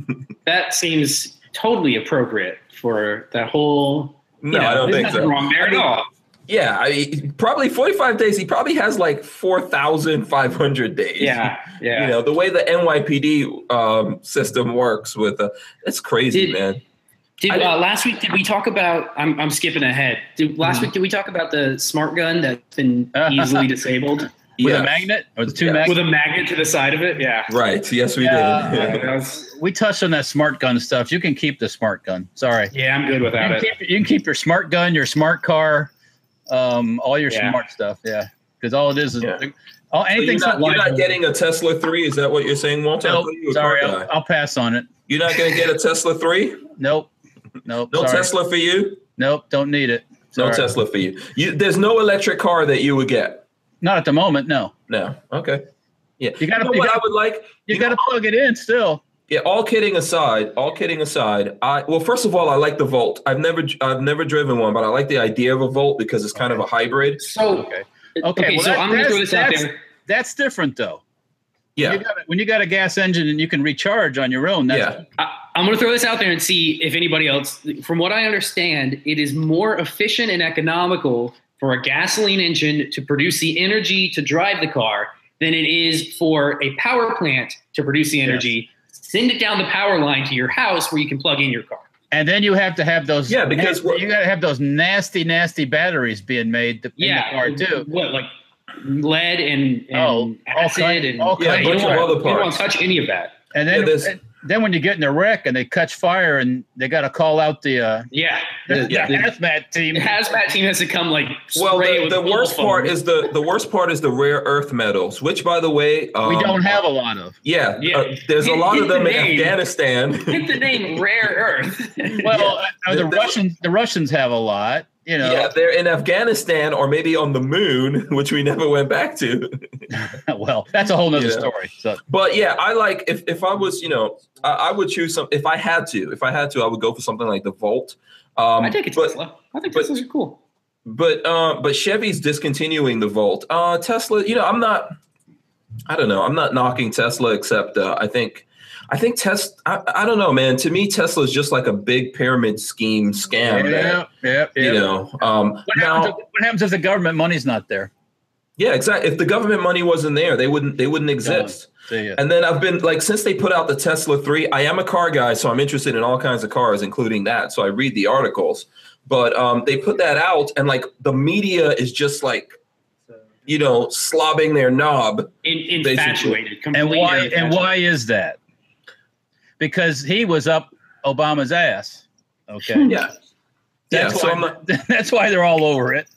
Speaker 4: That seems totally appropriate for that whole.
Speaker 1: no,
Speaker 4: you know,
Speaker 1: I don't
Speaker 4: there's
Speaker 1: think
Speaker 4: nothing
Speaker 1: so.
Speaker 4: Wrong there at all.
Speaker 1: Yeah, I, probably forty-five days. He probably has like four thousand five hundred days.
Speaker 4: Yeah, yeah.
Speaker 1: you know the way the NYPD um, system works with uh, it's crazy,
Speaker 4: Did-
Speaker 1: man.
Speaker 4: Did
Speaker 1: I didn't-
Speaker 4: uh, last week? Did we talk about? I'm, I'm skipping ahead. Did, last
Speaker 1: Mhm.
Speaker 4: week, did we talk about the smart gun that's been easily disabled
Speaker 2: With
Speaker 1: Yeah.
Speaker 2: a magnet or the two
Speaker 1: Yeah.
Speaker 2: magnets.
Speaker 4: with a magnet to the side of it? Yeah.
Speaker 1: Right? Yes, we
Speaker 2: Yeah.
Speaker 1: did.
Speaker 4: Yeah, that was-
Speaker 2: we touched on that smart gun stuff. You can keep the smart gun. Sorry.
Speaker 4: yeah, I'm good
Speaker 2: You
Speaker 4: without
Speaker 2: can,
Speaker 4: it.
Speaker 2: keep, you can keep your smart gun, your smart car, um, all your
Speaker 4: Yeah.
Speaker 2: smart stuff. Yeah, because all it is is
Speaker 1: Yeah.
Speaker 2: all,
Speaker 1: So you're
Speaker 2: anything's
Speaker 1: not, you're not
Speaker 2: liability.
Speaker 1: getting a Tesla three? Is that what you're saying, Walter? I
Speaker 2: Nope.
Speaker 1: thought you were a
Speaker 2: Sorry,
Speaker 1: car
Speaker 2: I'll,
Speaker 1: guy.
Speaker 2: I'll pass on it.
Speaker 1: You're not going to get a Tesla three?
Speaker 2: Nope. Nope.
Speaker 1: No
Speaker 2: sorry.
Speaker 1: Tesla for you.
Speaker 2: Nope. Don't need it.
Speaker 1: No
Speaker 2: Sorry.
Speaker 1: Tesla for you. you. There's no electric car that you would get.
Speaker 2: Not at the moment. No.
Speaker 1: No. Okay. Yeah.
Speaker 2: You gotta-
Speaker 1: know
Speaker 2: you
Speaker 1: what I
Speaker 2: gotta-
Speaker 1: would like.
Speaker 2: You,
Speaker 1: You
Speaker 2: got to plug it in still.
Speaker 1: Yeah, all kidding aside, all kidding aside, I well, first of all, I like the Volt. I've never, I've never driven one, but I like the idea of a Volt because it's kind of a hybrid.
Speaker 4: So
Speaker 2: Okay.
Speaker 4: okay,
Speaker 2: Okay, well,
Speaker 4: so
Speaker 2: that-
Speaker 4: I'm gonna throw
Speaker 2: that's-
Speaker 4: this out
Speaker 2: that's-
Speaker 4: there.
Speaker 2: That's different though.
Speaker 1: Yeah,
Speaker 2: You got a, when you got a gas engine and you can recharge on your own. That's,
Speaker 1: yeah,
Speaker 4: I, I'm going to throw this out there and see if anybody else. From what I understand, it is more efficient and economical for a gasoline engine to produce the energy to drive the car than it is for a power plant to produce the energy, send it down the power line to your house where you can plug in your car.
Speaker 2: And then you have to have those.
Speaker 1: Yeah, because
Speaker 2: na-
Speaker 1: we're-
Speaker 2: you got to have those nasty, nasty batteries being made in the car too.
Speaker 4: What like lead and,
Speaker 2: Oh,
Speaker 4: and
Speaker 2: all
Speaker 4: acid
Speaker 2: kind-
Speaker 4: and
Speaker 2: all
Speaker 1: Yeah,
Speaker 2: kinds
Speaker 1: a
Speaker 4: you don't
Speaker 1: bunch of
Speaker 4: wanna-
Speaker 1: other
Speaker 4: you don't want
Speaker 1: parts.
Speaker 4: to touch any of that.
Speaker 2: And then,
Speaker 1: Yeah, there's-
Speaker 2: and then when you get in a wreck and they catch fire and they got to call out the uh,
Speaker 4: Yeah,
Speaker 2: the,
Speaker 4: the,
Speaker 1: Yeah.
Speaker 2: the
Speaker 4: the
Speaker 2: hazmat team.
Speaker 4: hazmat team has to come like
Speaker 1: Well,
Speaker 4: spray it
Speaker 1: the,
Speaker 4: with
Speaker 1: the worst
Speaker 4: foam.
Speaker 1: part is the the worst part is the rare earth metals, which, by the way, um,
Speaker 2: we don't have a lot of.
Speaker 1: Yeah,
Speaker 4: Yeah.
Speaker 1: uh, there's a
Speaker 4: Hit-
Speaker 1: lot of
Speaker 4: hit the
Speaker 1: them in
Speaker 4: name.
Speaker 1: Afghanistan.
Speaker 4: Hit the name Rare Earth.
Speaker 2: Well, uh, the,
Speaker 1: The- the-
Speaker 2: Russians, the Russians have a lot. You know,
Speaker 1: Yeah, they're in Afghanistan or maybe on the moon, which we never went back to.
Speaker 2: well, that's a whole nother
Speaker 1: Yeah.
Speaker 2: story. So
Speaker 1: But yeah, I like if, if I was, you know, I, I would choose some. If I had to, if I had to, I would go for something like the Volt. Um,
Speaker 4: I think it's
Speaker 1: but,
Speaker 4: Tesla. I think
Speaker 1: but-
Speaker 4: Teslas are cool.
Speaker 1: But uh, but Chevy's discontinuing the Volt. Uh, Tesla, you know, I'm not. I don't know. I'm not knocking Tesla, except uh, I think I think Tesla. I, I don't know, man. To me, Tesla is just like a big pyramid scheme scam. that,
Speaker 2: yeah, yeah, yeah.
Speaker 1: You know, um,
Speaker 2: what,
Speaker 1: now,
Speaker 2: happens if, what happens if the government money's not there?
Speaker 1: yeah, exactly. If the government money wasn't there, they wouldn't. They wouldn't exist.
Speaker 2: See ya.
Speaker 1: And then I've been like since they put out the Tesla 3, I am a car guy, so I'm interested in all kinds of cars, including that. So I read the articles. But um, they put that out, and like the media is just like, you know, slobbing their knob.
Speaker 7: In, infatuated,
Speaker 2: and
Speaker 7: completely
Speaker 2: why? And
Speaker 7: infatuated.
Speaker 2: why is that? Because he was up Obama's ass. Okay.
Speaker 1: Yeah.
Speaker 2: That's
Speaker 1: yeah, so
Speaker 2: why.
Speaker 1: I'm not-
Speaker 2: that's why they're all over it.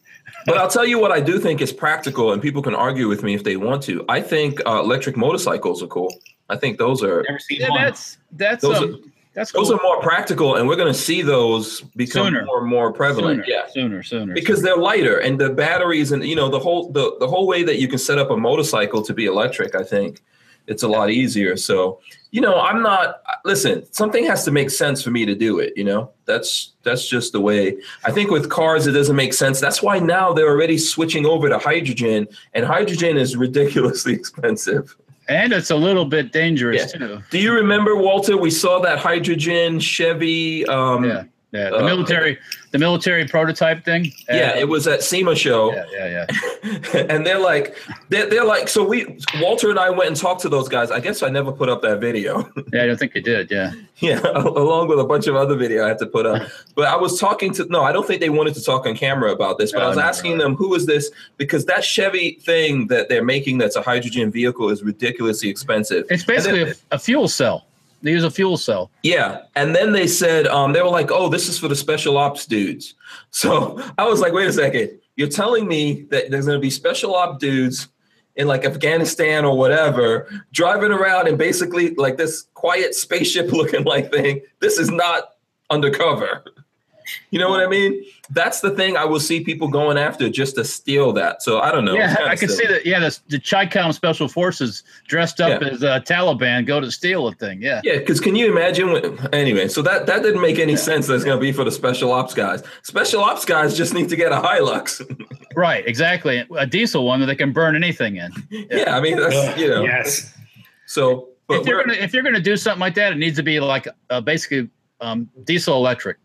Speaker 1: but I'll tell you what I do think is practical, and people can argue with me if they want to. I think uh, electric motorcycles are cool. I think those are
Speaker 7: Never seen
Speaker 2: Yeah,
Speaker 7: one.
Speaker 2: that's that's
Speaker 1: Those
Speaker 2: um, that's cool.
Speaker 1: those are more practical, and we're going to see those become
Speaker 2: Sooner.
Speaker 1: more and more prevalent.
Speaker 2: sooner,
Speaker 1: Yeah,
Speaker 2: sooner, sooner.
Speaker 1: because
Speaker 2: sooner.
Speaker 1: they're lighter and the batteries and you know the whole the, the whole way that you can set up a motorcycle to be electric i think it's a lot easier so you know i'm not listen something has to make sense for me to do it you know that's that's just the way i think with cars it doesn't make sense that's why now they're already switching over to hydrogen and hydrogen is ridiculously expensive
Speaker 2: and it's a little bit dangerous too.
Speaker 1: do you remember walter we saw that hydrogen chevy um
Speaker 2: Yeah,
Speaker 1: yeah,
Speaker 2: yeah. The
Speaker 1: Uh,
Speaker 2: military, the military prototype thing. Uh,
Speaker 1: it was at SEMA show.
Speaker 2: yeah, yeah, yeah.
Speaker 1: and they're like they're, they're like so we walter and i went and talked to those guys i guess i never put up that video
Speaker 2: Yeah, I don't think they did. Yeah,
Speaker 1: yeah along with a bunch of other video i had to put up but i was talking to no i don't think they wanted to talk on camera about this but i
Speaker 2: Oh,
Speaker 1: was
Speaker 2: no, no,
Speaker 1: asking
Speaker 2: no.
Speaker 1: them who is this because that chevy thing that they're making that's a hydrogen vehicle is ridiculously expensive
Speaker 2: it's basically
Speaker 1: And
Speaker 2: a, a fuel cell. They use a fuel cell.
Speaker 1: yeah and then they said um, they were like oh this is for the special ops dudes so i was like wait a second you're telling me that there's going to be special op dudes in like Afghanistan or whatever, driving around in basically like this quiet spaceship looking like thing. This is not undercover. You know what I mean? That's the thing I will see people going after just to steal that. So I don't know. It's
Speaker 2: yeah,
Speaker 1: kinda
Speaker 2: I can see
Speaker 1: silly.
Speaker 2: that. Yeah, the, the Chi-Com special forces dressed up
Speaker 1: Yeah.
Speaker 2: as uh, Taliban go to steal a thing. Yeah,
Speaker 1: Yeah, because can you imagine? When, anyway, so that that didn't make any sense. That's going to be for the special ops guys. Special ops guys just need to get a Hilux.
Speaker 2: right. Exactly. A diesel one that they can burn anything in.
Speaker 1: yeah. I mean that's you know.
Speaker 4: Yes.
Speaker 1: So, but
Speaker 2: if you're
Speaker 1: we're,
Speaker 2: gonna if you're gonna do something like that, it needs to be like uh, basically um, diesel electric.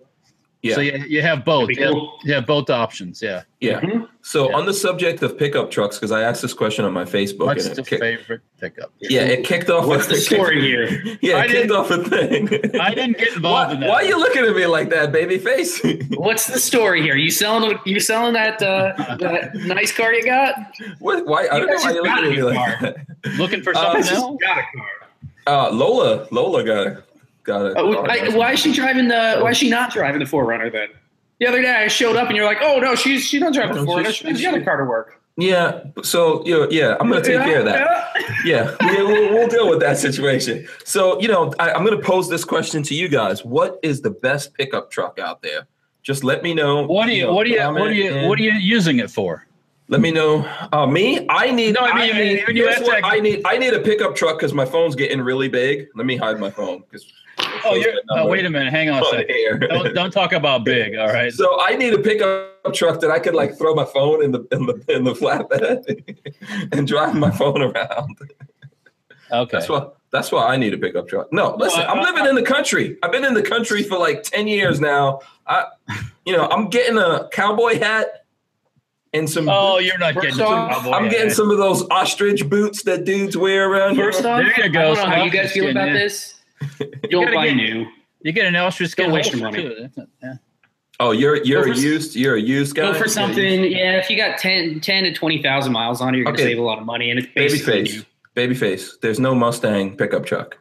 Speaker 1: yeah.
Speaker 2: So you, you have both.
Speaker 4: That'd be
Speaker 2: You have,
Speaker 4: cool.
Speaker 2: you have both options. Yeah.
Speaker 1: Yeah.
Speaker 4: Mhm.
Speaker 1: So
Speaker 2: Mm-hmm. Yeah.
Speaker 1: on the subject of pickup trucks, because I asked this question on my Facebook,
Speaker 2: What's
Speaker 1: and
Speaker 2: the
Speaker 1: it kicked,
Speaker 2: favorite pickup?
Speaker 1: yeah, it kicked off.
Speaker 4: What's
Speaker 1: a-
Speaker 4: the story here?
Speaker 1: Yeah,
Speaker 2: I
Speaker 1: it kicked
Speaker 2: didn't-
Speaker 1: off a thing.
Speaker 2: I didn't get involved
Speaker 1: Why,
Speaker 2: in that.
Speaker 1: why are you looking at me like that, baby face?
Speaker 7: What's the story here? You selling? You selling that uh, that nice car you got?
Speaker 1: what, why? I don't know
Speaker 4: You guys
Speaker 1: why
Speaker 4: just
Speaker 1: you're
Speaker 4: got
Speaker 1: looking at me
Speaker 4: me
Speaker 1: like
Speaker 4: far.
Speaker 1: that.
Speaker 2: looking for
Speaker 1: Uh,
Speaker 2: something
Speaker 1: this is-
Speaker 2: else?
Speaker 4: Got a car.
Speaker 1: Uh, Lola, Lola got a, got a.
Speaker 7: Oh, I, why is she driving the? Why is she not driving the Forerunner then? The other day I showed up and you're like, oh no, she's she's not driving
Speaker 1: No,
Speaker 7: the Forerunner.
Speaker 1: she's-
Speaker 7: She drives the other car to work.
Speaker 1: Yeah. So you know, yeah, I'm gonna take care of that. yeah, we, we'll, we'll deal with that situation. So, you know, I, I'm going to pose this question to you guys: What is the best pickup truck out there? Just let me know.
Speaker 2: What do you
Speaker 1: know,
Speaker 2: what do you what
Speaker 1: comment
Speaker 2: do you what are
Speaker 1: in.
Speaker 2: you using it for?
Speaker 1: Let me know. Uh, me, I need.
Speaker 2: No, I mean,
Speaker 1: need,
Speaker 2: when you
Speaker 1: here's
Speaker 2: ask
Speaker 1: what
Speaker 2: that-
Speaker 1: I need I need a pickup truck because my phone's getting really big. Let me hide my phone because.
Speaker 2: Oh, you're, oh, wait a minute. Hang on a second. Don't, don't talk about big. All right.
Speaker 1: So I need a pickup truck that I could like throw my phone in the in the in the flatbed and drive my phone around.
Speaker 2: Okay.
Speaker 1: That's why. That's why I need a pickup truck. No, listen,
Speaker 2: I-
Speaker 1: I'm
Speaker 2: I-
Speaker 1: living in the country. I've been in the country for like ten years now. I, you know, I'm getting a cowboy hat and some.
Speaker 2: Oh,
Speaker 1: boots.
Speaker 2: you're not getting.
Speaker 7: First off,
Speaker 2: cowboy
Speaker 1: I'm
Speaker 2: hat.
Speaker 1: getting some of those ostrich boots that dudes wear around. here.
Speaker 7: First off,
Speaker 2: There you
Speaker 7: I
Speaker 2: go,
Speaker 7: don't know how you guys feel
Speaker 2: Skin,
Speaker 7: about
Speaker 2: yeah.
Speaker 7: this. Don't
Speaker 2: gotta
Speaker 7: buy
Speaker 2: get-
Speaker 7: new.
Speaker 2: You get an ostrich skin
Speaker 7: Don't waste your
Speaker 2: holster,
Speaker 7: money.
Speaker 2: too, isn't it? Yeah.
Speaker 1: Oh, you're you're
Speaker 7: Go
Speaker 1: a
Speaker 7: for-
Speaker 1: used. You're a used guy.
Speaker 7: Go for something. Yeah, if you got 10, 10 to twenty thousand miles on it, you're gonna
Speaker 1: Okay.
Speaker 7: save a lot of money, and it's
Speaker 1: Baby
Speaker 7: basically
Speaker 1: face.
Speaker 7: new.
Speaker 1: Baby face. There's no Mustang pickup truck.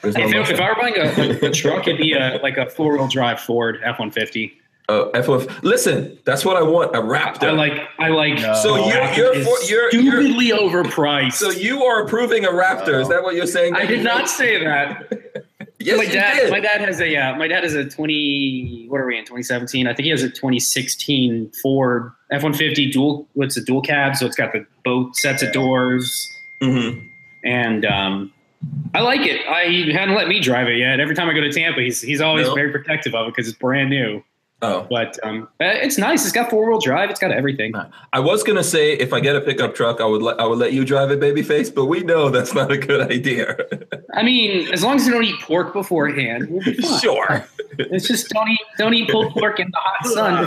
Speaker 1: There's no
Speaker 4: If, it, if
Speaker 1: Mustang.
Speaker 4: I were buying a, a truck, it'd be a, like a four wheel drive Ford F one fifty.
Speaker 1: Oh, F1. Listen, that's what I want. A Raptor.
Speaker 4: I like. I like.
Speaker 2: No.
Speaker 1: So
Speaker 4: Oh,
Speaker 1: you're-
Speaker 4: Raptor
Speaker 1: you're
Speaker 4: is
Speaker 1: for- you're- you're-
Speaker 4: stupidly overpriced.
Speaker 1: so you are approving a Raptor? Is that what you're saying?
Speaker 4: I did not say that.
Speaker 1: Yes,
Speaker 7: my
Speaker 1: you
Speaker 7: dad,
Speaker 1: did.
Speaker 7: my dad has a uh, my dad has a twenty. What are we in twenty seventeen? I think he has a twenty sixteen Ford F one fifty dual. What's a dual cab? So it's got the both sets of doors,
Speaker 1: Mhm.
Speaker 7: and um, I like it. I he hadn't let me drive it yet. Every time I go to Tampa, he's he's always
Speaker 1: No.
Speaker 7: very protective of it because it's brand new.
Speaker 1: Oh,
Speaker 4: But um, uh, it's nice. It's got four wheel drive. It's got everything.
Speaker 1: I was gonna say if I get a pickup truck, I would let I would let you drive it, babyface. But we know that's not a good idea.
Speaker 4: I mean, as long as you don't eat pork beforehand, we'll be fine.
Speaker 1: sure.
Speaker 4: It's just don't eat don't eat pulled pork in the hot sun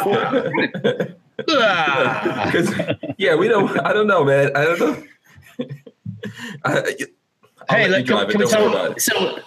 Speaker 4: before.
Speaker 2: Ah.
Speaker 1: 'Cause, yeah, we don't. I don't know, man. I don't know. I, I'll
Speaker 2: Hey,
Speaker 1: let
Speaker 2: let-
Speaker 1: you
Speaker 2: can-
Speaker 1: drive it.
Speaker 2: can we
Speaker 1: Don't worry
Speaker 2: tell-
Speaker 1: about it.
Speaker 4: So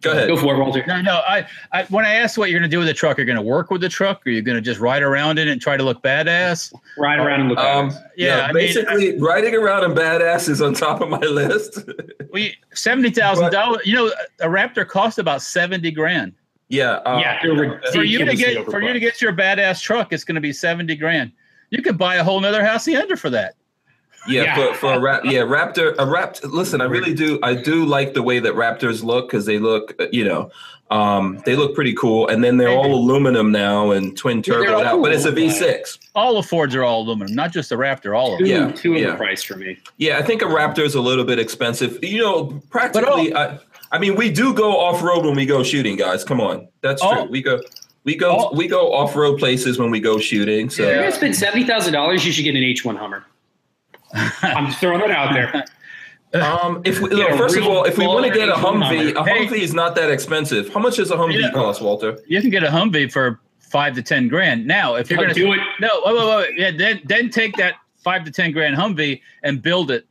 Speaker 1: Go ahead.
Speaker 4: go for it, Walter.
Speaker 2: No, no. I, I when I asked what you're going to do with the truck, you're going to work with the truck, or you're going to just ride around in it and try to look badass.
Speaker 4: Ride around and look.
Speaker 1: Um,
Speaker 2: Yeah,
Speaker 1: yeah,
Speaker 2: I mean,
Speaker 1: basically, riding around in badass is on top of my list.
Speaker 2: We seventy thousand dollars. You know, a Raptor costs about seventy grand.
Speaker 1: yeah, um,
Speaker 8: yeah, they're
Speaker 2: For you to
Speaker 8: ridiculously
Speaker 2: get for you to get your badass truck, it's going to be seventy grand. You could buy a whole nother hacienda for that.
Speaker 1: yeah,
Speaker 8: Yeah.
Speaker 1: For, for a rap, yeah, Raptor, a Raptor. Listen, I really do, I do like the way that Raptors look because they look, uh, you know, um, they look pretty cool, and then they're all aluminum now and twin
Speaker 4: Yeah, they're
Speaker 1: turbo
Speaker 4: all
Speaker 1: out, but it's a
Speaker 4: cool.
Speaker 1: V6.
Speaker 2: All the Fords are all aluminum, not just the Raptor. All of
Speaker 4: Two,
Speaker 2: them.
Speaker 1: yeah,
Speaker 4: two of
Speaker 1: yeah.
Speaker 4: the price for me.
Speaker 1: Yeah, I think a Raptor is a little bit expensive. You know, practically. I, I mean, we do go off road when we go shooting, guys. Come on, that's
Speaker 2: Oh.
Speaker 1: true. We go, we go,
Speaker 2: Oh.
Speaker 1: we go off road places when we go shooting. So.
Speaker 4: If you're gonna spend seventy thousand dollars, you should get an H one Hummer. I'm just throwing it out there.
Speaker 1: Um, if we,
Speaker 4: Get
Speaker 1: look,
Speaker 4: a
Speaker 1: first of
Speaker 4: real
Speaker 1: all, if we want to get a
Speaker 4: quality
Speaker 1: Humvee, a
Speaker 2: Hummer.
Speaker 1: Humvee is not that expensive. How much does a Humvee
Speaker 2: Yeah.
Speaker 1: cost, Walter?
Speaker 2: You can get a Humvee for five to ten grand. Now, if you're going
Speaker 4: But
Speaker 2: to
Speaker 4: do it.
Speaker 2: No, wait, wait, wait. Yeah, then then take that five to ten grand Humvee and build it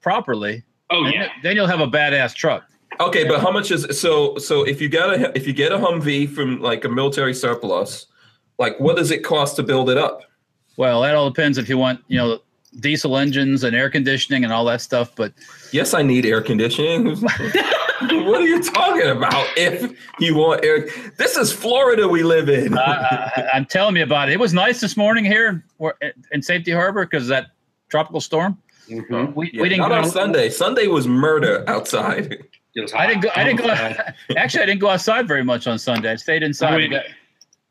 Speaker 2: properly.
Speaker 4: Oh
Speaker 2: Then-
Speaker 4: yeah.
Speaker 2: Then you'll have a badass truck.
Speaker 1: Okay, but how much is so? So if you got a if you get a Humvee from like a military surplus, like what does it cost to build it up?
Speaker 2: Well, that all depends if you want, you know, diesel engines and air conditioning and all that stuff. But
Speaker 1: Yes, I need air conditioning. what are you talking about? If you want air, this is Florida we live in.
Speaker 2: I, I, I'm telling you about it. It was nice this morning here where- in Safety Harbor because that tropical storm.
Speaker 4: Mhm.
Speaker 2: We,
Speaker 1: Yeah,
Speaker 2: we didn't
Speaker 1: not
Speaker 2: go.
Speaker 1: on Sunday. Sunday was murder outside.
Speaker 4: It was hot.
Speaker 2: I didn't go. I didn't go.
Speaker 4: I
Speaker 2: Actually, I didn't go outside very much on Sunday. I stayed inside.
Speaker 4: went,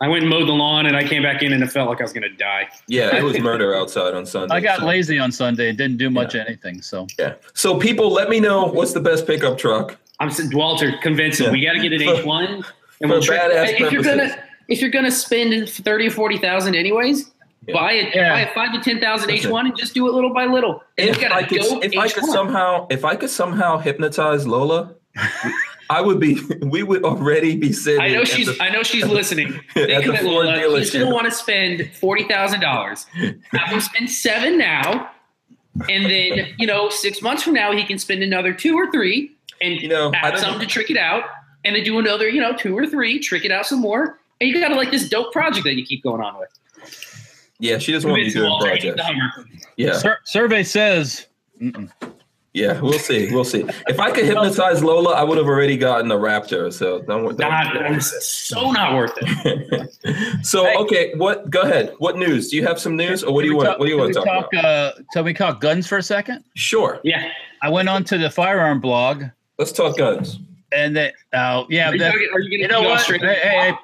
Speaker 4: I went and mowed the lawn, and I came back in, and it felt like I was gonna die.
Speaker 1: Yeah, it was murder outside on Sunday.
Speaker 2: I got
Speaker 1: so-
Speaker 2: lazy on Sunday and didn't do much of anything. So
Speaker 1: Yeah. So people, let me know what's the best pickup truck.
Speaker 4: I'm s- Walter. Convince him.
Speaker 1: Yeah.
Speaker 4: We got to get an
Speaker 1: For-
Speaker 4: H one.
Speaker 1: for
Speaker 4: And we'll trick-
Speaker 1: badass
Speaker 4: if you're
Speaker 1: purposes.
Speaker 4: gonna if you're gonna spend thirty or forty thousand anyways,
Speaker 1: Yeah.
Speaker 4: buy a
Speaker 2: Yeah.
Speaker 4: buy a five to ten thousand
Speaker 1: That's
Speaker 4: H one and just do it little by little. And
Speaker 1: if
Speaker 4: you gotta
Speaker 1: I could,
Speaker 4: go
Speaker 1: if I could
Speaker 4: H1.
Speaker 1: somehow, if I could somehow hypnotize Lola, I would be. We would already be sitting.
Speaker 4: I know
Speaker 1: at
Speaker 4: she's
Speaker 1: the-
Speaker 4: I know she's listening.
Speaker 1: at
Speaker 4: Think
Speaker 1: the
Speaker 4: of it,
Speaker 1: Ford
Speaker 4: Lola. She's
Speaker 1: dealership.
Speaker 4: gonna want to spend forty thousand dollars. Have him spend seven now, and then you know six months from now he can spend another two or three, and
Speaker 1: You know, I
Speaker 4: have
Speaker 1: don't-
Speaker 4: something to trick it out, and then do another you know two or three, trick it out some more, and you got to like this dope project that you keep going on with.
Speaker 1: yeah, she doesn't want me
Speaker 4: Convince
Speaker 1: doing
Speaker 4: Walter, he's
Speaker 1: projects.
Speaker 4: the Hummer.
Speaker 1: Yeah,
Speaker 2: Sur- survey says
Speaker 1: yeah, we'll see, we'll see. If I could hypnotize Lola, I would have already gotten a Raptor. So don't, don't-
Speaker 4: Not, it's so not worth it.
Speaker 1: So
Speaker 2: Hey.
Speaker 1: okay, what? Go ahead. What news? Do you have some news, or what do
Speaker 2: Can
Speaker 1: you
Speaker 2: we
Speaker 1: want?
Speaker 2: talk-
Speaker 1: what do you
Speaker 2: can
Speaker 1: want
Speaker 2: we
Speaker 1: to talk, about?
Speaker 2: Uh, can we talk guns for a second?
Speaker 1: Sure,
Speaker 4: Yeah,
Speaker 2: I went on to the firearm blog,
Speaker 1: let's talk guns.
Speaker 2: and they, uh, yeah,
Speaker 4: are you,
Speaker 2: that-
Speaker 4: gonna- are you gonna
Speaker 2: you know
Speaker 4: go
Speaker 2: what? Hey,
Speaker 4: straight-
Speaker 2: hey, hey,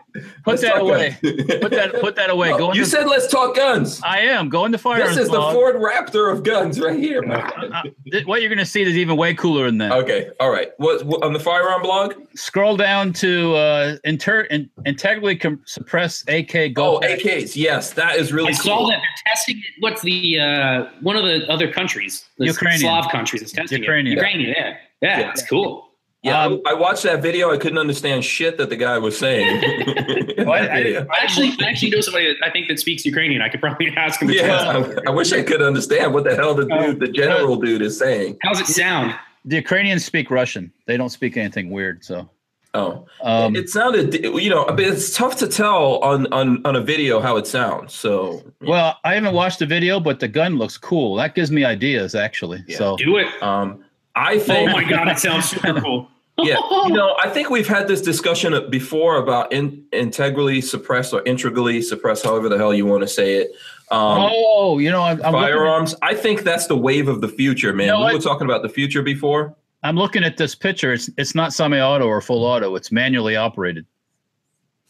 Speaker 1: Let's
Speaker 2: put that
Speaker 1: talk
Speaker 2: away.
Speaker 1: guns.
Speaker 2: Put that, put that away. Go on
Speaker 1: you
Speaker 2: to-
Speaker 1: said let's talk guns.
Speaker 2: I am going to firearms
Speaker 1: This is the
Speaker 2: blog.
Speaker 1: Ford Raptor of guns right here. man.
Speaker 2: Uh, th- what you're going to see is even way cooler than that.
Speaker 1: Okay, all right. What, what on the firearm blog?
Speaker 2: Scroll down to uh, inter- in- integrally com- suppressed AK
Speaker 1: Oh,
Speaker 2: Gulf.
Speaker 1: AKs. Yes, that is really
Speaker 4: I saw
Speaker 1: cool.
Speaker 4: that they're testing it. What's the uh, one of the other countries? The
Speaker 2: Ukrainian.
Speaker 4: Slav countries is testing
Speaker 2: Ukrainian.
Speaker 4: it. Ukrainian. Yeah, yeah,
Speaker 1: Yeah.
Speaker 4: that's cool.
Speaker 1: Yeah,
Speaker 2: Um,
Speaker 1: I, I watched that video. I couldn't understand shit that the guy was saying. In
Speaker 2: Well, I-
Speaker 1: that
Speaker 2: I-
Speaker 1: video.
Speaker 4: I actually, I actually know somebody that I think that speaks Ukrainian. I could probably ask him. to tell us.
Speaker 1: yeah, I, I wish I could understand what the hell the dude, the general dude, is saying.
Speaker 4: How's it sound?
Speaker 2: The Ukrainians speak Russian. They don't speak anything weird. So,
Speaker 1: Oh,
Speaker 2: um,
Speaker 1: it sounded, you know, I mean, it's tough to tell on on on a video how it sounds. So,
Speaker 2: well, I haven't watched the video, but the gun looks cool. That gives me ideas, actually.
Speaker 1: Yeah.
Speaker 2: So,
Speaker 4: Do it.
Speaker 1: um, I
Speaker 4: Oh
Speaker 1: think.
Speaker 4: my god, it sounds super cool.
Speaker 1: yeah you know i think we've had this discussion before about in, integrally suppressed or integrally suppressed however the hell you want to say it um,
Speaker 2: oh, you know, I'm, I'm looking at-
Speaker 1: firearms i think that's the wave of the future man
Speaker 2: You know
Speaker 1: we were
Speaker 2: what?
Speaker 1: talking about the future before
Speaker 2: I'm looking at this picture. It's it's not semi-auto or full auto. It's manually operated.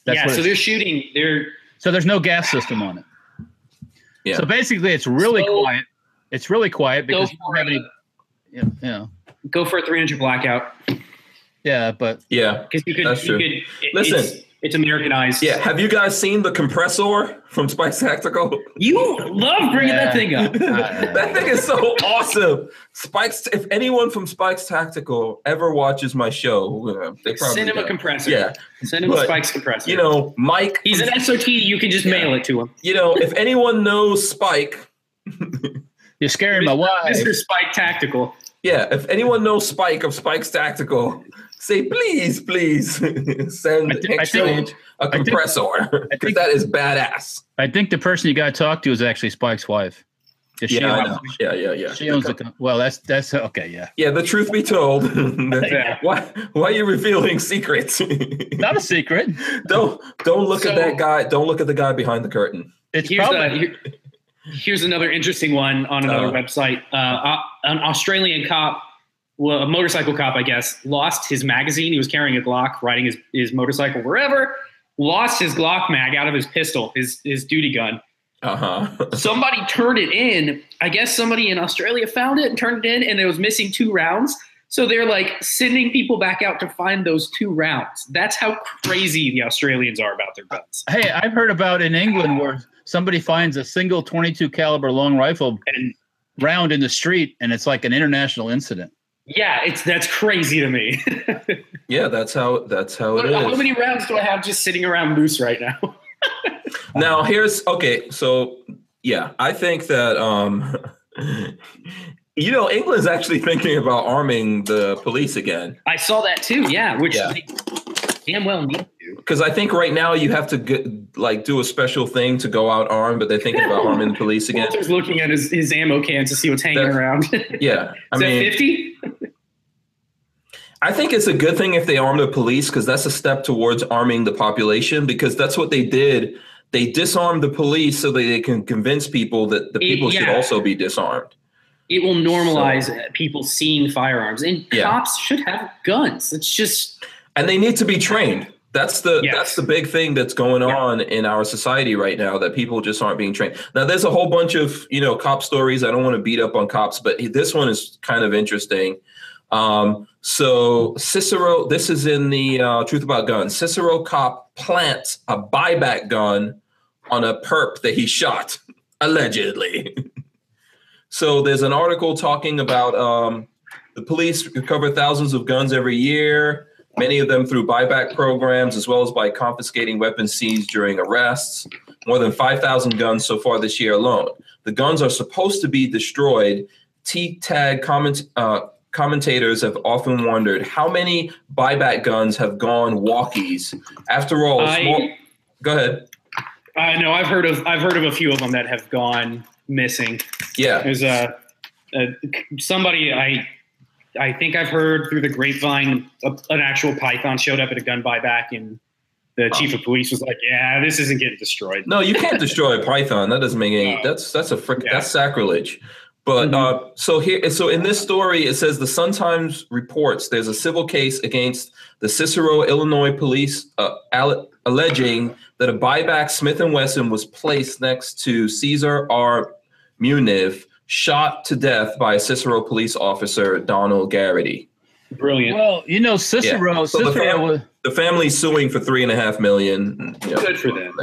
Speaker 2: That's
Speaker 4: yeah.
Speaker 2: what
Speaker 4: So
Speaker 2: it-
Speaker 4: they're shooting. They're
Speaker 2: so there's no gas system on it.
Speaker 1: Yeah.
Speaker 2: So basically, it's really
Speaker 4: So-
Speaker 2: quiet. It's really quiet
Speaker 4: go
Speaker 2: because you
Speaker 4: for
Speaker 2: don't have any.
Speaker 4: a,
Speaker 1: uh,
Speaker 2: Yeah, yeah,
Speaker 4: go for a 300 blackout
Speaker 2: yeah, but
Speaker 1: yeah
Speaker 4: because you could.
Speaker 1: That's
Speaker 4: you
Speaker 1: true.
Speaker 4: Could, it-
Speaker 1: Listen,
Speaker 4: it's- It's Americanized.
Speaker 1: Yeah, have you guys seen the compressor from Spice Tactical?
Speaker 4: You love bringing that thing up.
Speaker 1: that thing is so awesome. Spikes. If anyone from Spikes Tactical ever watches my show, uh, they probably
Speaker 4: Send him a
Speaker 1: don't.
Speaker 4: compressor.
Speaker 1: Yeah,
Speaker 4: Send him a
Speaker 1: But,
Speaker 4: Spikes compressor.
Speaker 1: you know, Mike.
Speaker 4: he's an SOT. You can just mail it to him.
Speaker 1: You know, if anyone knows Spike,
Speaker 2: You're scaring my wife.
Speaker 4: Mr. Spike Tactical.
Speaker 1: yeah, if anyone knows Spike of Spikes Tactical, say please, please send
Speaker 2: I thi- I
Speaker 1: exchange
Speaker 2: think-
Speaker 1: a
Speaker 2: think-
Speaker 1: compressor
Speaker 2: I
Speaker 1: because
Speaker 2: think-
Speaker 1: that is badass.
Speaker 2: I think the person you got to talk to is actually Spike's wife. 'Cause she
Speaker 1: Yeah, I
Speaker 2: owns-
Speaker 1: know. Yeah, yeah, yeah.
Speaker 2: She owns the. co- Well, that's that's okay. Yeah,
Speaker 1: Yeah, the truth be told,
Speaker 4: Yeah.
Speaker 1: why why are you revealing secrets?
Speaker 2: not a secret.
Speaker 1: don't don't look at
Speaker 4: So-
Speaker 1: that guy. Don't look at the guy behind the curtain.
Speaker 2: It's
Speaker 4: Here's, a,
Speaker 2: probably
Speaker 4: here- here's another interesting one on another
Speaker 1: Uh.
Speaker 4: website. Uh, uh, an Australian cop, well, a motorcycle cop, I guess, lost his magazine. He was carrying a Glock, riding his, his motorcycle wherever. Lost his Glock mag out of his pistol, his his duty gun.
Speaker 1: Uh huh.
Speaker 4: Somebody turned it in. I guess somebody in Australia found it and turned it in, and it was missing two rounds. So they're like sending people back out to find those two rounds. That's how crazy the Australians are about their guns.
Speaker 2: Hey, I've heard about in England where somebody finds a single 22 caliber long rifle
Speaker 4: And
Speaker 2: round in the street, and it's like an international incident.
Speaker 4: yeah, it's that's crazy to me.
Speaker 1: Yeah, that's how that's how it
Speaker 4: What-
Speaker 1: is.
Speaker 4: how many rounds do I have just sitting around loose right now?
Speaker 1: now here's okay, so yeah, I think that um you know England's actually thinking about arming the police again
Speaker 4: I saw that too. Yeah, which
Speaker 1: Yeah.
Speaker 4: they damn well need to.
Speaker 1: because I think right now you have to get, like do a special thing to go out armed, but they're thinking about arming the police again.
Speaker 4: Walter's looking at his, his ammo can to see what's hanging
Speaker 1: That's-
Speaker 4: around. Is
Speaker 1: Yeah, I
Speaker 4: that
Speaker 1: mean,
Speaker 4: fifty?
Speaker 1: I think it's a good thing if they arm the police because that's a step towards arming the population because that's what they did. They disarmed the police so that they can convince people that the
Speaker 4: It-
Speaker 1: people should
Speaker 4: yeah.
Speaker 1: also be disarmed.
Speaker 4: It will normalize people seeing firearms, and
Speaker 1: Yeah.
Speaker 4: cops should have guns. It's just
Speaker 1: and they need to be trained that's the
Speaker 4: Yes.
Speaker 1: that's the big thing that's going
Speaker 4: Yeah.
Speaker 1: on in our society right now that people just aren't being trained now there's a whole bunch of you know cop stories i don't want to beat up on cops but this one is kind of interesting um, so cicero this is in the uh, truth about guns cicero cop plants a buyback gun on a perp that he shot allegedly so there's an article talking about um, the police recover thousands of guns every year, many of them through buyback programs as well as by confiscating weapons seized during arrests. More than 5,000 guns so far this year alone. The guns are supposed to be destroyed. T Tag comment, uh, commentators have often wondered how many buyback guns have gone walkies. After all,
Speaker 4: I-
Speaker 1: small, go ahead.
Speaker 4: I know I've heard of I've heard of a few of them that have gone missing.
Speaker 1: Yeah.
Speaker 4: There's a, a somebody I I think I've heard through the grapevine a, an actual python showed up at a gun buyback and the chief of police was like, "Yeah, this isn't getting destroyed."
Speaker 1: No, you can't destroy a python. That doesn't make any.
Speaker 4: No.
Speaker 1: That's that's a frick.
Speaker 4: Yeah.
Speaker 1: That's sacrilege. But uh, so here, so in this story, it says the Sun Times reports there's a civil case against the Cicero, Illinois police, uh, alle- alleging that a buyback Smith and Wesson was placed next to Caesar R. Muniv, shot to death by a Cicero police officer, Donald Garrity.
Speaker 4: Brilliant.
Speaker 2: Well, you know, Cicero,
Speaker 1: Yeah. So the
Speaker 2: Cicero,
Speaker 1: fam-
Speaker 2: was,
Speaker 1: The family's suing for three and a half million. you know,
Speaker 4: Good for them.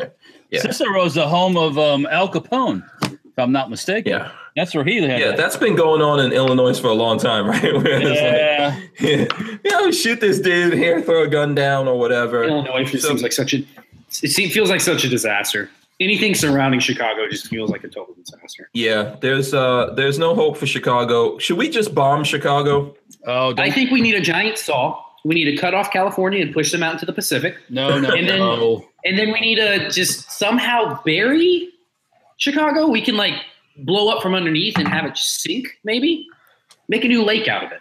Speaker 1: Yeah.
Speaker 2: Cicero's the home of um, Al Capone, if I'm not mistaken.
Speaker 1: Yeah,
Speaker 2: That's where he had.
Speaker 1: yeah,
Speaker 2: it.
Speaker 1: that's been going on in Illinois for a long time, right? Where it's like-
Speaker 2: yeah.
Speaker 1: yeah, you know, shoot this dude here, throw a gun down or whatever.
Speaker 4: Illinois just
Speaker 1: So-
Speaker 4: seems like such a it seems, feels like such a disaster. Anything surrounding Chicago just feels like a total disaster.
Speaker 1: Yeah, there's uh there's no hope for Chicago. Should we just bomb Chicago?
Speaker 2: Oh, don't,
Speaker 4: I think we need a giant saw. We need to cut off California and push them out into the Pacific,
Speaker 2: no, no,
Speaker 4: and then-
Speaker 2: no.
Speaker 4: and then we need to just somehow bury Chicago. We can like blow up from underneath and have it just sink, maybe make a new lake out of it.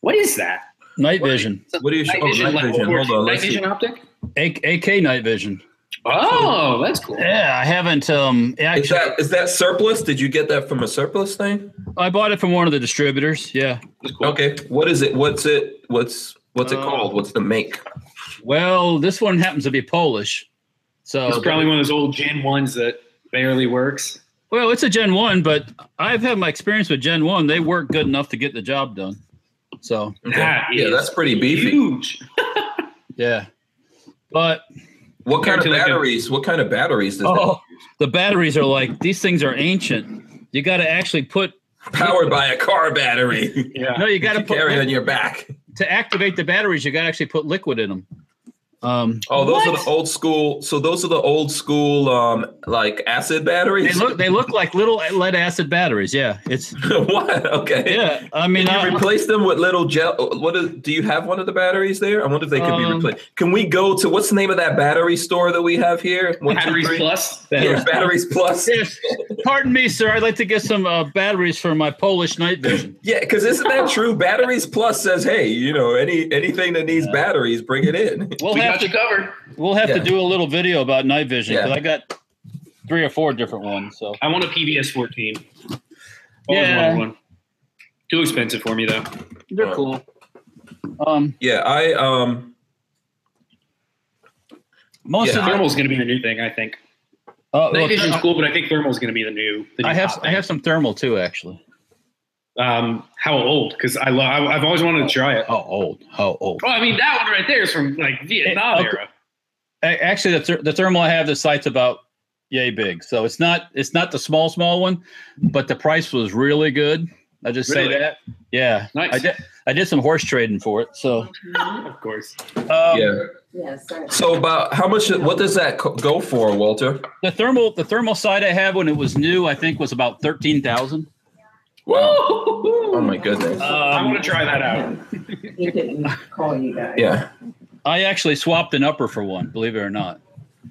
Speaker 4: What is that?
Speaker 2: Night vision,
Speaker 1: What do you
Speaker 4: Night
Speaker 1: oh,
Speaker 4: vision,
Speaker 1: night
Speaker 4: like,
Speaker 1: vision.
Speaker 4: or-
Speaker 1: Hold on,
Speaker 4: night
Speaker 1: let's see.
Speaker 4: vision optic.
Speaker 2: AK, AK night vision.
Speaker 4: Oh, that's cool.
Speaker 2: Yeah, I haven't. Um,
Speaker 1: Is
Speaker 2: actually,
Speaker 1: that is that surplus? Did you get that from a surplus thing?
Speaker 2: I bought it from one of the distributors. Yeah.
Speaker 1: Okay. What is it? What's it? What's what's it
Speaker 2: Uh,
Speaker 1: called? What's the make?
Speaker 2: Well, this one happens to be Polish,
Speaker 4: It's
Speaker 2: so
Speaker 4: probably one of those old Gen ones that barely works.
Speaker 2: well, it's a Gen One, but I've had my experience with Gen One. They work good enough to get the job done. So
Speaker 1: Okay.
Speaker 4: That
Speaker 1: yeah,
Speaker 4: is
Speaker 1: that's pretty beefy.
Speaker 4: Huge.
Speaker 2: yeah, but
Speaker 1: What kind of
Speaker 4: Compared to, like, a-
Speaker 1: batteries? What kind of batteries does
Speaker 2: Oh, the batteries are like these things are ancient. You got to actually put
Speaker 1: that powered by a car battery?
Speaker 9: Yeah.
Speaker 2: no, you got to
Speaker 1: you
Speaker 2: put
Speaker 1: carry on your back.
Speaker 2: to activate the batteries. You got to actually put liquid in them. Um,
Speaker 1: Oh, those are
Speaker 4: What?
Speaker 1: the old school. So those are the old school, um, like acid
Speaker 2: they
Speaker 1: batteries.
Speaker 2: look they look like little lead acid batteries. Yeah, it's
Speaker 1: what? Okay.
Speaker 2: yeah. I mean,
Speaker 1: Can
Speaker 2: I-
Speaker 1: you replace them with little gel? What is, do you have one of the batteries there? I wonder if they could be
Speaker 2: Um,
Speaker 1: replaced. Can we go to what's the name of that battery store that we have here? One, two,
Speaker 4: Batteries
Speaker 1: three?
Speaker 4: plus.
Speaker 1: Yeah, batteries plus.
Speaker 2: Yes. Pardon me, sir. I'd like to get some uh, batteries for my Polish night vision.
Speaker 1: Yeah, because isn't that true? Batteries plus says, hey, you know, any anything that needs batteries, bring it in.
Speaker 2: We'll
Speaker 4: we
Speaker 2: have
Speaker 4: got
Speaker 2: to
Speaker 4: you covered.
Speaker 2: we'll have
Speaker 1: Yeah.
Speaker 2: to do a little video about night vision because
Speaker 1: Yeah.
Speaker 2: I got three or four different ones. So
Speaker 4: I want a PBS 14. Always
Speaker 2: Yeah.
Speaker 4: wanted one. Too expensive for me though.
Speaker 2: they're cool. Um,
Speaker 1: Yeah, I um
Speaker 2: most
Speaker 1: Yeah.
Speaker 2: of them.
Speaker 4: Thermal's going to be the new thing, I think.
Speaker 2: Uh,
Speaker 4: Night
Speaker 2: well,
Speaker 4: vision's cool, but I think thermal's going to be the new. The new
Speaker 2: I have
Speaker 4: hot
Speaker 2: I
Speaker 4: thing.
Speaker 2: have some thermal too, actually.
Speaker 4: Um, how old? Because I love. I've always wanted to try it.
Speaker 2: How old? How old?
Speaker 4: Well, I mean that one right there is from like Vietnam
Speaker 2: okay.
Speaker 4: era.
Speaker 2: A- Actually, the, ther- the thermal I have the site's about yay big, so it's not it's not the small small one, but the price was really good. I just
Speaker 4: Really?
Speaker 2: say that. Yeah,
Speaker 4: Nice.
Speaker 2: I did I did some horse trading for it. So
Speaker 4: Of course.
Speaker 2: um,
Speaker 1: yeah.
Speaker 10: Yeah, sorry.
Speaker 1: So about how much? What does that co- go for, Walter?
Speaker 2: the thermal the thermal side I have when it was new, I think was about thirteen thousand.
Speaker 1: Wow. Oh my goodness.
Speaker 4: I
Speaker 2: Um,
Speaker 4: want to try that out.
Speaker 10: He didn't call you guys.
Speaker 1: Yeah.
Speaker 2: I actually swapped an upper for one, believe it or not.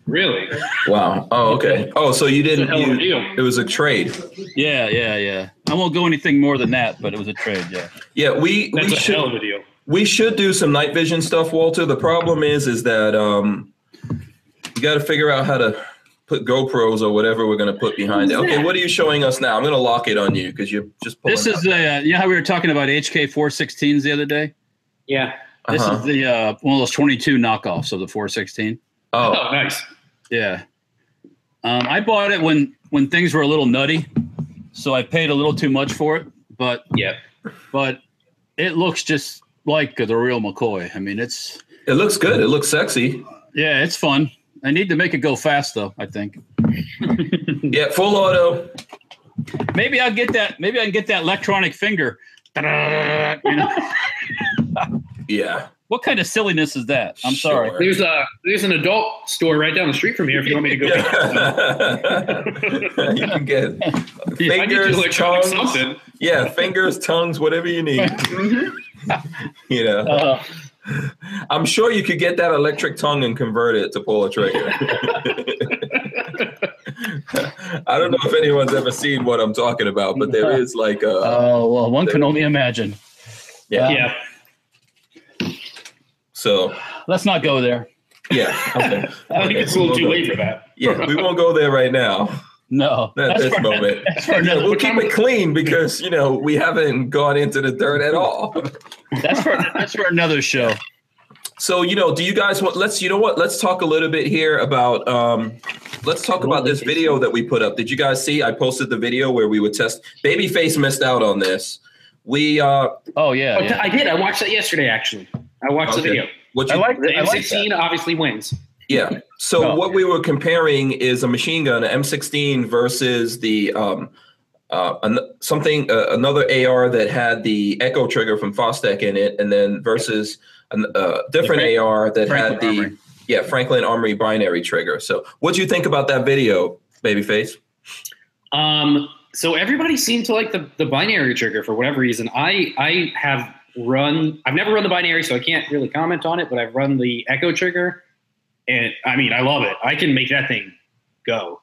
Speaker 4: Really?
Speaker 1: Wow. Oh, okay. Oh, so you
Speaker 4: It's a
Speaker 1: didn't.
Speaker 4: hell of a
Speaker 1: You,
Speaker 4: deal.
Speaker 1: it was a trade.
Speaker 2: Yeah, yeah, yeah. I won't go anything more than that, but it was a trade. Yeah.
Speaker 1: Yeah, we
Speaker 4: That's
Speaker 1: we
Speaker 4: a hell
Speaker 1: should
Speaker 4: of a deal.
Speaker 1: we should do some night vision stuff, Walter. The problem is is that um you got to figure out how to put GoPros or whatever we're going to put behind it. Okay, what are you showing us now? I'm going to lock it on you because you're just pulling.
Speaker 2: This is the uh, you know how we were talking about HK four sixteens the other day.
Speaker 4: Yeah.
Speaker 2: This
Speaker 1: Uh-huh.
Speaker 2: is the uh, one of those twenty two knockoffs of the four sixteen.
Speaker 1: oh
Speaker 4: Oh, nice.
Speaker 2: Yeah. Um, I bought it when when things were a little nutty, so I paid a little too much for it. But
Speaker 4: Yeah.
Speaker 2: but it looks just like the real McCoy. I mean, it's
Speaker 1: it looks good. It looks sexy.
Speaker 2: Yeah, it's fun. I need to make it go fast though, I think.
Speaker 1: Yeah, full auto.
Speaker 2: Maybe I'll get that maybe I can get that electronic finger. You know?
Speaker 1: Yeah.
Speaker 2: what kind of silliness is that? I'm sorry.
Speaker 1: Sure.
Speaker 4: There's a there's an adult store right down the street from here. If you want me to go, pick up something.
Speaker 1: Yeah. you can get
Speaker 4: I need to
Speaker 1: fingers,
Speaker 4: electronic
Speaker 1: tongues,
Speaker 4: something.
Speaker 1: yeah, fingers, tongues, whatever you need.
Speaker 4: Mm-hmm.
Speaker 1: you know,
Speaker 2: Uh,
Speaker 1: I'm sure you could get that electric tongue and convert it to pull a trigger. I don't know if anyone's ever seen what I'm talking about, but there is like a
Speaker 4: Uh,
Speaker 2: oh well one can only imagine.
Speaker 1: Uh, yeah.
Speaker 4: Yeah.
Speaker 1: So
Speaker 2: Let's not go there.
Speaker 1: yeah, okay.
Speaker 4: I think it's a little too late for that.
Speaker 1: yeah, we won't go there right now.
Speaker 2: No.
Speaker 1: Not at this
Speaker 2: for-
Speaker 1: moment.
Speaker 2: That's for
Speaker 1: Yeah,
Speaker 2: another
Speaker 1: we'll keep it clean because you know we haven't gone into the dirt at all.
Speaker 2: that's for that's for another show.
Speaker 1: So you know, do you guys want? Let's you know what? Let's talk a little bit here about. um Let's talk about this video that we put up. Did you guys see? I posted the video where we would test. Babyface missed out on this. We uh,
Speaker 2: Oh yeah.
Speaker 4: Oh,
Speaker 2: yeah.
Speaker 4: I did. I watched that yesterday. Actually, I watched
Speaker 1: Okay.
Speaker 4: the video.
Speaker 1: what you,
Speaker 2: I like
Speaker 4: The
Speaker 2: I like
Speaker 4: M16 obviously wins.
Speaker 1: yeah. So
Speaker 2: Oh.
Speaker 1: what we were comparing is a machine gun, an M16, versus the um, uh, an, something uh, another AR that had the Echo trigger from Fostec in it, and then versus an, uh, different
Speaker 2: Frank-
Speaker 1: AR that had
Speaker 2: Franklin
Speaker 1: the
Speaker 2: Armory.
Speaker 1: yeah Franklin Armory binary trigger. So what do you think about that video, Babyface?
Speaker 4: Um, so everybody seemed to like the, the binary trigger for whatever reason. I I have run. I've never run the binary, so I can't really comment on it. But I've run the echo trigger, and I mean, I love it. I can make that thing go.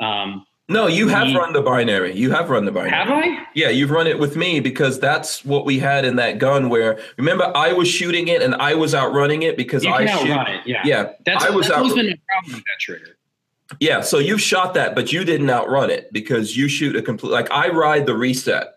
Speaker 4: Um,
Speaker 1: No, you have
Speaker 4: Me-
Speaker 1: run the binary. You have run the binary.
Speaker 4: have I?
Speaker 1: Yeah, you've run it with me because that's what we had in that gun. Where remember, I was shooting it and I was outrunning it because
Speaker 4: You
Speaker 1: I
Speaker 4: can
Speaker 1: shoot.
Speaker 4: outrun it. Yeah.
Speaker 1: Yeah,
Speaker 4: That's,
Speaker 1: I was
Speaker 4: that's always
Speaker 1: outrun-
Speaker 4: been a problem with that trigger.
Speaker 1: Yeah, so you shot that, but you didn't outrun it because you shoot a complete. Like I ride the reset.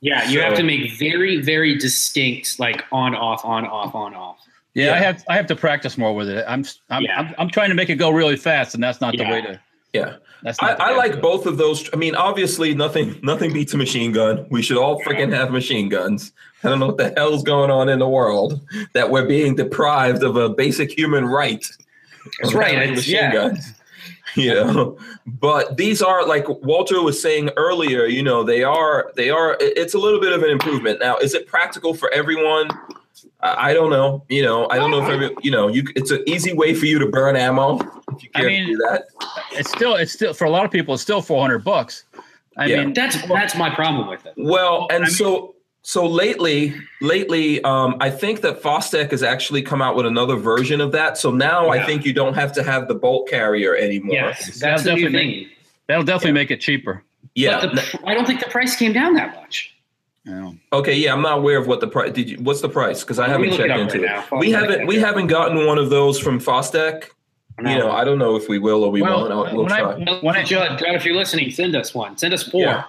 Speaker 4: Yeah, you
Speaker 1: So-
Speaker 4: have to make very, very distinct, like on, off, on, off, on, off.
Speaker 2: Yeah, I
Speaker 1: Yeah.
Speaker 2: have I have to practice more with it. I'm I'm,
Speaker 4: Yeah.
Speaker 2: I'm, I'm trying to make it go really fast, and that's not
Speaker 4: Yeah.
Speaker 2: the way to.
Speaker 1: Yeah,
Speaker 2: That's
Speaker 1: I,
Speaker 2: not. the
Speaker 1: I
Speaker 2: way
Speaker 1: like both of those. I mean, obviously, nothing nothing beats a machine gun. We should all freaking have machine guns. I don't know what the hell's going on in the world that we're being deprived of a basic human right.
Speaker 4: That's right.
Speaker 1: Like
Speaker 4: It's-
Speaker 1: machine
Speaker 4: yeah.
Speaker 1: guns. You know, but these are like Walter was saying earlier. You know, they are they are. it- It's a little bit of an improvement. Now, is it practical for everyone? I I don't know. You know, I don't know if every, you know. You, c- it's an easy way for you to burn ammo. If you
Speaker 2: I
Speaker 1: care
Speaker 2: mean-
Speaker 1: to do that.
Speaker 2: It's still it's still for a lot of people it's still 400 bucks. I
Speaker 1: Yeah.
Speaker 2: mean,
Speaker 4: That's that's my problem with it.
Speaker 1: Well, and
Speaker 2: I mean-
Speaker 1: so so lately, lately, um, I think that Fostec has actually come out with another version of that. So now I
Speaker 4: Yeah.
Speaker 1: think you don't have to have the bolt carrier anymore.
Speaker 4: Yes,
Speaker 2: That'll
Speaker 4: that's the new
Speaker 2: definitely
Speaker 4: thing.
Speaker 2: that'll definitely make it cheaper.
Speaker 1: Yeah.
Speaker 4: But the, pr- I don't think the price came down that much.
Speaker 2: You know.
Speaker 1: okay. Yeah, I'm not aware of what the price. Did you? What's the price? Because I
Speaker 4: Let me
Speaker 1: haven't
Speaker 4: look it
Speaker 1: checked
Speaker 4: up
Speaker 1: into
Speaker 4: right now.
Speaker 1: it. We
Speaker 4: Fostech.
Speaker 1: haven't we haven't gotten one of those from Fostec.
Speaker 4: No.
Speaker 1: You know, I don't know if we will or we
Speaker 2: Well,
Speaker 1: won't. I'll- We'll
Speaker 2: when I-
Speaker 1: try.
Speaker 2: when I-
Speaker 4: Judd, Judd, if you're listening, send us one. Send us four.
Speaker 1: Yeah.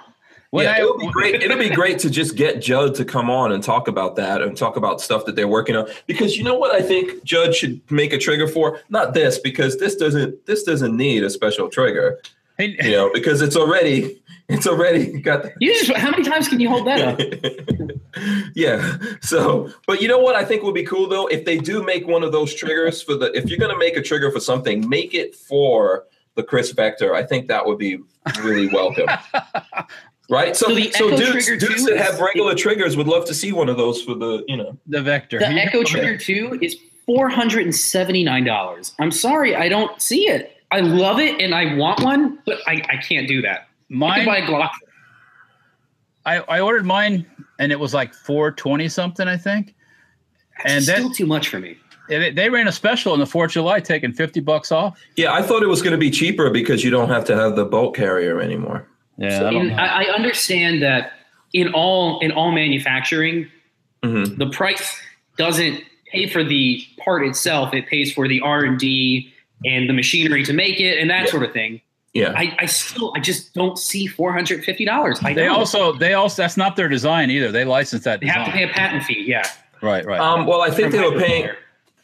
Speaker 2: When
Speaker 1: yeah,
Speaker 2: I-
Speaker 1: it'll be great. It'll be great to just get Judd to come on and talk about that and talk about stuff that they're working on. Because you know what I think Judd should make a trigger for? Not this, because this doesn't this doesn't need a special trigger.
Speaker 2: Hey,
Speaker 1: You know, because it's already it's already got the
Speaker 4: You just, how many times can you hold that up?
Speaker 1: yeah. So, but you know what I think would be cool though, if they do make one of those triggers for the, if you're going to make a trigger for something, make it for the Chris Vector. I think that would be really welcome. Right. So,
Speaker 4: So
Speaker 1: so,
Speaker 4: the Echo
Speaker 1: dudes,
Speaker 4: Trigger
Speaker 1: dudes
Speaker 4: too
Speaker 1: that have
Speaker 4: is-
Speaker 1: regular triggers would love to see one of those for the, you know.
Speaker 2: the vector.
Speaker 4: The
Speaker 2: You-
Speaker 4: Echo Trigger 2 is $479. I'm sorry, I don't see it. I love it and I want one, but I, I can't do that. I can
Speaker 2: Mine
Speaker 4: buy a Glock.
Speaker 2: I, I ordered mine and it was like 420 something, I think. And
Speaker 4: It's
Speaker 2: that-
Speaker 4: still too much for me.
Speaker 2: And it- they ran a special on the 4th of July, taking 50 bucks off.
Speaker 1: Yeah. I thought it was going to be cheaper because you don't have to have the bolt carrier anymore.
Speaker 2: Yeah. I
Speaker 4: I,
Speaker 2: don't
Speaker 4: mean,
Speaker 2: know.
Speaker 4: I, I understand that in all in all manufacturing,
Speaker 1: Mhm.
Speaker 4: the price doesn't pay for the part itself. It pays for the R and D and the machinery to make it and that
Speaker 1: Yeah.
Speaker 4: sort of thing.
Speaker 1: Yeah.
Speaker 4: I, I still I just don't see four hundred fifty dollars. I
Speaker 2: they
Speaker 4: don't.
Speaker 2: also, they also, that's not their design either. They licensed that
Speaker 4: They have to
Speaker 2: design.
Speaker 4: pay a patent fee. Yeah,
Speaker 2: Right, right.
Speaker 1: Um, well, I think
Speaker 4: From
Speaker 1: they were
Speaker 4: Hyperfire.
Speaker 1: paying,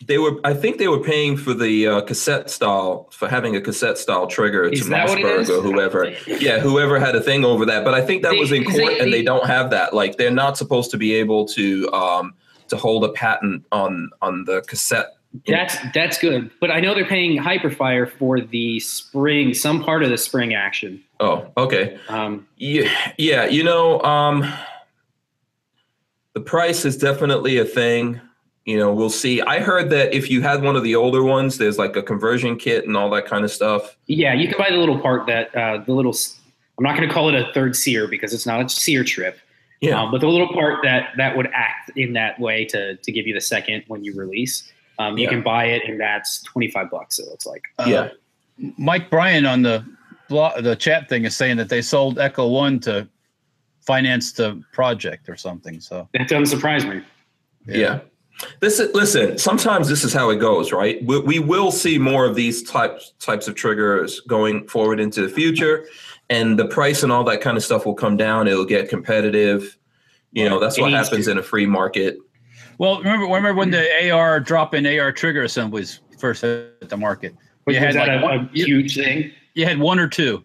Speaker 1: they were, I think they were paying for the uh, cassette style, for having a cassette style trigger to
Speaker 4: Is that what it
Speaker 1: Mossberg
Speaker 4: is?
Speaker 1: or whoever. Yeah, whoever had a thing over that. But I think that
Speaker 4: They-
Speaker 1: was in
Speaker 4: because they-
Speaker 1: court, and they
Speaker 4: they-
Speaker 1: don't have that. Like they're not supposed to be able to um, to hold a patent on on the cassette.
Speaker 4: That's that's good. But I know they're paying Hyperfire for the spring, some part of the spring action.
Speaker 1: Oh, okay.
Speaker 4: Um,
Speaker 1: Yeah, yeah. You know, um, the price is definitely a thing. You know, we'll see. I heard that if you had one of the older ones, there's like a conversion kit and all that kind of stuff.
Speaker 4: yeah, you can buy the little part that uh, the little. s- I'm not going to call it a third sear because it's not a sear trip.
Speaker 1: Yeah.
Speaker 4: Um, but the little part that that would act in that way to to give you the second when you release, um, you
Speaker 1: Yeah.
Speaker 4: can buy it, and that's twenty five bucks. It looks like.
Speaker 2: Uh,
Speaker 1: yeah.
Speaker 2: Mike Bryan on the blog, the chat thing is saying that they sold Echo 1 to finance the project or something. So,
Speaker 4: That doesn't surprise me.
Speaker 1: Yeah. This is, listen, sometimes this is how it goes, right? We, we will see more of these types types of triggers going forward into the future and the price and all that kind of stuff will come down, it'll get competitive. You know, that's
Speaker 4: It
Speaker 1: what
Speaker 4: needs
Speaker 1: happens
Speaker 4: to.
Speaker 1: in a free market.
Speaker 2: well, remember, remember when the AR drop in AR trigger assemblies first hit the market?
Speaker 4: Was
Speaker 2: You had
Speaker 4: that
Speaker 2: like
Speaker 4: a, a
Speaker 2: one- you-
Speaker 4: huge thing?
Speaker 2: you had one or two,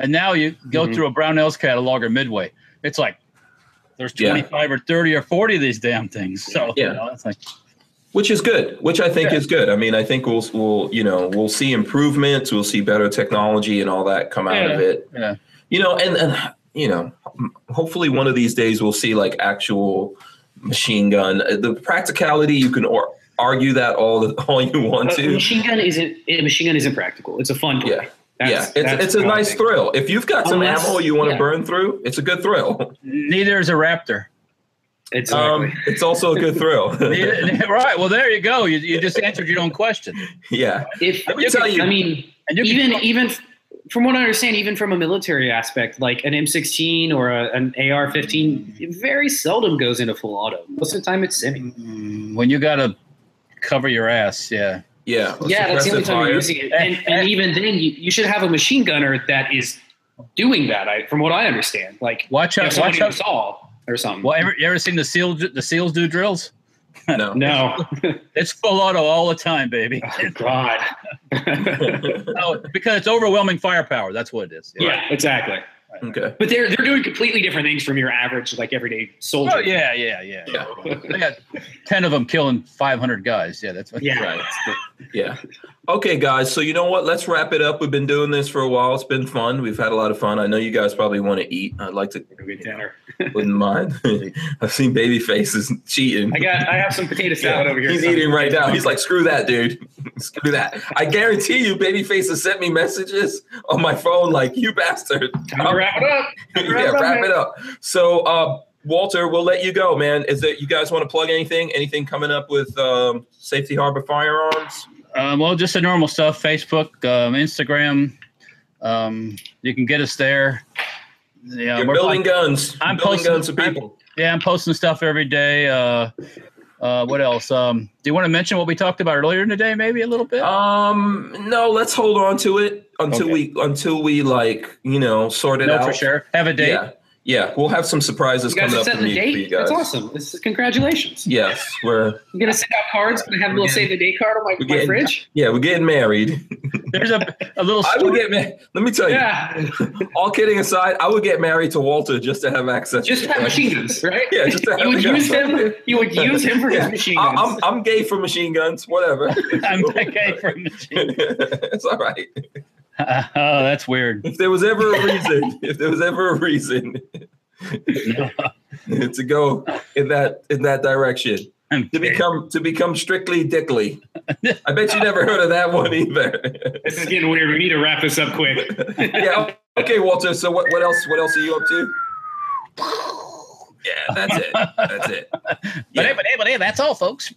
Speaker 2: and now you go
Speaker 4: Mhm.
Speaker 2: through a Brownells catalog or Midway. It's like there's
Speaker 1: Yeah.
Speaker 2: 25 or 30 or 40 of these damn things. So
Speaker 1: Yeah.
Speaker 2: you know, it's like
Speaker 1: Which is good, which I think is good. I mean, I think we'll we'll you know, we'll see improvements, we'll see better technology and all that come out of
Speaker 2: Yeah.
Speaker 1: it.
Speaker 2: yeah,
Speaker 1: you know and, and you know hopefully one of these days we'll see like actual machine gun Uh, the practicality you can or argue that all the, all you want
Speaker 4: A
Speaker 1: to
Speaker 4: Uh, machine gun isn't a machine gun isn't practical. It's a fun toy.
Speaker 1: Yeah. yeah it's, it's a
Speaker 4: one
Speaker 1: nice
Speaker 4: thing.
Speaker 1: thrill if you've got some
Speaker 4: Unless-
Speaker 1: ammo you want to
Speaker 4: yeah.
Speaker 1: burn through it's a good thrill
Speaker 2: neither is a Raptor.
Speaker 4: Exactly.
Speaker 1: um, it's also a good thrill
Speaker 2: Neither- right. Well, there you go. You, you just answered your own question.
Speaker 1: yeah
Speaker 4: if
Speaker 1: Let me tell you-
Speaker 4: I mean,
Speaker 2: And you can-
Speaker 4: even even from what I understand, even from a military aspect, like an M16 or a, an AR-15, it very seldom goes into full auto. Most of the time, it's semi.
Speaker 2: Mm, when you gotta cover your ass, yeah.
Speaker 1: yeah
Speaker 4: Yeah, that's the only
Speaker 1: suppressive
Speaker 4: time
Speaker 1: fire.
Speaker 4: you're using it. And, and even then, you, you should have a machine gunner that is doing that. I, from what I understand, like
Speaker 2: Watch
Speaker 4: if
Speaker 2: out!
Speaker 4: somebody
Speaker 2: Watch
Speaker 4: who
Speaker 2: out!
Speaker 4: saw or something.
Speaker 2: Well, ever, you ever seen the seal the seals do drills?
Speaker 1: no
Speaker 4: No,
Speaker 2: It's full auto all the time, baby.
Speaker 4: oh, God.
Speaker 2: Oh, because it's overwhelming firepower. That's what it is.
Speaker 4: yeah, exactly.
Speaker 1: okay
Speaker 4: But they're they're doing completely different things from your average like everyday soldier.
Speaker 2: Oh yeah, yeah, yeah.
Speaker 1: Yeah.
Speaker 2: yeah. they got ten of them killing five hundred guys. Yeah, that's what,
Speaker 4: yeah.
Speaker 1: right yeah Okay, guys. So you know what? Let's wrap it up. We've been doing this for a while. It's been fun. We've had a lot of fun. I know you guys probably want to eat. I'd like to.
Speaker 4: Good dinner.
Speaker 1: Wouldn't mind. I've seen baby faces cheating.
Speaker 4: I got. I have some potato salad over here.
Speaker 1: He's
Speaker 4: son.
Speaker 1: eating right now. He's like, screw that, dude. screw that. I guarantee you, Babyface has sent me messages on my phone like, you bastard.
Speaker 4: Time to wrap it up.
Speaker 1: yeah, wrap it up. So, uh, Walter, we'll let you go, man. Is that you guys want to plug anything? Anything coming up with um, Safety Harbor Firearms?
Speaker 2: Um, well, just the normal stuff: Facebook, um, Instagram. Um, you can get us there. Yeah,
Speaker 1: You're
Speaker 2: we're
Speaker 1: building
Speaker 2: like-
Speaker 1: guns.
Speaker 2: I'm
Speaker 1: You're building
Speaker 2: posting-
Speaker 1: guns to people.
Speaker 2: yeah, I'm posting stuff every day. Uh, uh, what else? Um, do you want to mention what we talked about earlier in the day? Maybe a little bit.
Speaker 1: Um, no, let's hold on to it until
Speaker 2: Okay.
Speaker 1: we until we like you know sort it
Speaker 2: no,
Speaker 1: out
Speaker 2: for sure. Have a date.
Speaker 1: Yeah, yeah, we'll have some surprises
Speaker 7: You guys
Speaker 1: coming
Speaker 7: have
Speaker 1: up
Speaker 7: set
Speaker 1: for
Speaker 7: the
Speaker 1: me for
Speaker 7: date.
Speaker 1: you guys.
Speaker 7: That's awesome. This is, congratulations.
Speaker 1: Yes, we're
Speaker 7: I'm gonna send out cards. I'm gonna have a
Speaker 1: We're
Speaker 7: little
Speaker 1: getting-
Speaker 7: save the date card on my,
Speaker 1: we're
Speaker 7: my
Speaker 1: getting-
Speaker 7: fridge.
Speaker 1: yeah we're getting married.
Speaker 2: There's a, a little.
Speaker 1: I
Speaker 2: story-
Speaker 1: would get married. Let me tell you.
Speaker 7: Yeah,
Speaker 1: All kidding aside, I would get married to Walter just to have access.
Speaker 7: just
Speaker 1: to
Speaker 7: have
Speaker 1: guns.
Speaker 7: machine guns, right?
Speaker 1: Yeah, just to have
Speaker 7: you would
Speaker 1: the guns.
Speaker 7: use him. You would use him for
Speaker 1: Yeah.
Speaker 7: his machine
Speaker 1: I,
Speaker 7: guns.
Speaker 1: I'm I'm gay for machine guns. Whatever.
Speaker 2: I'm that guy from the gym.
Speaker 1: it's all right.
Speaker 2: Oh, that's weird.
Speaker 1: If there was ever a reason, if there was ever a reason to go in that in that direction,
Speaker 2: I'm
Speaker 1: to become to become strictly dickly. I bet you never heard of that one either.
Speaker 4: This is getting weird. We need to wrap this up quick.
Speaker 1: yeah. Okay, Walter. So what, what else? What else are you up to? Yeah, that's it. That's it.
Speaker 2: But,
Speaker 1: Yeah.
Speaker 2: hey, but, hey, but hey, that's all, folks.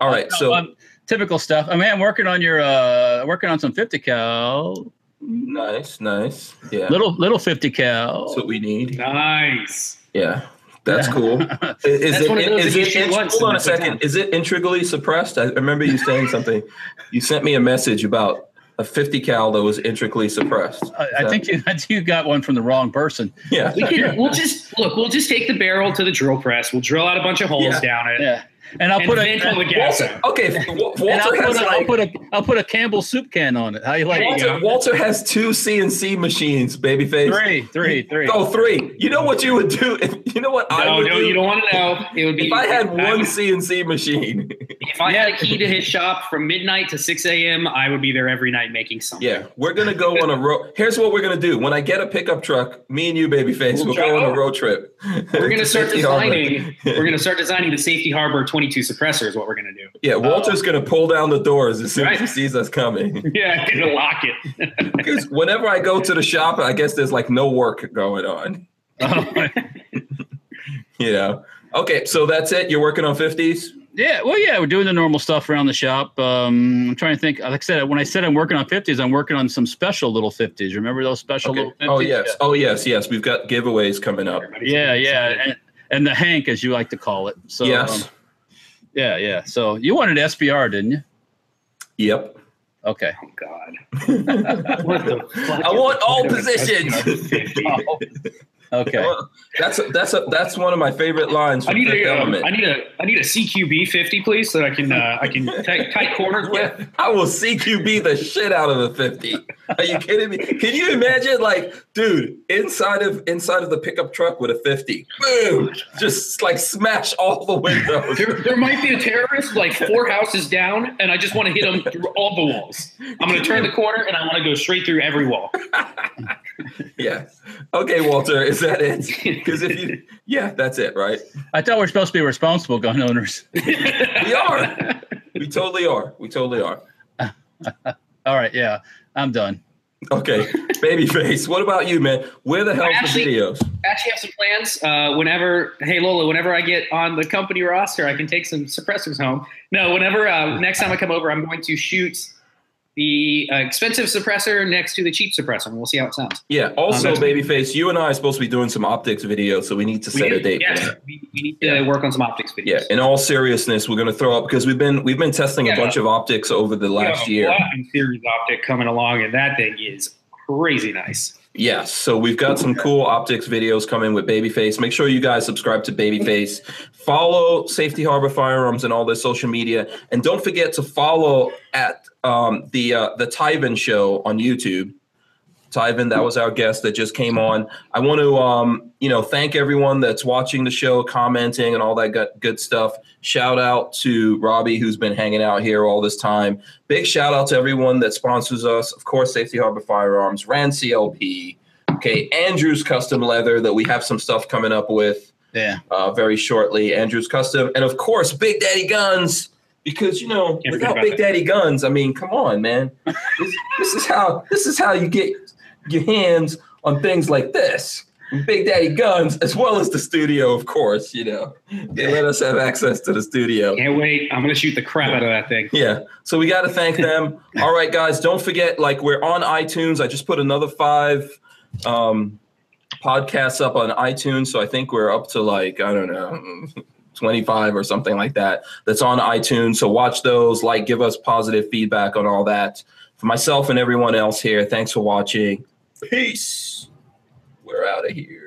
Speaker 1: All right. So
Speaker 2: Um, typical stuff. I mean, I'm working on your uh, working on some 50 cal,
Speaker 1: nice, nice. Yeah.
Speaker 2: little little 50 cal.
Speaker 1: That's what we need.
Speaker 4: Nice.
Speaker 1: Yeah, that's cool. I- Is
Speaker 7: That's
Speaker 1: it,
Speaker 7: one of those
Speaker 1: is
Speaker 7: that you
Speaker 1: it
Speaker 7: shoot
Speaker 1: int-
Speaker 7: once
Speaker 1: hold
Speaker 7: and
Speaker 1: on a
Speaker 7: that's it
Speaker 1: second.
Speaker 7: down.
Speaker 1: Is it integrally suppressed? I remember you saying something. You sent me a message about a 50 cal that was intricately suppressed.
Speaker 2: I, I think you you got one from the wrong person.
Speaker 1: Yeah.
Speaker 7: we can. We'll just look. We'll just take the barrel to the drill press. We'll drill out a bunch of holes
Speaker 1: Yeah.
Speaker 7: down it.
Speaker 2: Yeah, and I'll
Speaker 7: And
Speaker 2: put a
Speaker 7: then pull the
Speaker 2: and
Speaker 7: gas
Speaker 1: Walter,
Speaker 7: out.
Speaker 1: okay, Wa-
Speaker 2: I'll
Speaker 1: Walter
Speaker 2: put
Speaker 1: has
Speaker 2: a, I'll
Speaker 1: like,
Speaker 2: put a I'll put a Campbell soup can on it. How you like it?
Speaker 1: Walter, Walter has two CNC machines, babyface.
Speaker 2: Three, three, three.
Speaker 1: Oh, three. You know what you would do if you know what I
Speaker 4: No,
Speaker 1: would
Speaker 4: no,
Speaker 1: do
Speaker 4: you don't want to know.
Speaker 7: No, it would be
Speaker 1: if I had
Speaker 7: I
Speaker 1: one
Speaker 7: would-
Speaker 1: CNC machine.
Speaker 7: If I had a key to his shop from midnight to 6 a.m., I would be there every night making something.
Speaker 1: Yeah, we're gonna go on a road. Here's what we're gonna do. When I get a pickup truck, me and you, babyface, we'll,
Speaker 4: We'll
Speaker 1: go on a
Speaker 4: drive.
Speaker 1: road trip.
Speaker 7: We're gonna start
Speaker 1: Safety Harbor.
Speaker 7: designing. we're gonna start designing the Safety Harbor 22 suppressor is what we're gonna do.
Speaker 1: Yeah, Walter's gonna pull down the doors as soon as he
Speaker 7: Right.
Speaker 1: sees us coming.
Speaker 4: Yeah, I'm gonna lock it.
Speaker 1: Because whenever I go to the shop, I guess there's like no work going on.
Speaker 2: Oh,
Speaker 1: You know. Okay, so that's it. You're working on fifties.
Speaker 2: Yeah, well, yeah, we're doing the normal stuff around the shop. Um, I'm trying to think. Like I said, when I said I'm working on 50s, I'm working on some special little 50s. Remember those special
Speaker 1: Okay.
Speaker 2: little 50s?
Speaker 1: Oh yes. Oh yes. Yes. We've got giveaways coming up.
Speaker 2: Yeah, yeah, And, and the Hank, as you like to call it. So
Speaker 1: yes.
Speaker 2: um, yeah, yeah. So you wanted SBR, didn't you?
Speaker 1: yep.
Speaker 2: Okay.
Speaker 4: Oh, God.
Speaker 7: What the fuck?
Speaker 1: I want all
Speaker 4: Whatever, that's
Speaker 1: positions.
Speaker 4: 50.
Speaker 7: Oh,
Speaker 2: Okay.
Speaker 1: That's that's a, that's one of my favorite lines.
Speaker 4: I
Speaker 1: from
Speaker 4: need
Speaker 1: Fifth
Speaker 4: a, um,
Speaker 1: Element.
Speaker 4: I need a, I need a CQB 50, please, so that I can, uh, I can tight tight corners with.
Speaker 1: Yeah, I will CQB the shit out of a 50. Are you kidding me? Can you imagine like dude inside of inside of the pickup truck with a 50? Boom! Just like smash all the windows.
Speaker 7: There, there might be a terrorist like four houses down, and I just want to hit him through all the walls.
Speaker 4: I'm gonna turn the corner and I want to go straight through every wall.
Speaker 1: Yeah. Okay, Walter, is that it? Because if you yeah, that's it, right?
Speaker 2: I thought we are supposed to be responsible gun owners.
Speaker 1: We are. We totally are. We totally are.
Speaker 2: All right. Yeah, I'm done.
Speaker 1: Okay. Babyface, what about you, man? Where the hell's
Speaker 7: actually-
Speaker 1: the videos?
Speaker 7: Actually, have some plans. Uh, whenever, hey Lola, whenever I get on the company roster, I can take some suppressors home. No, whenever uh, next time I come over, I'm going to shoot the uh, expensive suppressor next to the cheap suppressor, and we'll see how it sounds.
Speaker 1: Yeah. Also,
Speaker 7: Um,
Speaker 1: Babyface, you and I are supposed to be doing some optics videos, so we need to set a
Speaker 7: need-
Speaker 1: date for
Speaker 7: yes,
Speaker 1: that.
Speaker 7: we, we need to work on some optics videos.
Speaker 1: Yeah, in all seriousness, we're going to throw up because we've been we've been testing a
Speaker 4: Yeah.
Speaker 1: bunch of optics over the last
Speaker 4: We have
Speaker 1: year.
Speaker 4: a Platinum series optic coming along, and that thing is crazy nice.
Speaker 1: Yes, so we've got some cool optics videos coming with Babyface. Make sure you guys subscribe to Babyface. Follow Safety Harbor Firearms and all their social media, and don't forget to follow at um, the uh, the Tyven Show on YouTube. Tyven. That was our guest that just came on. I want to, um, you know, thank everyone that's watching the show, commenting, and all that good, good stuff. Shout out to Robbie, who's been hanging out here all this time. Big shout out to everyone that sponsors us. Of course, Safety Harbor Firearms, Rand CLP, okay, Andrew's Custom Leather that we have some stuff coming up with
Speaker 2: Yeah.
Speaker 1: uh, very shortly. Andrew's Custom, and of course, Big Daddy Guns. Because you know,
Speaker 4: Can't forget
Speaker 1: without
Speaker 4: about
Speaker 1: Big
Speaker 4: that.
Speaker 1: Daddy Guns, I mean, come on, man. This, this is how this is how you get your hands on things like this. Big Daddy Guns, as well as the studio, of course. You know, they let us have access to the studio.
Speaker 4: Can't wait. I'm gonna shoot the crap out of that thing.
Speaker 1: Yeah. So we got to thank them. All right, guys. Don't forget, like, we're on iTunes. I just put another five um, podcasts up on iTunes. So I think we're up to, like, I don't know, 25 or something like that. That's on iTunes. So watch those, like, give us positive feedback on all that. For myself and everyone else here, thanks for watching. Peace. We're out of here.